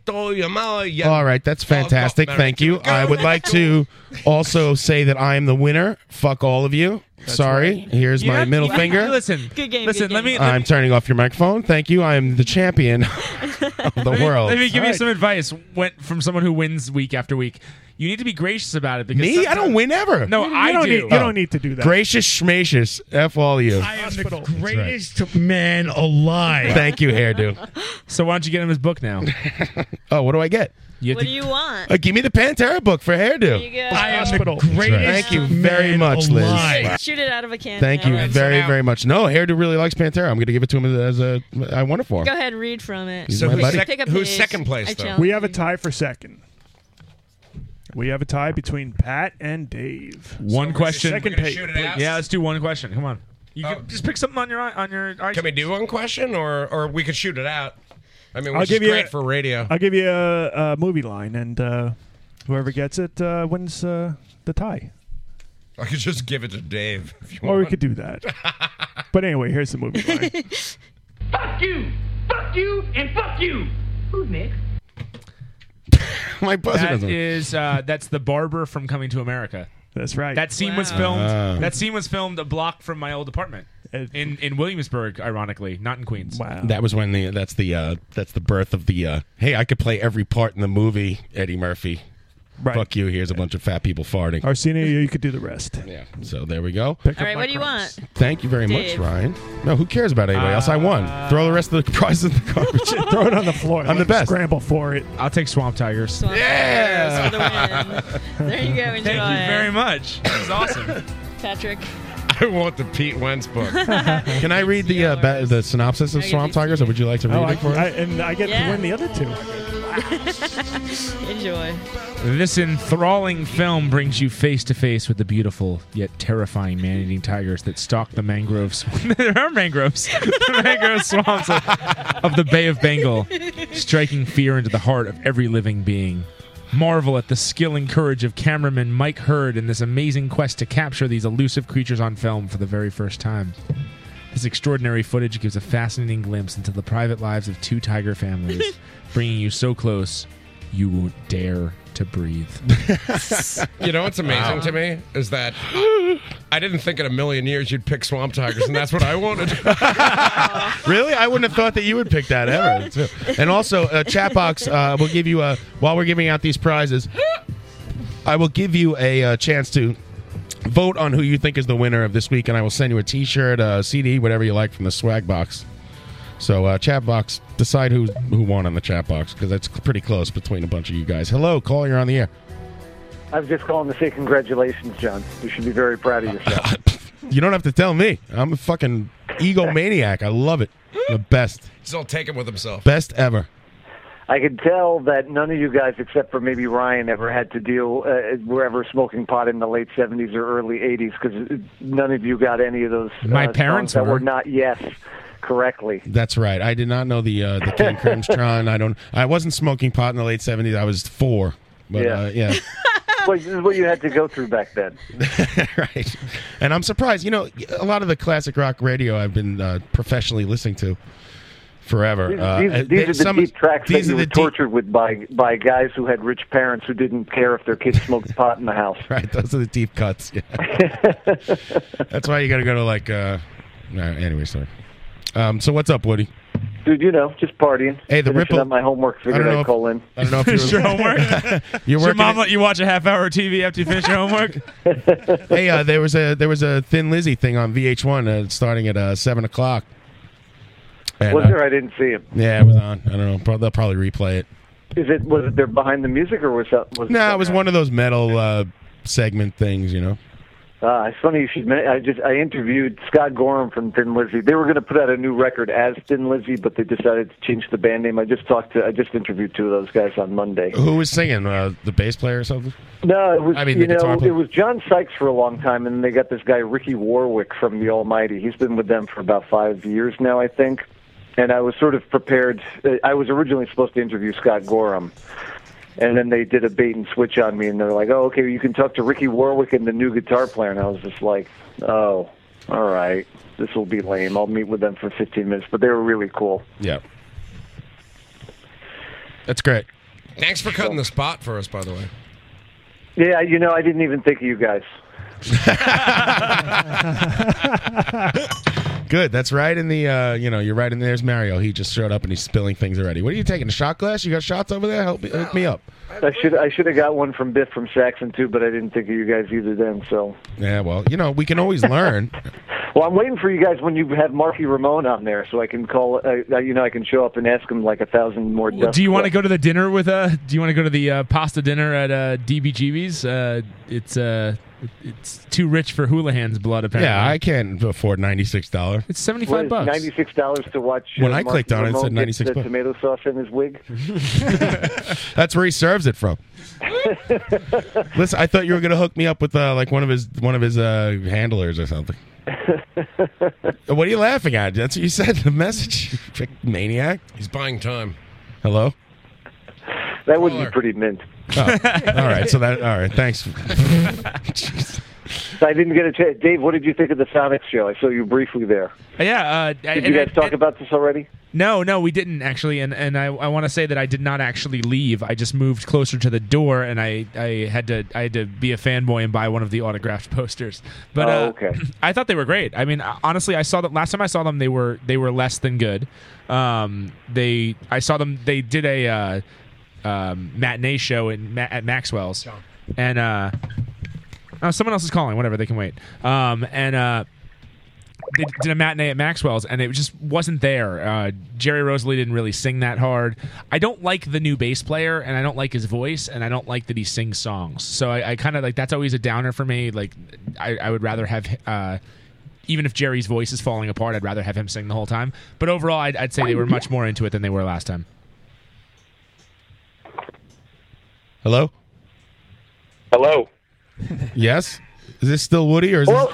S16: oh,
S7: All right, that's fantastic. Thank you. I would like to also say that I am the winner. Fuck all of you. Sorry. Here's
S3: You
S7: my
S3: have-
S7: middle
S3: you-
S7: finger.
S3: Listen, good game. Listen, let me. Let
S7: I'm
S3: me
S7: turning off your microphone. Thank you. I am the champion of the
S3: let me-
S7: world.
S3: Let me give you some advice. Went from someone who wins week after week. You need to be gracious about it because
S7: Me? I don't
S3: sometimes-
S7: win ever.
S3: No, I do.
S7: Gracious schmacious. F all you.
S3: I am the
S7: greatest
S3: man alive.
S7: Thank you, hairdo.
S3: So why don't you get him his book now?
S7: oh, what do I get?
S19: What do you want?
S7: Uh, give me the Pantera book for hairdo.
S19: I
S7: am hospital. Thank you very much, Liz.
S19: Shoot it out of a can.
S7: Thank you very, very much. No, Hairdo really likes Pantera. I'm going to give it to him as a. I want it for him.
S19: Go ahead, read from it.
S7: He's So my who's buddy. sec-
S19: Pick a
S7: who's
S19: page.
S7: second place,
S19: I
S7: though?
S19: challenge
S15: We have a tie for second. We have a tie between Pat and Dave.
S3: One question.
S15: Second page.
S3: Yeah, let's do one question. Come on. You can just pick something on your eye- on your.
S16: Can we do one question, or or we could shoot it out? I mean, which
S15: I'll give
S16: is
S15: you
S16: great
S15: a-
S16: for radio.
S15: I'll give you a, a movie line, and uh, whoever gets it uh, wins uh, the tie.
S16: I could just give it to Dave. If you
S15: Or we
S16: want.
S15: could do that. but anyway, here's the movie line.
S13: Fuck you! Fuck you and fuck you! Who's next?
S7: My buzzer
S3: That
S7: doesn't-
S3: is uh, that's the barber from Coming to America.
S15: That's right.
S3: That scene was
S15: Wow.
S3: filmed.
S7: Ah.
S3: That scene was filmed a block from my old apartment in in Williamsburg, ironically, not in Queens.
S15: Wow.
S7: That was when the that's the uh, that's the birth of the uh, hey I could play every part in the movie Eddie Murphy.
S15: Right.
S7: Fuck you. Here's a bunch of fat people farting.
S15: Arsenio, you could do the rest.
S7: Yeah. So there we go.
S19: All right, what do you want?
S7: Thank you very
S19: Dave.
S7: much, Ryan. No, who cares about anybody else? I won.
S15: Uh,
S7: Throw the rest of the prizes in the garbage. Throw it on the floor. I'm the best.
S15: Scramble for it.
S3: I'll take Swamp Tigers.
S7: Yeah.
S19: There you go. Enjoy.
S3: Thank you very much. This is awesome.
S19: Patrick.
S16: I want the Pete Wentz book.
S7: Can I read the uh, ba- the synopsis of Swamp Tigers, or would you like to read
S15: Oh, I,
S7: it for
S15: I,
S7: us?
S15: and I get
S19: Yeah.
S15: to win the other two.
S19: Enjoy.
S3: This enthralling film brings you face to face with the beautiful yet terrifying man-eating tigers that stalk the mangroves. there are mangroves, the mangrove swamps of, of the Bay of Bengal, striking fear into the heart of every living being. Marvel at the skill and courage of cameraman Mike Hurd in this amazing quest to capture these elusive creatures on film for the very first time. This extraordinary footage gives a fascinating glimpse into the private lives of two tiger families, bringing you so close you won't dare to breathe.
S16: You know what's amazing
S3: Wow.
S16: to me is that I didn't think in a million years you'd pick Swamp Tigers, and that's what I wanted.
S7: Really, I wouldn't have thought that you would pick that ever. too. And also, uh, Chatbox uh, will give you a while we're giving out these prizes. I will give you a uh, chance to vote on who you think is the winner of this week, and I will send you a T-shirt, a CD, whatever you like from the swag box. So, uh, Chatbox, decide who who won on the chat box because that's pretty close between a bunch of you guys. Hello, call. You're on the air.
S24: I was just calling to say congratulations, John. You should be very proud of yourself.
S7: You don't have to tell me. I'm a fucking egomaniac. I love it. The best,
S16: He's all taken with himself.
S7: best ever.
S24: I could tell that none of you guys, except for maybe Ryan, ever had to deal uh, wherever smoking pot in the late '70s or early '80s because none of you got any of those.
S7: My
S24: uh,
S7: parents
S24: songs that
S7: were.
S24: were not yes correctly.
S7: That's right. I did not know the uh, the King Crimson. I don't. I wasn't smoking pot in the late seventies. I was four. But yeah. Uh, yeah.
S24: well, this is what you had to go through back then.
S7: right. And I'm surprised. You know, a lot of the classic rock radio I've been uh, professionally listening to forever.
S24: These,
S7: uh,
S24: these,
S7: and
S24: these
S7: they-
S24: are the
S7: some-
S24: deep tracks that
S7: these
S24: you
S7: are
S24: were
S7: the
S24: tortured with by by guys who had rich parents who didn't care if their kids smoked pot in the house.
S7: Right, those are the deep cuts. Yeah. That's why you got to go to like. Uh, no, anyway, sorry. Um, so what's up, Woody?
S24: Dude, you know, just partying.
S7: Hey, the
S24: Finishing
S7: Ripple-
S24: up my homework.
S7: I don't
S24: Figured
S7: know
S24: I'd
S7: if-
S24: call in.
S7: I don't know if you
S3: Finish your homework.
S7: You're
S3: Does your
S7: working
S3: mom
S7: it-
S3: let you watch a half hour of TV after you finish your homework?
S7: hey, uh, there was a there was a Thin Lizzy thing on VH1 uh, starting at uh, seven o'clock. And,
S24: was
S7: uh,
S24: there? I didn't see him.
S7: Yeah, it was on. I don't know. Pro- they'll probably replay it.
S24: Is it was it there behind the music or was that was
S7: No, it was one of those metal uh, segment things, you know.
S24: Uh, it's funny you should. men- I just I interviewed Scott Gorham from Thin Lizzy. They were going to put out a new record as Thin Lizzy, but they decided to change the band name. I just talked to I just interviewed two of those guys on Monday.
S7: Who was singing? Uh, the bass player or something?
S24: No, it was
S7: I mean,
S24: you
S7: the guitar
S24: know
S7: player.
S24: it was John Sykes for a long time, and then they got this guy Ricky Warwick from the Almighty. He's been with them for about five years now, I think. And I was sort of prepared. uh, I was originally supposed to interview Scott Gorham, and then they did a bait and switch on me, and they're like, "Oh, okay, you can talk to Ricky Warwick and the new guitar player." And I was just like, "Oh, all right, this will be lame. I'll meet with them for 15 minutes." But they were really cool.
S7: Yeah. That's great.
S16: Thanks for cutting the spot for us, by the way.
S24: Yeah, you know, I didn't even think of you guys.
S7: Good. That's right in the uh, you know, you're right in there. there's Mario. He just showed up and he's spilling things already. What are you taking? A shot glass? You got shots over there? Help me hook me up.
S24: I should I should have got one from Biff from Saxon too, but I didn't think of you guys either then. So,
S7: Yeah, well, you know, we can always learn.
S24: well, I'm waiting for you guys when you have Marky Ramone on there, so I can call. Uh, you know, I can show up and ask him like a thousand more.
S3: Well, do you want to go to the dinner with uh do you want to go to the uh, pasta dinner at uh DBGB's? Uh it's uh it's too rich for Houlihan's blood apparently.
S7: yeah, I can't afford ninety six dollar.
S3: It's seventy five bucks.
S24: Ninety six dollars to watch.
S7: When
S24: uh,
S7: I
S24: Marky
S7: clicked on it, it
S24: Ramone
S7: said 96
S24: get The
S7: bucks.
S24: tomato sauce in his wig.
S7: That's where he serves it from. Listen, I thought you were gonna hook me up with uh, like one of his one of his uh, handlers or something. what are you laughing at? That's what you said in the message, you maniac.
S16: He's buying time.
S7: Hello.
S24: That would be pretty mint.
S7: Oh, all right, so that all right. Thanks.
S24: So I didn't get a chance. Dave, what did you think of the Sonics show? I saw you briefly there.
S3: Yeah, uh
S24: Did you guys talk about this already?
S3: No, no, we didn't actually, and and I, I want to say that I did not actually leave. I just moved closer to the door, and I, I had to I had to be a fanboy and buy one of the autographed posters. But
S24: Oh,
S3: uh,
S24: okay.
S3: I thought they were great. I mean, uh, honestly, I saw them last time I saw them. They were they were less than good. Um, they I saw them. They did a uh, um, matinee show in Ma- at Maxwell's, and uh, oh, someone else is calling. Whatever, they can wait. Um, and uh they did a matinee at Maxwell's, and it just wasn't there. Uh, Jerry Rosalie didn't really sing that hard. I don't like the new bass player, and I don't like his voice, and I don't like that he sings songs. So I, I kind of like that's always a downer for me. Like I, I would rather have. Uh, even if Jerry's voice is falling apart, I'd rather have him sing the whole time. But overall, I'd, I'd say they were much more into it than they were last time.
S7: Hello.
S11: Hello.
S7: Yes. Is this still Woody or is this?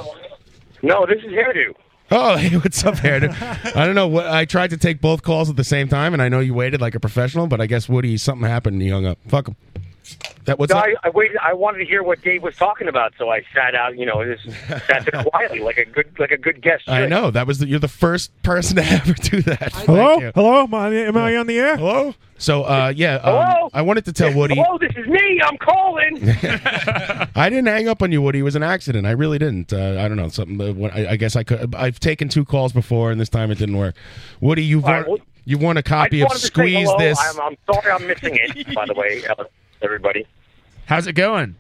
S11: No, this is hairdo.
S7: Oh, hey, what's up, Hairdo? I don't know. What, I tried to take both calls at the same time, and I know you waited like a professional, but I guess Woody, something happened and you hung up. Fuck him. That what's
S11: no,
S7: up?
S11: I, I waited. I wanted to hear what Dave was talking about, so I sat out. You know, just sat there quietly, like a good, like a good guest.
S7: I know that was the, you're the first person to ever do that.
S15: Hello, hello. Am I, am I on the air?
S7: Hello. So uh, yeah, um,
S11: Hello?
S7: I wanted to tell Woody.
S11: Hello, Oh, this is me. I'm calling.
S7: I didn't hang up on you, Woody. It was an accident. I really didn't. Uh, I don't know something. Uh, what- I, I guess I could. I've taken two calls before, and this time it didn't work. Woody, you
S11: All
S7: won.
S11: right, well,
S7: you won a copy
S11: I
S7: of
S11: just wanted to say
S7: Squeeze
S11: hello.
S7: This.
S11: I'm, uh, I'm sorry, I'm missing it. By the way, uh, everybody.
S3: How's it going?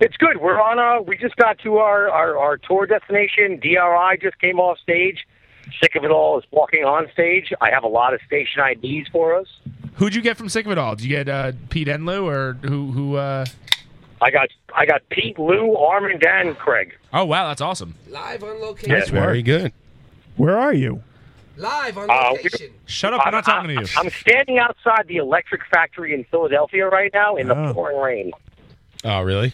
S11: It's good. We're on. Uh, we just got to our, our, our tour destination. DRI just came off stage. Sick of it all is walking on stage. I have a lot of station IDs for us.
S3: Who'd you get from Sick of It All? Did you get uh, Pete Enlow or who? Who? Uh...
S11: I got I got Pete, Lou, Armin, Dan, Craig.
S3: Oh wow, that's awesome.
S11: Live on location.
S15: That's very
S7: good.
S15: Where are you?
S11: Live on location.
S3: Shut up! I'm not talking to you.
S11: I'm standing outside the electric factory in Philadelphia right now in the
S7: Oh.
S11: pouring rain.
S7: Oh, really?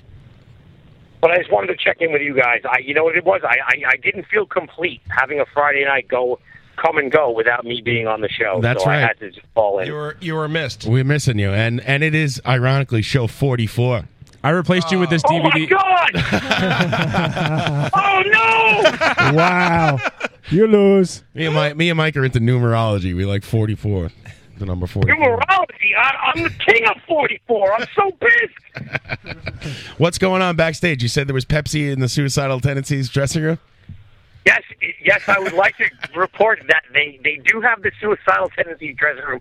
S11: But I just wanted to check in with you guys. I, you know what it was? I, I, I didn't feel complete having a Friday night go, come and go without me being on the show.
S7: That's
S11: so
S7: right.
S11: I had to just fall in.
S16: You were missed.
S7: We're missing you, and and it is ironically show forty four.
S3: I replaced you with this
S11: Oh my God! oh no!
S7: wow, you lose. Me and Mike, me and Mike are into numerology. We like forty four, the number forty.
S11: Numerology. I, I'm the king of 44. I'm so pissed.
S7: What's going on backstage? You said there was Pepsi in the suicidal tendencies dressing room.
S11: Yes, yes, I would like to report that they, they do have the suicidal tendency dressing room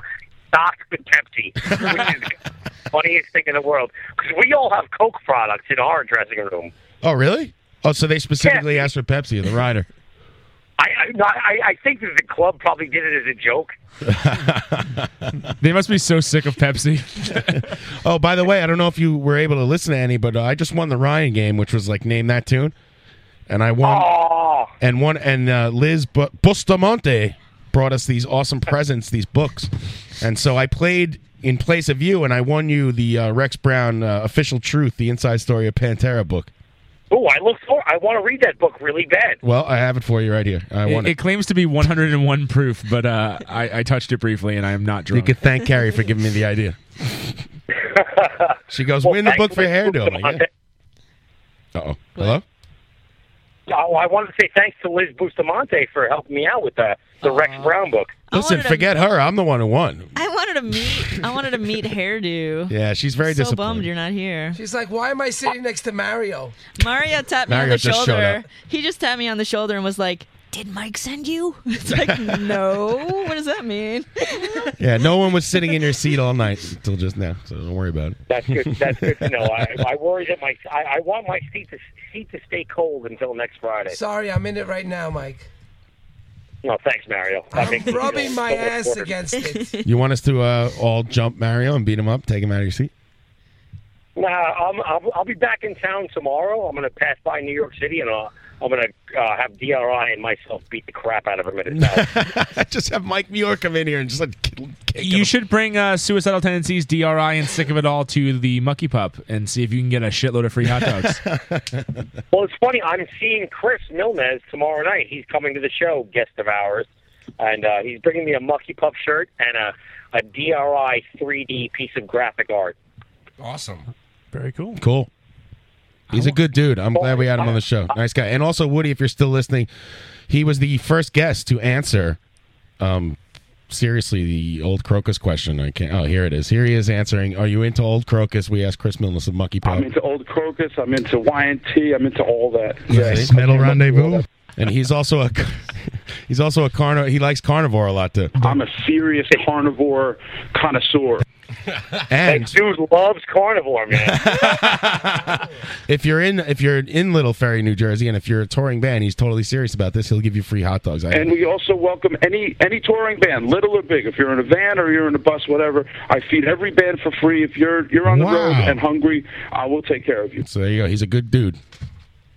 S11: stocked with Pepsi, which is the funniest thing in the world. Because we all have Coke products in our dressing room.
S7: Oh, really? Oh, so they specifically asked for Pepsi in the rider.
S11: I, I, no, I, I think that the club probably did it as a joke.
S3: They must be so sick of Pepsi.
S7: oh, by the way, I don't know if you were able to listen to any, but uh, I just won the Ryan game, which was like name that tune, and I won. And one and uh, Liz Bu- Bustamante brought us these awesome presents, these books, and so I played in place of you, and I won you the uh, Rex Brown uh, official truth, the inside story of Pantera book.
S11: Oh, I look for. I want to read that book really bad.
S7: Well, I have it for you right here. I
S3: it,
S7: won
S3: it
S7: it.
S3: claims to be 101 proof, but uh, I, I touched it briefly, and I am not drunk.
S7: You could thank Carrie for giving me the idea. She goes, win the book for hairdo. I'm Like, yeah. Uh oh. Hello.
S11: Oh, I want to say thanks to Liz Bustamante for helping me out with the the Rex Brown book.
S7: Listen, forget her. I'm the one who won.
S19: I wanted to meet. I wanted to meet hairdo.
S7: Yeah, she's very
S19: so
S7: disappointed.
S19: bummed you're not here.
S11: She's like, why am I sitting next to Mario?
S19: Mario tapped me
S7: Mario
S19: on the
S7: just showed
S19: shoulder.
S7: up.
S19: He just tapped me on the shoulder and was like, did Mike send you? It's like, no. What does that mean?
S7: Yeah, no one was sitting in your seat all night until just now, so don't worry about it.
S11: That's good. That's good to know. I, I worry that my I, I want my seat to seat to stay cold until next Friday.
S14: Sorry, I'm in it right now, Mike.
S11: No, thanks, Mario. That
S14: I'm
S11: makes me feel
S14: rubbing my
S11: so much
S14: ass
S11: better.
S14: against it.
S7: You want us to uh, all jump Mario and beat him up, take him out of your seat?
S11: Nah, I'm, I'll, I'll be back in town tomorrow. I'm going to pass by New York City and uh, I'm going to uh, have DRI and myself beat the crap out of him at his house.
S7: just have Mike Muir come in here and just like
S3: You should bring uh, suicidal tendencies, DRI, and sick of it all to the Mucky Pup and see if you can get a shitload of free hot dogs.
S11: well, it's funny. I'm seeing Chris Milnes tomorrow night. He's coming to the show, guest of ours, and uh, he's bringing me a Mucky Pup shirt and a, a DRI 3D piece of graphic art.
S16: Awesome.
S15: Very cool.
S7: Cool. He's a good dude. I'm glad we had him on the show. Nice guy. And also Woody, if you're still listening, he was the first guest to answer um seriously the old crocus question. I can't oh here it is. Here he is answering. Are you into old crocus? We asked Chris Milnes of Monkey Pop.
S20: I'm into old crocus. I'm into Y&T. I'm into all that.
S7: Yes, metal rendezvous. And he's also a he's also a carnivore. He likes carnivore a lot too.
S20: I'm a serious carnivore connoisseur.
S7: And
S11: dude loves carnivore, man.
S7: if you're in if you're in Little Ferry, New Jersey, and if you're a touring band, he's totally serious about this. He'll give you free hot dogs. I
S20: And we also welcome any any touring band, little or big. If you're in a van or you're in a bus, whatever, I feed every band for free. If you're you're on the
S7: Wow.
S20: road and hungry, I will take care of you.
S7: so there you go. He's a good dude.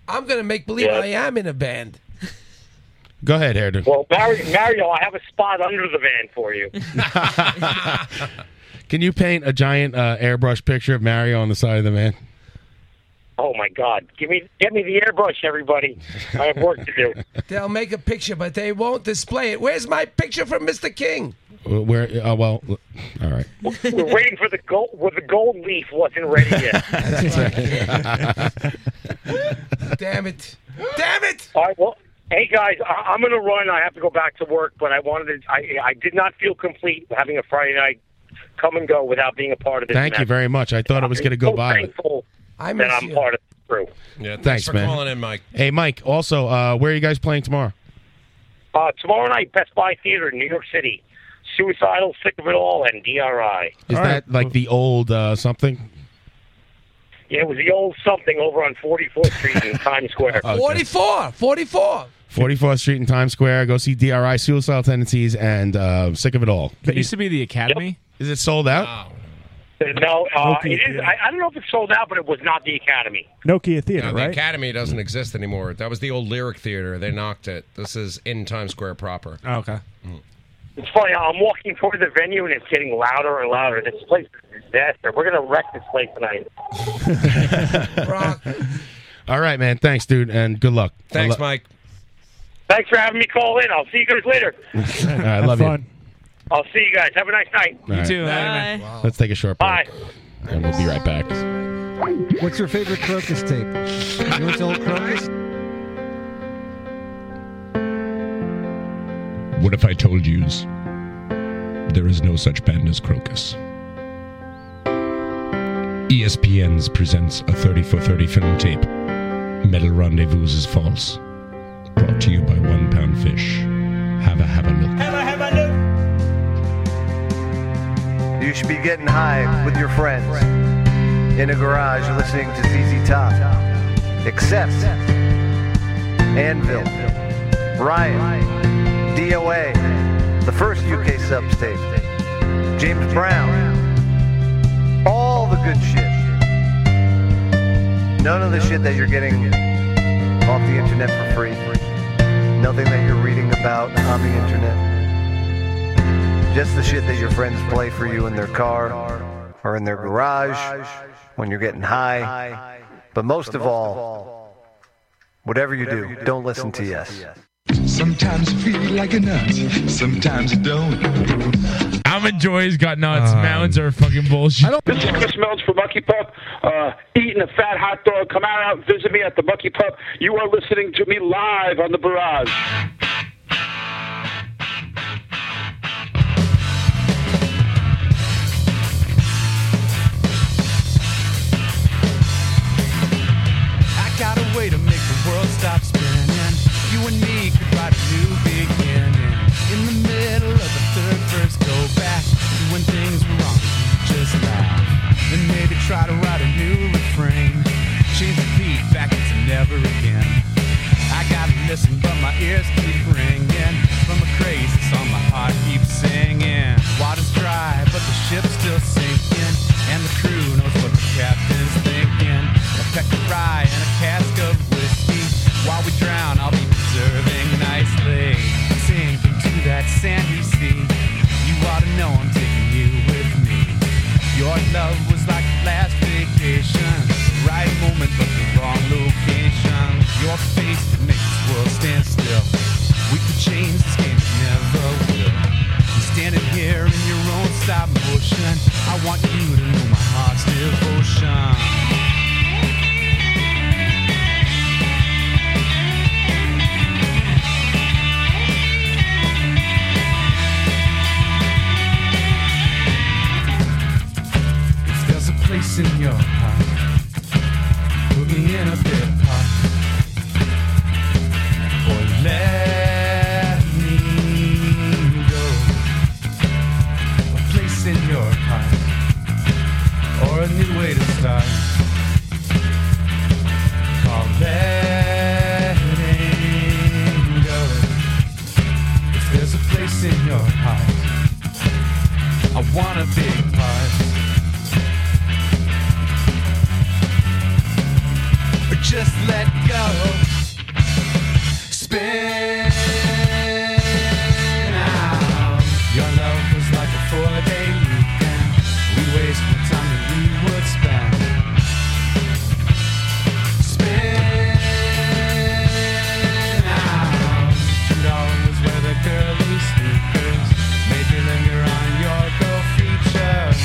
S14: I'm gonna make believe
S11: Yeah.
S14: I am in a band.
S7: Go ahead, Herder.
S11: Well, Mario, Mario, I have a spot under the van for you.
S7: Can you paint a giant uh, airbrush picture of Mario on the side of the van?
S11: Oh my God! Give me, get me the airbrush, everybody. I have work to do.
S14: They'll make a picture, but they won't display it. Where's my picture from Mr. King?
S7: Uh, Where? Oh well. l- All right.
S11: We're waiting for the gold. Well, the gold leaf wasn't ready yet.
S14: Damn it! Damn it!
S11: All right. Well, hey guys, I- I'm gonna run. I have to go back to work, but I wanted to. I, I did not feel complete having a Friday night come and go without being a part of this.
S7: Thank you
S11: mess.
S7: very much. I thought it was going to go
S11: so
S7: by.
S11: Thankful
S14: I
S11: that
S14: miss
S11: I'm
S14: you.
S11: part of the crew.
S16: Yeah,
S7: Thanks, man. Hey, Mike. Also, uh, where are you guys playing tomorrow?
S11: Uh, tomorrow night, Best Buy Theater in New York City. Suicidal, sick of it all, and DRI.
S7: Is that like the old uh, something?
S11: Yeah, it was the old something over on 44th Street in Times Square.
S7: Okay.
S14: 44, 44.
S7: 44th Street in Times Square. Go see DRI, Suicidal Tendencies, and uh, Sick of It All.
S3: That used to be the Academy.
S7: Is it sold out?
S11: No, uh,
S7: Okay,
S11: it is.
S7: yeah.
S11: I, I don't know if it's sold out, but it was not the Academy.
S15: Nokia Theater,
S16: Yeah, the
S15: right?
S16: Academy doesn't exist anymore. That was the old Lyric Theater. They knocked it. This is in Times Square proper. Mm.
S3: okay.
S11: It's funny. I'm walking toward the venue and it's getting louder and louder. This place is a disaster. We're gonna wreck this place tonight.
S7: All right, man. Thanks, dude, and good luck. I lo-
S16: Mike.
S11: Thanks for having me call in. I'll see you guys later.
S7: All right, love you.
S11: I'll see you guys. Have a nice night.
S7: You All right. too.
S11: Bye.
S7: Let's take a short break,
S11: Bye.
S7: and we'll be right back.
S25: What's your favorite crocus tape? Yours old crocus?
S2: What if I told yous there is no such band as Crocus? E ESPN's presents a 30 for 30 film tape. Metal Rendezvous is false. Brought to you by One Pound Fish. Have a have a look.
S26: You should be getting high with your friends in a garage listening to ZZ Top. Except Anvil, Ryan, DOA, the first UK subs tape, James Brown, all the good shit. None of the shit that you're getting off the internet for free. Nothing that you're reading about on the internet. Just the shit that your friends play for you in their car or in their garage when you're getting high. But most of all, whatever you do, don't listen to yes.
S27: Sometimes you feel like a nut, sometimes you don't.
S3: Almond Joy's got nuts.
S7: Um,
S3: Mounds are fucking bullshit.
S20: This is Chris Melch for Mucky Pup. Uh, eating a fat hot dog. Come out, out and visit me at the Mucky Pup. You are listening to me live on the barrage.
S28: I got a way to make the world stop spinning. You and me could write a
S1: listen, but my ears keep ringing. From a crazy song, my heart keeps singing. Water's dry, but the ship's still sinking. And the crew knows what the captain's thinking. A peck of rye and a cask of whiskey. While we drown, I'll be preserving nicely. Sinking to that sandy sea. You ought to know I'm taking you with me. Your love was like a last vacation. Right moment, but the wrong location. Your face that makes this world stand still. We could change this game, but never will. I'm standing here in your own stop motion. I want you to know my heart's devotion. There's a place in your heart. Put me in a bit of pot. Or let me go. A place in your heart. Or a new way to start. Call letting go. If there's a place in your heart, I want a big part. or just let go. Spin out. Your love was like a four-day weekend. We wasted the time that we would spend. Spin out. Two dollars where the girly sneakers made me linger on your girl features.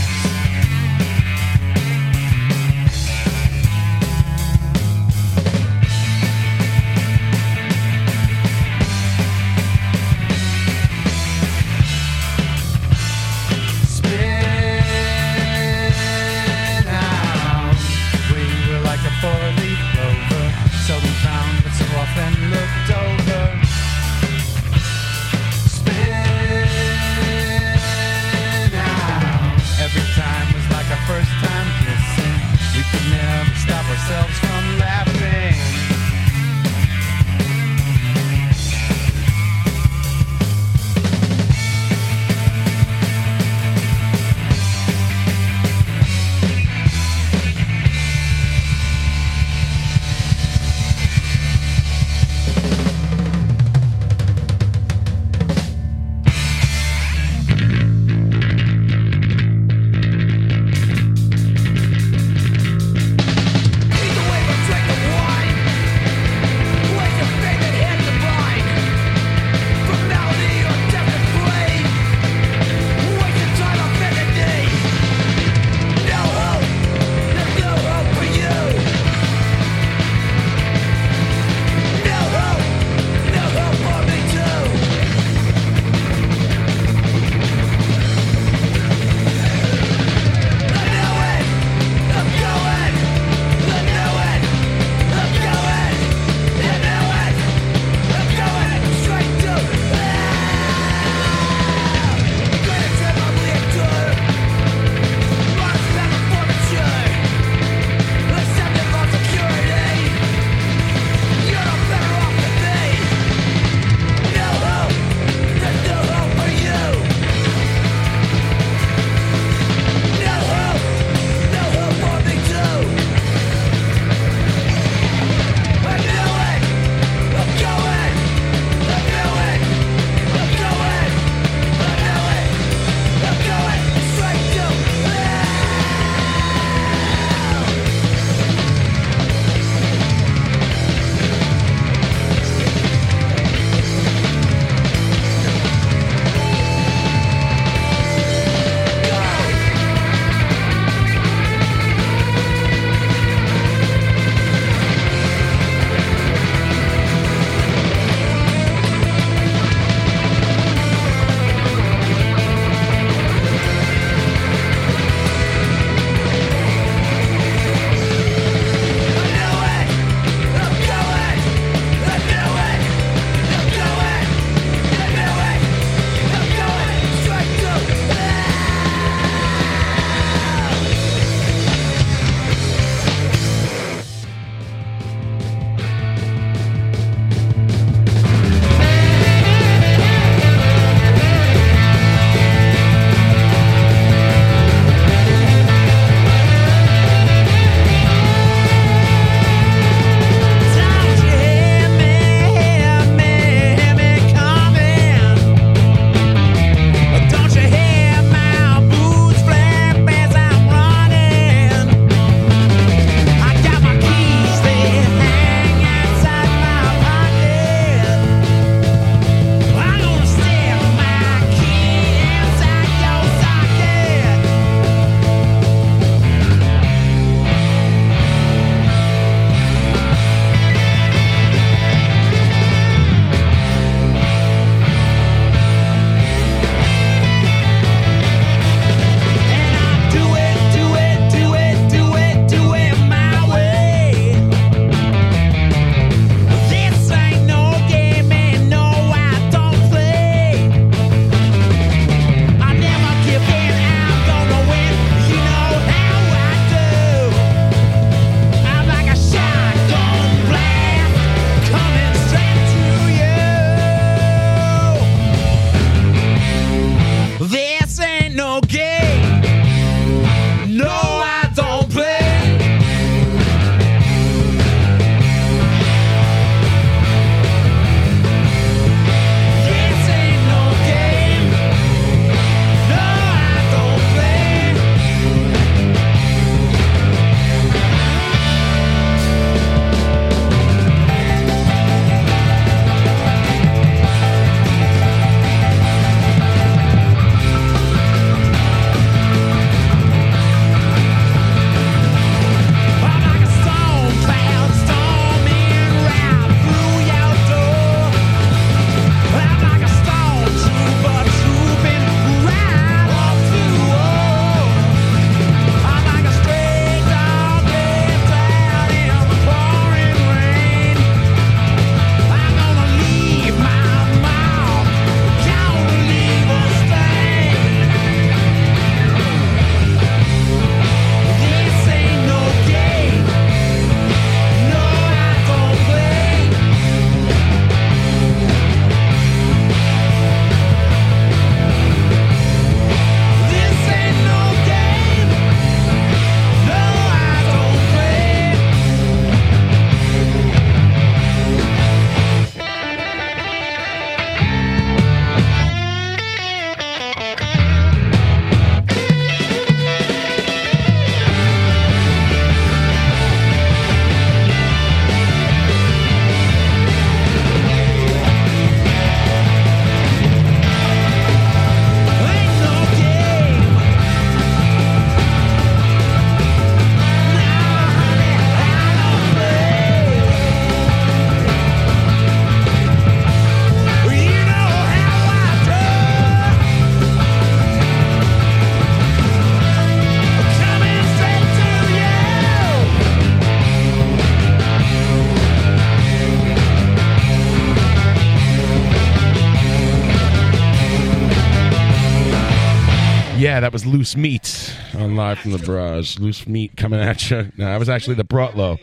S7: Yeah, that was Loose Meat on Live from the Barrage. Loose Meat coming at you. No, I was actually the Brotlow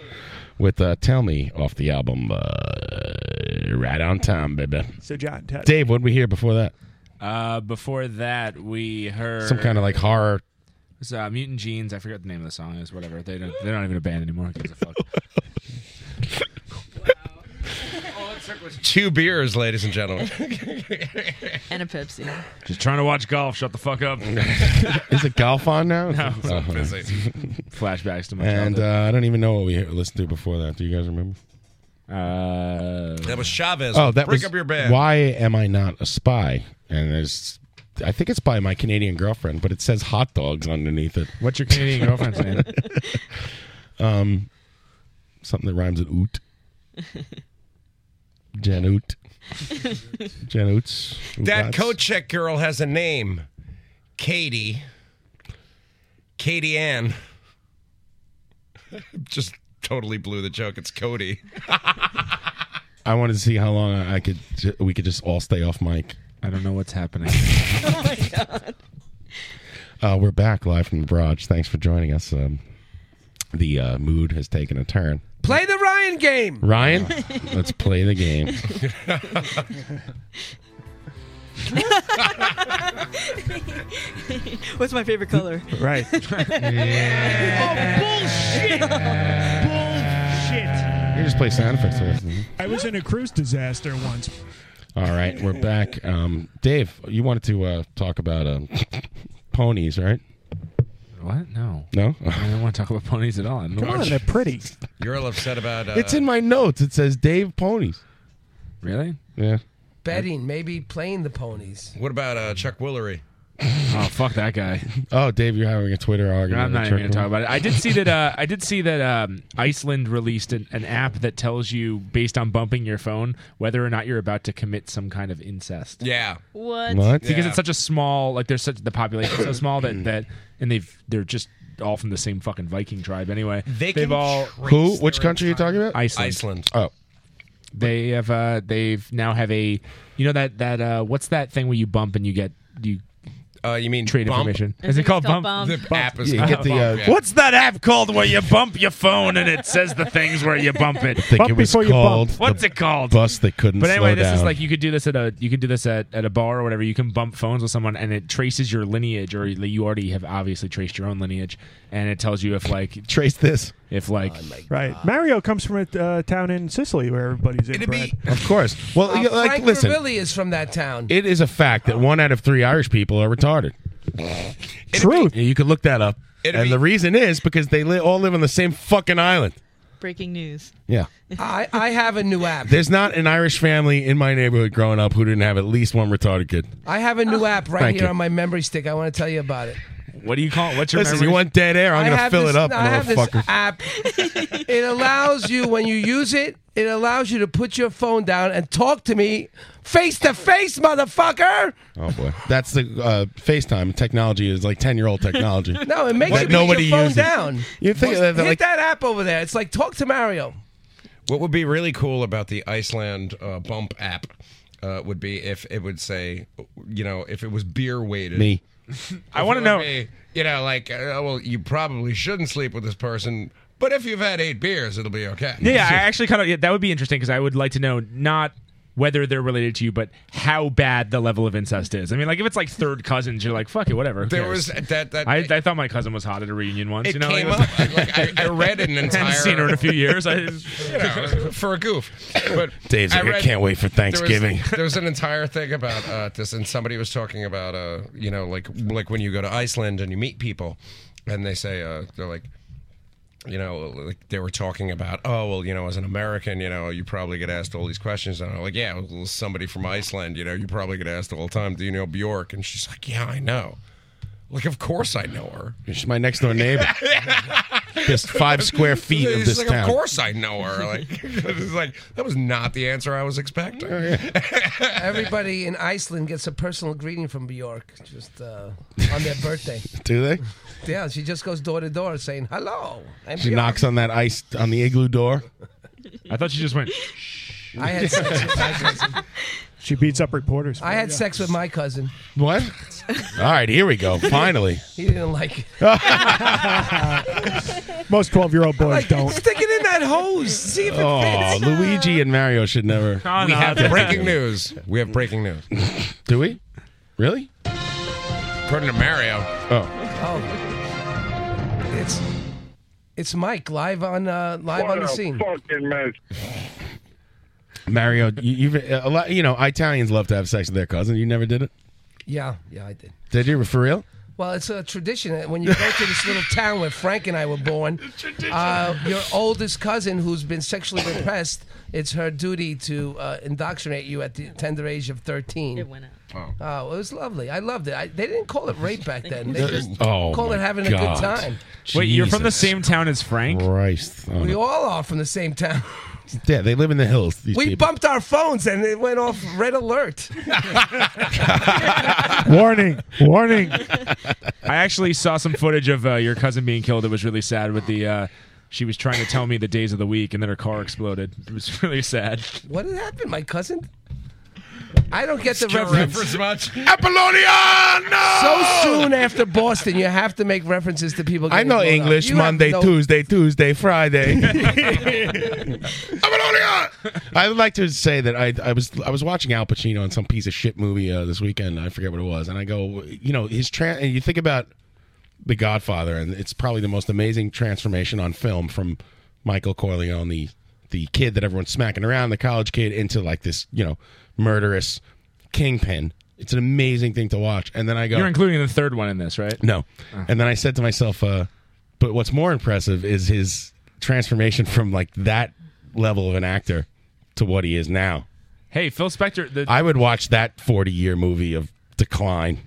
S7: with uh, Tell Me off the album. Uh, right on time, baby.
S15: So, John, tell-
S7: Dave, what did we hear before that?
S3: Uh, before that, we heard
S7: Some kind of like horror.
S3: It's, uh, Mutant Jeans. I forget the name of the song. Is whatever. They don't. They're not even a band anymore. Who gives a fuck?
S16: Two beers, ladies and gentlemen.
S19: and a Pepsi.
S3: Just trying to watch golf. Shut the fuck up.
S7: Is it golf on now?
S3: No, it's
S7: Oh.
S3: busy. Flashbacks to my
S7: And
S3: childhood.
S7: uh, I don't even know what we listened to before that. Do you guys remember?
S3: Uh,
S16: that was Chavez.
S7: Oh, that
S16: Break
S7: was
S16: up your band.
S7: Why am I not a spy? And there's, I think it's by my Canadian girlfriend, but it says hot dogs underneath it.
S3: What's your Canadian girlfriend's name?
S7: Um, something that rhymes with oot. Jan Oot. Jan Oots.
S16: That
S7: Oots.
S16: coat check girl has a name. Katie. Katie Ann. Just totally blew the joke. It's Cody.
S7: I wanted to see how long I could. ju- We could just all stay off mic.
S3: I don't know what's happening.
S19: oh my god.
S7: Uh, we're back live from the barrage. Thanks for joining us. Um, the uh, mood has taken a turn.
S14: Play the Ryan game.
S7: Ryan, let's play the game.
S19: What's my favorite color?
S15: Right. Bullshit.
S7: You just play sound effects. the rest of the-
S15: I was in a cruise disaster once.
S7: All right, we're back. Um, Dave, you wanted to uh, talk about um, ponies, right?
S3: What? No.
S7: No?
S3: I don't want to talk about ponies at all. I don't
S7: Come
S3: know.
S7: on, they're pretty.
S16: You're all upset about. Uh,
S7: it's in my notes. It says Dave Ponies.
S3: Really?
S7: Yeah.
S14: Betting, maybe playing the ponies.
S16: What about uh, Chuck Woolery?
S3: Oh fuck that guy.
S7: Oh, Dave, you're having a Twitter
S3: No,
S7: argument.
S3: I'm not
S7: with
S3: even going to
S7: Chuck
S3: talk about it. I did see that. Uh, I did see that um, Iceland released an, an app that tells you, based on bumping your phone, whether or not you're about to commit some kind of incest.
S16: Yeah.
S19: What?
S7: What?
S3: Because
S7: Yeah.
S3: it's such a small, like there's such the population so small that that, and they've they're just all from the same fucking Viking tribe anyway. They have all
S7: Who? Which country are you talking about?
S3: Iceland.
S7: Oh,
S3: They have uh they've now have a you know that that uh what's that thing where you bump and you get you
S16: uh you mean
S3: trade
S16: bump?
S3: information.
S16: I
S3: Is it
S16: think
S3: called
S16: it's
S3: bump?
S16: called bump. The app is
S3: Yeah,
S16: called
S3: get the,
S16: bump,
S3: uh,
S16: yeah.
S3: What's that app called where you bump your phone and it says the things where you bump it?
S7: I think it was called.
S3: What's
S7: the
S3: it called?
S7: Bus that couldn't.
S3: But anyway,
S7: slow
S3: this is
S7: down.
S3: like you could do this at a you could do this at, at a bar or whatever. You can bump phones with someone and it traces your lineage or you already have obviously traced your own lineage and it tells you if like
S7: trace this
S3: if like
S16: Oh,
S15: Right. Mario comes from a uh, town in Sicily where everybody's inbred.
S7: Of course. Well,
S14: Uh,
S7: you- like,
S14: Frank
S7: listen.
S14: Ravelli is from that town.
S7: It is a fact that one out of three Irish people are retarded.
S15: Truth.
S7: you could look that up. And the reason is because they li- all live on the same fucking island.
S19: Breaking news.
S7: Yeah.
S14: I, I have a new app.
S7: There's not an Irish family in my neighborhood growing up who didn't have at least one retarded kid.
S14: I have a new app right
S7: Thank
S14: here
S7: you.
S14: on my memory stick. I want to tell you about it.
S3: what do you call it? What's your
S7: Listen,
S3: memory?
S7: you want dead air? I'm
S14: I
S7: going to
S14: have
S7: fill
S14: this-
S7: it up,
S14: I have this
S7: motherfucker.
S14: app. it allows you when you use it. It allows you to put your phone down and talk to me face to face, motherfucker.
S7: Oh boy, that's the uh, FaceTime technology is like ten year old technology.
S14: No, it makes
S7: That
S14: you put your phone
S7: uses.
S14: down.
S7: You think
S14: Just
S7: that, that,
S14: hit
S7: like
S14: that app over there? It's like talk to Mario.
S16: What would be really cool about the Iceland uh, bump app uh, would be if it would say, you know, if it was beer weighted.
S7: Me.
S3: I want to know.
S16: Be, you know, like, uh, well, you probably shouldn't sleep with this person, but if you've had eight beers, it'll be okay.
S3: Yeah, yeah, I actually kind of yeah, that would be interesting because I would like to know not whether they're related to you, but how bad the level of incest is. I mean, like if it's like third cousins, you're like fuck it, whatever. who
S16: There
S3: cares?
S16: was that- that-
S3: I, I thought my cousin was hot at a reunion once.
S16: It
S3: you know,
S16: came
S3: like,
S16: up. Like, I, I read an
S3: I
S16: entire.
S3: haven't seen her in a few years. I,
S16: you know, for a goof. But
S7: Dave's like, "I can't wait for
S16: there was-
S7: Thanksgiving."
S16: There was, an entire thing about uh, this, and somebody was talking about, uh, you know, like like when you go to Iceland and you meet people, and they say uh, they're like. You know, like they were talking about, oh well, you know, as an American, you know, you probably get asked all these questions, and I'm like, yeah, well, somebody from Iceland, you know, you probably get asked all the time, do you know Bjork? And she's like, yeah, I know. Like, of course I know her.
S7: she's my next door neighbor. Just five square feet of
S16: She's
S7: this
S16: like,
S7: town.
S16: Of course I know her. Like, it's like that was not the answer I was expecting.
S7: Oh,
S14: Everybody in Iceland gets a personal greeting from Bjork just uh, on their birthday.
S7: Do they?
S14: Yeah, she just goes door to door saying hello. I'm
S7: She
S14: Bjork."
S7: knocks on that ice on the igloo door.
S3: I thought she just went.
S14: I had sex with Iceland.
S15: She beats up reporters.
S14: I had sex with my cousin.
S7: What? All right, here we go. Oh, Finally.
S14: He didn't like it.
S15: Most 12 year old boys don't.
S14: Stick it in that hose. See if it
S7: Oh,
S14: fits.
S7: Luigi and Mario should never.
S14: Oh, We no, have
S16: that's- breaking news. We have breaking news.
S7: Do we? Really?
S16: According to Mario.
S7: Oh.
S14: Oh. It's it's Mike live on uh, live
S18: What
S14: on the
S18: a
S14: scene.
S18: Fucking mess.
S7: Mario, you, you've a lot. You know, Italians love to have sex with their cousin. You never did it,
S14: Yeah, yeah, I did.
S7: did you? For real?
S14: Well, it's a tradition that when you go to this little town where Frank and I were born. Uh, your oldest cousin who's been sexually repressed, it's her duty to uh, indoctrinate you at the tender age of thirteen. It went
S16: out.
S14: Oh, it was lovely. I loved it. I, they didn't call it rape back then. They
S7: That-
S14: just
S7: oh
S14: called it
S7: my
S14: having a
S7: God.
S14: good time.
S3: Wait, you're from the
S7: Jesus
S3: same town as Frank?
S7: Christ. Oh,
S14: We
S7: no.
S14: all are from the same town.
S7: yeah, they live in the hills. These
S14: We
S7: people.
S14: bumped our phones and it went off red alert.
S15: warning! Warning!
S3: I actually saw some footage of uh, your cousin being killed. It was really sad. With the, uh, she was trying to tell me the days of the week, and then her car exploded. It was really sad.
S14: What had happened, my cousin? I don't get the
S3: Can't
S14: reference.
S16: reference much.
S14: So soon after Boston, you have to make references to people.
S7: I
S14: getting
S7: know
S14: blown up.
S7: English.
S14: You have
S7: Monday,
S14: no-
S7: Tuesday, Tuesday, Friday. I would like to say that I I was I was watching Al Pacino in some piece of shit movie uh, this weekend. I forget what it was, and I go, you know, his trans. And you think about The Godfather, and it's probably the most amazing transformation on film from Michael Corleone, the the kid that everyone's smacking around, the college kid, into like this, you know, murderous kingpin. It's an amazing thing to watch. And then I go,
S3: You're including the third one in this, right?
S7: No. Uh-huh. And then I said to myself, uh, but what's more impressive is his transformation from like that level of an actor to what he is now.
S3: Hey, Phil Spector. The,
S7: I would watch that 40 year movie of decline.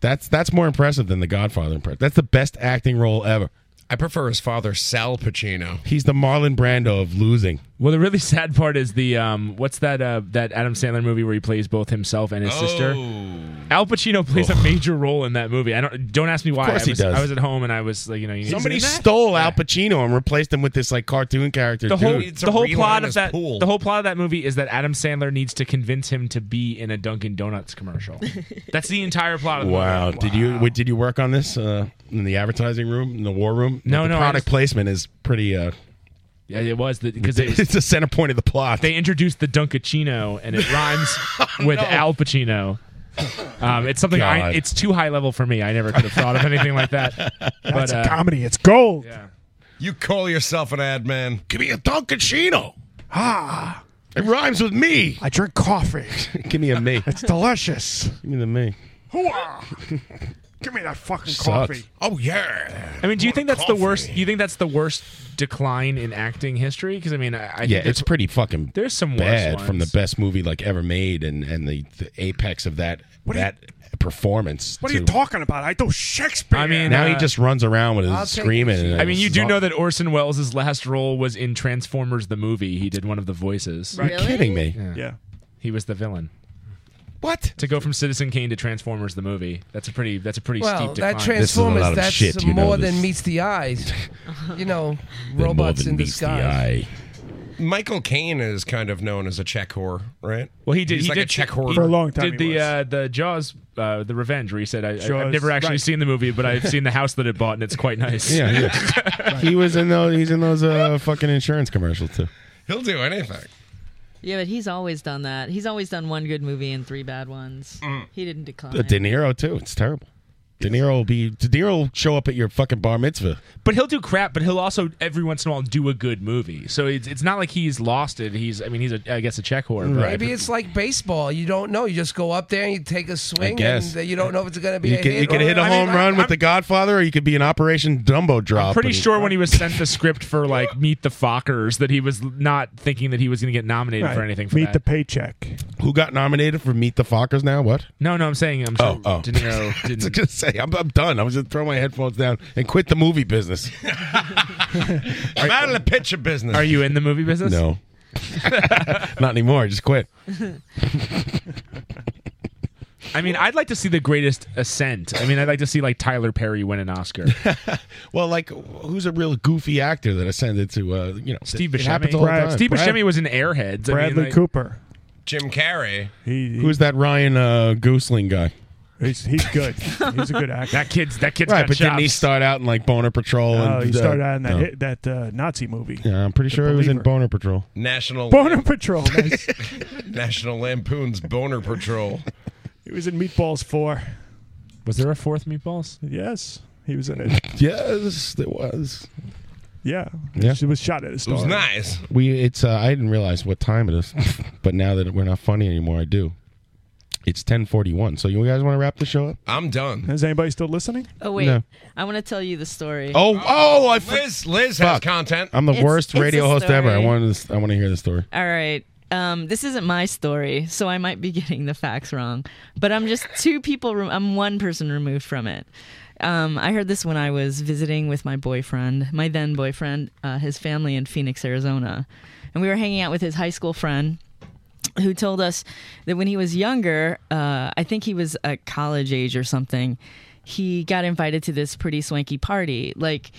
S7: That's that's more impressive than The Godfather. impre- That's the best acting role ever.
S16: I prefer his father, Sal Pacino.
S7: He's the Marlon Brando of losing.
S3: well, the really sad part is the um, what's that uh, that Adam Sandler movie where he plays both himself and his sister?
S7: Oh.
S3: Al Pacino plays a major role in that movie. I don't don't ask me why.
S7: course
S3: I
S7: he
S3: was,
S7: does.
S3: I was at home and I was like, you know, you need to
S7: Somebody
S3: see that.
S7: stole Al Pacino and replaced him with this like cartoon character.
S3: the whole
S7: dude.
S3: the whole plot of that the whole plot of that movie is that Adam Sandler needs to convince him to be in a Dunkin' Donuts commercial. That's the entire plot of the
S7: Wow.
S3: movie.
S7: Did you wait, did you work on this uh, in the advertising room in the war room?
S3: No,
S7: the
S3: no, I
S7: Product
S3: just-
S7: placement is pretty. Uh,
S3: Yeah, it was because
S7: it's the center point of the plot.
S3: They introduced the Dunkachino, and it rhymes with Al Pacino. Um, it's something I,
S7: God.
S3: it's too high level for me. I never could have thought of anything like that. but
S15: That's
S3: uh,
S15: a comedy. It's gold.
S16: You call yourself an ad man.
S7: Give me a Dunkachino.
S15: Ah,
S7: it rhymes with me.
S15: I drink coffee.
S7: Give me a me.
S15: it's delicious.
S7: Give me the me.
S15: Hooah! Give me that fucking
S7: Sucks.
S15: coffee.
S16: Oh yeah.
S3: I mean, do you think that's the worst? You think that's the worst decline in acting history? Because I mean, I, I think
S7: yeah,
S3: there's-
S7: it's pretty fucking.
S3: there's some worse
S7: bad from the
S3: ones.
S7: best movie like ever made, and and the, the apex of that
S15: What are you-
S7: that performance.
S15: What are you
S7: to-
S15: talking about? I do Shakespeare.
S3: I mean,
S7: Now he
S3: uh,
S7: just runs around with his screaming. and
S3: I mean, you
S7: it's
S3: do
S7: not-
S3: know that Orson Welles' last role was in Transformers the movie. He did one of the voices.
S7: You're Really? kidding me.
S3: Yeah.
S15: Yeah.
S3: He was the villain.
S7: What?
S3: To go from Citizen Kane to Transformers the movie. That's a pretty that's a pretty
S14: Well,
S3: steep
S14: that
S3: decline.
S14: Transformers, that's
S7: you know,
S14: more
S7: this-
S14: than meets the eyes. You know, robots in disguise.
S16: Michael Caine is kind of known as a Czech whore, right?
S3: Well, he did.
S16: He's
S3: he
S16: like
S3: did,
S16: a Czech whore
S3: he Did the Uh, the Jaws, uh, the Revenge, where he said, I, I, "I've
S16: Jaws,
S3: never actually
S16: right.
S3: seen the movie, but I've seen the house that it bought, and it's quite nice."
S7: Yeah, yeah. he was in those. He's in those uh, fucking insurance commercials too.
S16: He'll do anything.
S19: Yeah, but he's always done that. He's always done one good movie and three bad ones.
S11: Mm.
S19: He didn't decline.
S7: Uh, De Niro too. It's terrible. De Niro will be. De Niro will show up at your fucking bar mitzvah.
S3: But he'll do crap. But he'll also every once in a while do a good movie. So it's, it's not like he's lost it. He's I mean he's a, I guess a check whore. But
S14: Maybe it's like baseball. You don't know. You just go up there and you take a swing,
S7: guess.
S14: and you don't know if it's going to be
S7: You
S14: a
S7: could,
S14: hit.
S7: you could
S14: or
S7: hit a
S14: I mean,
S7: home run with The Godfather, or you could be an Operation Dumbo drop.
S3: I'm pretty
S7: and-
S3: sure when he was sent the script for like Meet the Fockers that he was not thinking that he was going to get nominated for
S7: Right.
S3: anything. For
S7: Meet
S3: that.
S7: the
S15: paycheck.
S7: Who got nominated for Meet the Fockers now? What?
S3: No, no, I'm saying I'm sure
S7: Oh, oh.
S3: De Niro
S7: I was
S3: didn't.
S7: gonna say I'm, I'm done. I was just throw my headphones down and quit the movie business.
S16: I'm out of the picture business.
S3: Are you in the movie business?
S7: No, not anymore. I just quit.
S3: I mean, I'd like to see the greatest ascent. I mean, I'd like to see like Tyler Perry win an Oscar.
S7: Well, like who's a real goofy actor that ascended to uh, you know
S3: Steve
S7: It happens
S3: Buscemi.
S7: all the time.
S3: Steve
S7: Brad-
S3: Buscemi was in Airheads. I mean,
S15: Bradley
S3: like-
S15: Cooper.
S16: Jim Carrey.
S7: Who's that Ryan uh, Goosling guy?
S15: He's he's good. He's a good actor.
S3: That kid's that kid's
S7: right,
S3: got
S7: but didn't he
S3: chops.
S7: start out in like Boner Patrol?
S15: Oh,
S7: and,
S15: he started out in that
S7: no.
S15: hit, that uh, Nazi movie.
S7: Yeah, I'm pretty
S15: The
S7: sure he was in
S15: Believer.
S7: Boner Patrol.
S16: National
S15: Boner Patrol. Nice.
S16: National Lampoon's Boner Patrol.
S15: he was in Meatballs Four.
S3: Was there a fourth Meatballs?
S15: Yes, he was in it.
S7: yes, there was.
S15: Yeah,
S7: Yeah.
S15: It was shot at a star.
S7: We it's uh, I didn't realize what time it is, but now that we're not funny anymore, I do. It's 10:41. So you guys want to wrap the show up?
S16: I'm done.
S15: Is anybody still listening?
S19: Oh wait,
S7: No.
S19: I want to tell you the story.
S7: Oh, oh, I fr-
S16: Liz, Liz has
S7: Fuck.
S16: content.
S7: I'm the
S19: It's-
S7: worst
S19: it's a
S7: radio host ever. I
S19: story.
S7: wanted to, I want to hear the story.
S19: All right. Um, this isn't my story, so I might be getting the facts wrong. But I'm just two people. Re- I'm one person removed from it. Um, I heard this when I was visiting with my boyfriend, my then boyfriend, uh, his family in Phoenix, Arizona, and we were hanging out with his high school friend, who told us that when he was younger, uh, I think he was at college age or something, he got invited to this pretty swanky party. Like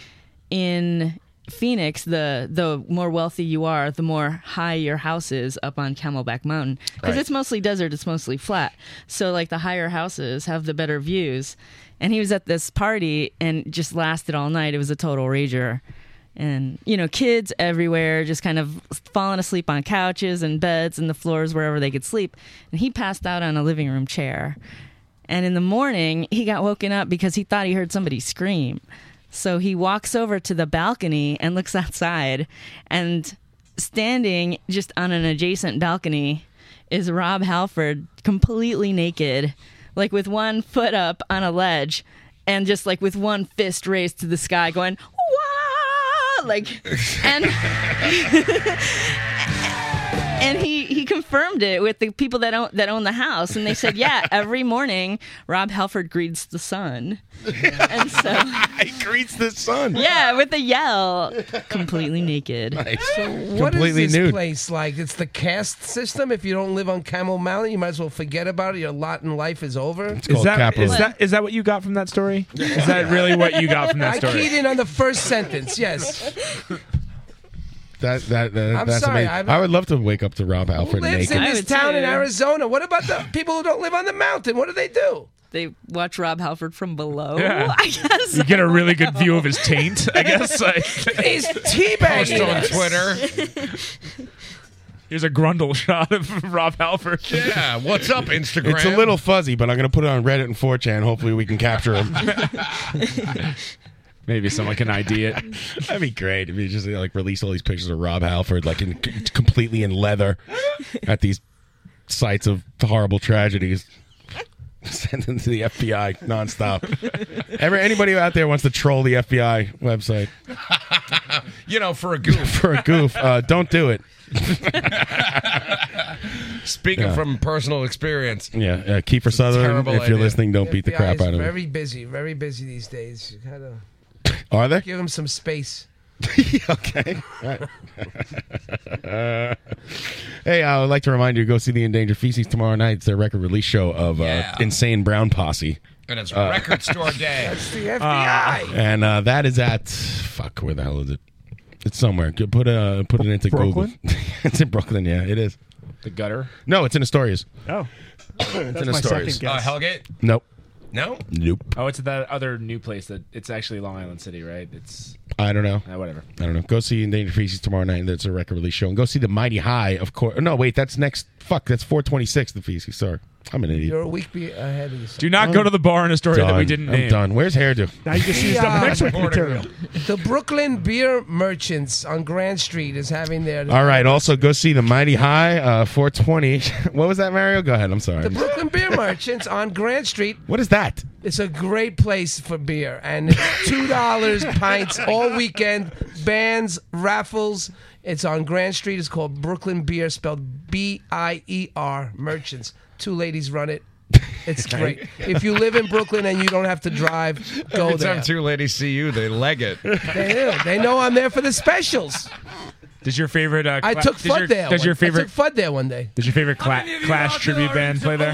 S19: in Phoenix, the the more wealthy you are, the more high your house is up on Camelback Mountain because
S21: Right.
S19: it's mostly desert, it's mostly flat. So like the higher houses have the better views. And he was at this party and just lasted all night. It was a total rager and you know kids everywhere just kind of falling asleep on couches and beds and the floors wherever they could sleep and he passed out on a living room chair and in the morning he got woken up because he thought he heard somebody scream so he walks over to the balcony and looks outside and standing just on an adjacent balcony is Rob Halford completely naked, like with one foot up on a ledge and just like with one fist raised to the sky going, Wah! "Ah," Like, and. And he, he confirmed it with the people that own, that own the house, and they said, "Yeah, every morning Rob Halford greets the sun." And so,
S7: he greets the sun.
S19: Yeah, with a yell, completely naked.
S14: So what is this place like? It's the caste system. If you don't live on Camel Mountain, you might as well forget about it. Your lot in life is over.
S3: Is that, is that is that what you got from that story? Is that really what you got from that
S14: I keyed
S3: story?
S14: in on the first sentence. Yes.
S7: That that, that
S14: I'm
S7: that's
S14: sorry,
S7: amazing.
S14: I've-
S7: I would love to wake up to Rob Alfred
S14: Lives
S7: naked.
S14: in this town in Arizona. What about the people who don't live on the mountain? What do they do?
S19: They watch Rob Halford from below.
S3: Yeah.
S19: I guess.
S3: You get a really good view of his taint, I guess. Like,
S14: He's teabagging. us.
S3: Here's a grundle shot of Rob Halford.
S16: Yeah, what's up, Instagram?
S7: It's a little fuzzy, but I'm going to put it on Reddit and 4chan. Hopefully, we can capture him.
S3: Maybe someone can ID it.
S7: That'd be great if you just like release all these pictures of Rob Halford, like in, c- completely in leather, at these sites of horrible tragedies. Send them to the FBI nonstop. Ever anybody out there wants to troll the FBI website
S16: you know, for a goof.
S7: for a goof? Uh, don't do it.
S16: Speaking
S7: Yeah.
S16: from personal experience.
S7: Yeah, uh, Kiefer Sutherland.
S16: terrible
S7: If you're
S16: idea.
S7: listening, don't beat the
S14: FBI
S7: crap
S14: is
S7: out of him.
S14: Very busy, very busy these days. You gotta
S7: Are they?
S14: give them some space.
S7: okay. Uh, hey, I would like to remind you to go see the Endangered Feces tomorrow night. It's their record release show of uh,
S16: Yeah.
S7: Insane Brown Posse.
S16: And it's
S7: Uh,
S16: record store day. That's
S14: the FBI.
S7: And uh, that is at fuck. Where the hell is it? It's somewhere. Go- Put uh put it into
S3: Brooklyn?
S7: Google. it's in Brooklyn. Yeah, it is.
S3: The gutter.
S7: No, it's in Astoria's.
S15: Oh,
S3: that's
S7: in my Astoria's. second guess.
S16: Uh, Hellgate?
S7: Nope.
S16: No.
S7: Nope.
S3: Oh, it's that other new place that it's actually Long Island City, right? It's
S7: I don't know.
S3: Ah, whatever.
S7: I don't know. Go see Endangered Feces tomorrow night. That's a record release show. And go see the Mighty High. Of course. No, wait. That's next. Fuck. That's 426. The Feces. Sorry, I'm an idiot.
S14: You're a week be- ahead of yourself.
S3: Do not go to the bar in Astoria that we
S7: Done.
S3: didn't
S7: I'm
S3: name.
S7: done. Where's hairdo?
S15: Now you just
S14: The,
S15: used up
S14: uh,
S15: next week's material.
S14: The Brooklyn Beer Merchants on Grand Street is having their
S7: All right. Also, go see the Mighty High. Uh, 420. what was that, Mario? Go ahead. I'm sorry.
S14: the Brooklyn Beer Merchants on Grand Street.
S7: What is that?
S14: It's a great place for beer, and it's two dollars pints all weekend. Bands, raffles. It's on Grand Street. It's called Brooklyn Beer, spelled B I E R. Merchants. Two ladies run it. It's great. If you live in Brooklyn and you don't have to drive, go
S16: Every
S14: there.
S16: time two ladies see you, they leg it.
S14: They do. They know I'm there for the specials.
S3: Does your favorite? Uh,
S14: I
S3: cla-
S14: took
S3: does your-
S14: Fudd there.
S3: Does
S14: one-
S3: your
S14: I
S3: favorite?
S14: took Fudd there one day.
S3: Does your favorite cla- Clash tribute band play there?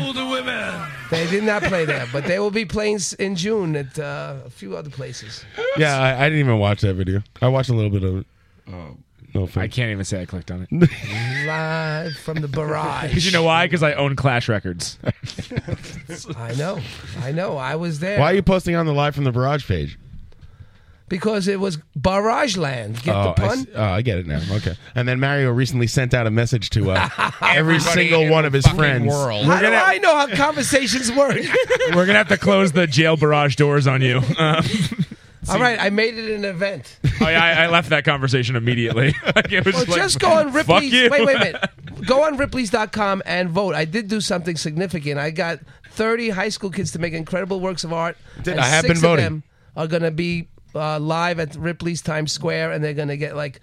S14: They did not play there, but they will be playing s- in June at uh, a few other places.
S7: Yeah, I, I didn't even watch that video. I watched a little bit of it. No offense.
S3: Oh. I can't even say I clicked on it.
S14: Live from the barrage.
S3: Because you know why? Because I own Clash Records.
S14: I know. I know. I was there.
S7: Why are you posting on the live from the barrage page?
S14: Because it was barrage land. Get
S7: oh,
S14: the pun?
S7: I, see- oh, I get it now. Okay. And then Mario recently sent out a message to uh, every single one of his friends.
S14: How do I know how conversations work?
S3: We're gonna have to close the jail barrage doors on you. Um,
S14: All right, I made it an event.
S3: I, I- I left that conversation immediately. Like, it was
S14: Well,
S3: like,
S14: just go on
S3: Fuck
S14: Ripley's.
S3: you.
S14: Wait, wait a minute. Go on Ripley's.com and vote. I did do something significant. I got 30 high school kids to make incredible works of art.
S7: Did-
S14: and
S7: I have
S14: six
S7: been
S14: of
S7: voting.
S14: them are going to be uh, live at Ripley's Times Square, and they're going to get like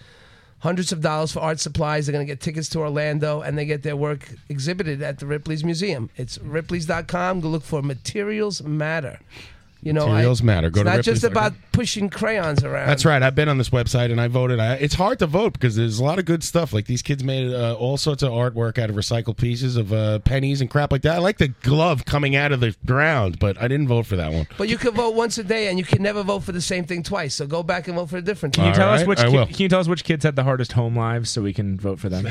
S14: hundreds of dollars for art supplies. They're going to get tickets to Orlando, and they get their work exhibited at the Ripley's Museum. It's Ripley's.com. Go look for Materials Matter. You know, I-
S7: Materials Matter. Go
S14: it's
S7: to
S14: not just
S7: Ripley's.com.
S14: about pushing crayons around.
S7: That's right. I've been on this website and I voted. I, it's hard to vote because there's a lot of good stuff. Like these kids made uh, all sorts of artwork out of recycled pieces of uh, pennies and crap like that. I like the glove coming out of the ground, but I didn't vote for that one.
S14: But you can vote once a day, and you can never vote for the same thing twice. So go back and vote for a different.
S3: Can you
S14: thing.
S3: tell us which
S7: I
S3: ki-
S7: will.
S3: can you tell us which kids had the hardest home lives so we can vote for them?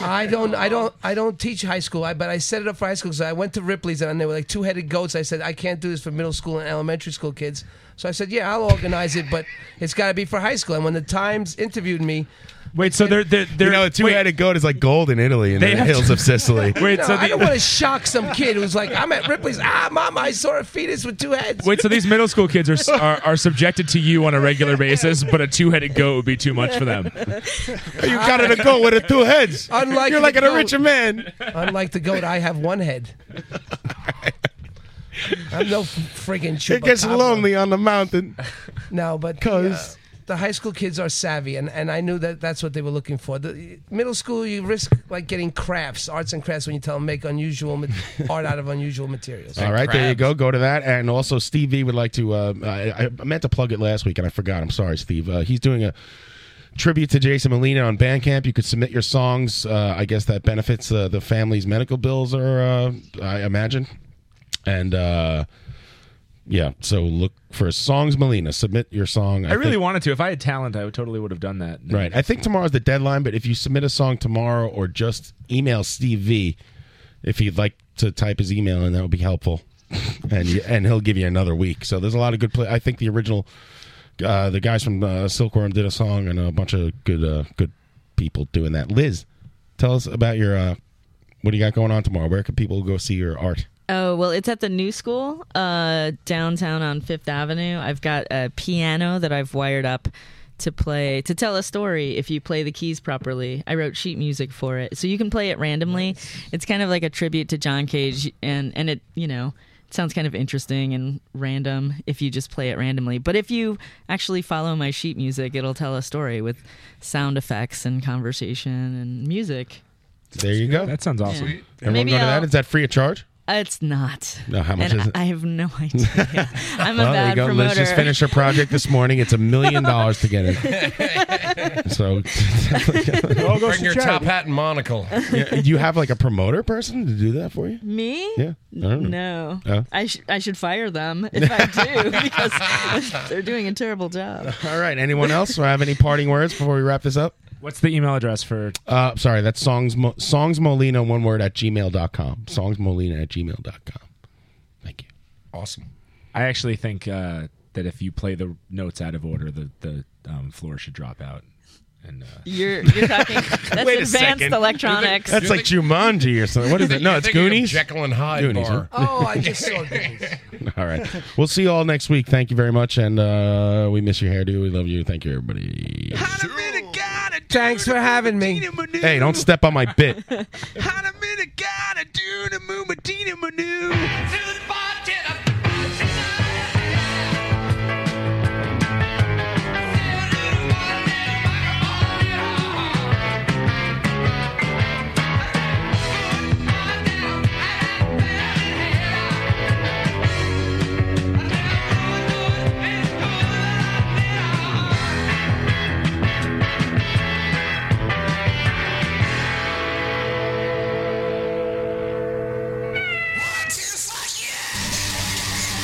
S14: I don't. I don't. I don't teach high school. I but I set it up for high school because I went to Ripley's and they were like two-headed goats. I said I can't do this for middle school and elementary school kids. So I said, yeah, I'll organize it, but it's got to be for high school. And when the Times interviewed me,
S3: wait, so they're they're,
S7: you know, a two-headed goat is like gold in Italy and
S14: They
S7: the
S14: have
S7: hills
S14: to-
S7: of Sicily.
S14: I don't want to shock some kid who's like, I'm at Ripley's. Ah, mom, I saw a fetus with two heads.
S3: Wait, so these middle school kids are, are are subjected to you on a regular basis, but a two-headed goat would be too much for them.
S7: You got it a goat with a two heads.
S14: Unlike
S7: You're
S14: the
S7: like an
S14: goat-
S7: rich man.
S14: Unlike the goat, I have one head. I'm no friggin' chupacabra.
S7: It gets lonely on the mountain.
S14: No, but
S7: Oh,
S14: because the high school kids are savvy, and, and I knew that that's what they were looking for. The middle school, you risk like getting crafts, arts and crafts, when you tell them make unusual ma- art out of unusual materials.
S7: All right, there you go. Go to that. And also, Steve V would like to. Uh, I, I meant to plug it last week and I forgot. I'm sorry, Steve. Uh, he's doing a tribute to Jason Molina on Bandcamp. You could submit your songs. Uh, I guess that benefits uh, the family's medical bills, or uh, I imagine. And uh, yeah, so look for songs Molina. Submit your song.
S3: I really
S7: think-
S3: wanted to. If I had talent, I would totally would have done that.
S7: Right. I think tomorrow's the deadline, but if you submit a song tomorrow or just email Steve V if you'd like to type his email in, that would be helpful. and you, and he'll give you another week. So there's a lot of good play. I think the original uh, the guys from uh, Silkworm did a song and a bunch of good uh, good people doing that. Liz, tell us about your uh, what do you got going on tomorrow? Where can people go see your art?
S19: Oh well, it's at the new school uh, downtown on Fifth Avenue. I've got a piano that I've wired up to play to tell a story if you play the keys properly. I wrote sheet music for it, so you can play it randomly. It's kind of like a tribute to John Cage, and and it you know it sounds kind of interesting and random if you just play it randomly. But if you actually follow my sheet music, it'll tell a story with sound effects and conversation and music.
S7: There you go.
S3: That sounds awesome.
S19: Yeah.
S7: Everyone
S19: Maybe
S7: go to
S19: I'll-
S7: that? Is that free of charge?
S19: It's not.
S7: No, how much
S19: And
S7: is it?
S19: I, I have no idea. I'm a
S7: well, there
S19: bad
S7: you go.
S19: promoter.
S7: Liz just finished her project this morning. It's a million dollars to get in. So
S16: Bring your top hat and monocle.
S7: Yeah, you have like a promoter person to do that for you?
S19: Me?
S7: Yeah. I don't know.
S19: No.
S7: Oh.
S19: I sh- I should fire them if I do because they're doing a terrible job.
S7: All right. Anyone else have any parting words before we wrap this up?
S3: What's the email address for?
S7: Uh, sorry, that's songs songsmolina one word at gmail.com. Songsmolina at gmail.com.
S16: Awesome.
S3: I actually think uh, that if you play the notes out of order, the the um, floor should drop out. And uh,
S19: You're you're talking that's
S3: Wait a
S19: advanced
S3: second.
S19: electronics.
S7: That's like Jumanji or something. What is it? No,
S16: You're
S7: it's
S16: thinking of
S7: Goonies.
S16: Jekyll and Hyde
S7: Goonies,
S16: bar.
S7: huh?
S14: Oh, I just saw this.
S7: All right. We'll see you all next week. Thank you very much. And uh, we miss your hairdo. We love you. Thank you, everybody.
S14: Thanks for having me.
S7: Hey, don't step on my bit.
S13: Just like you.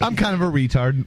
S26: I'm kind of a retard.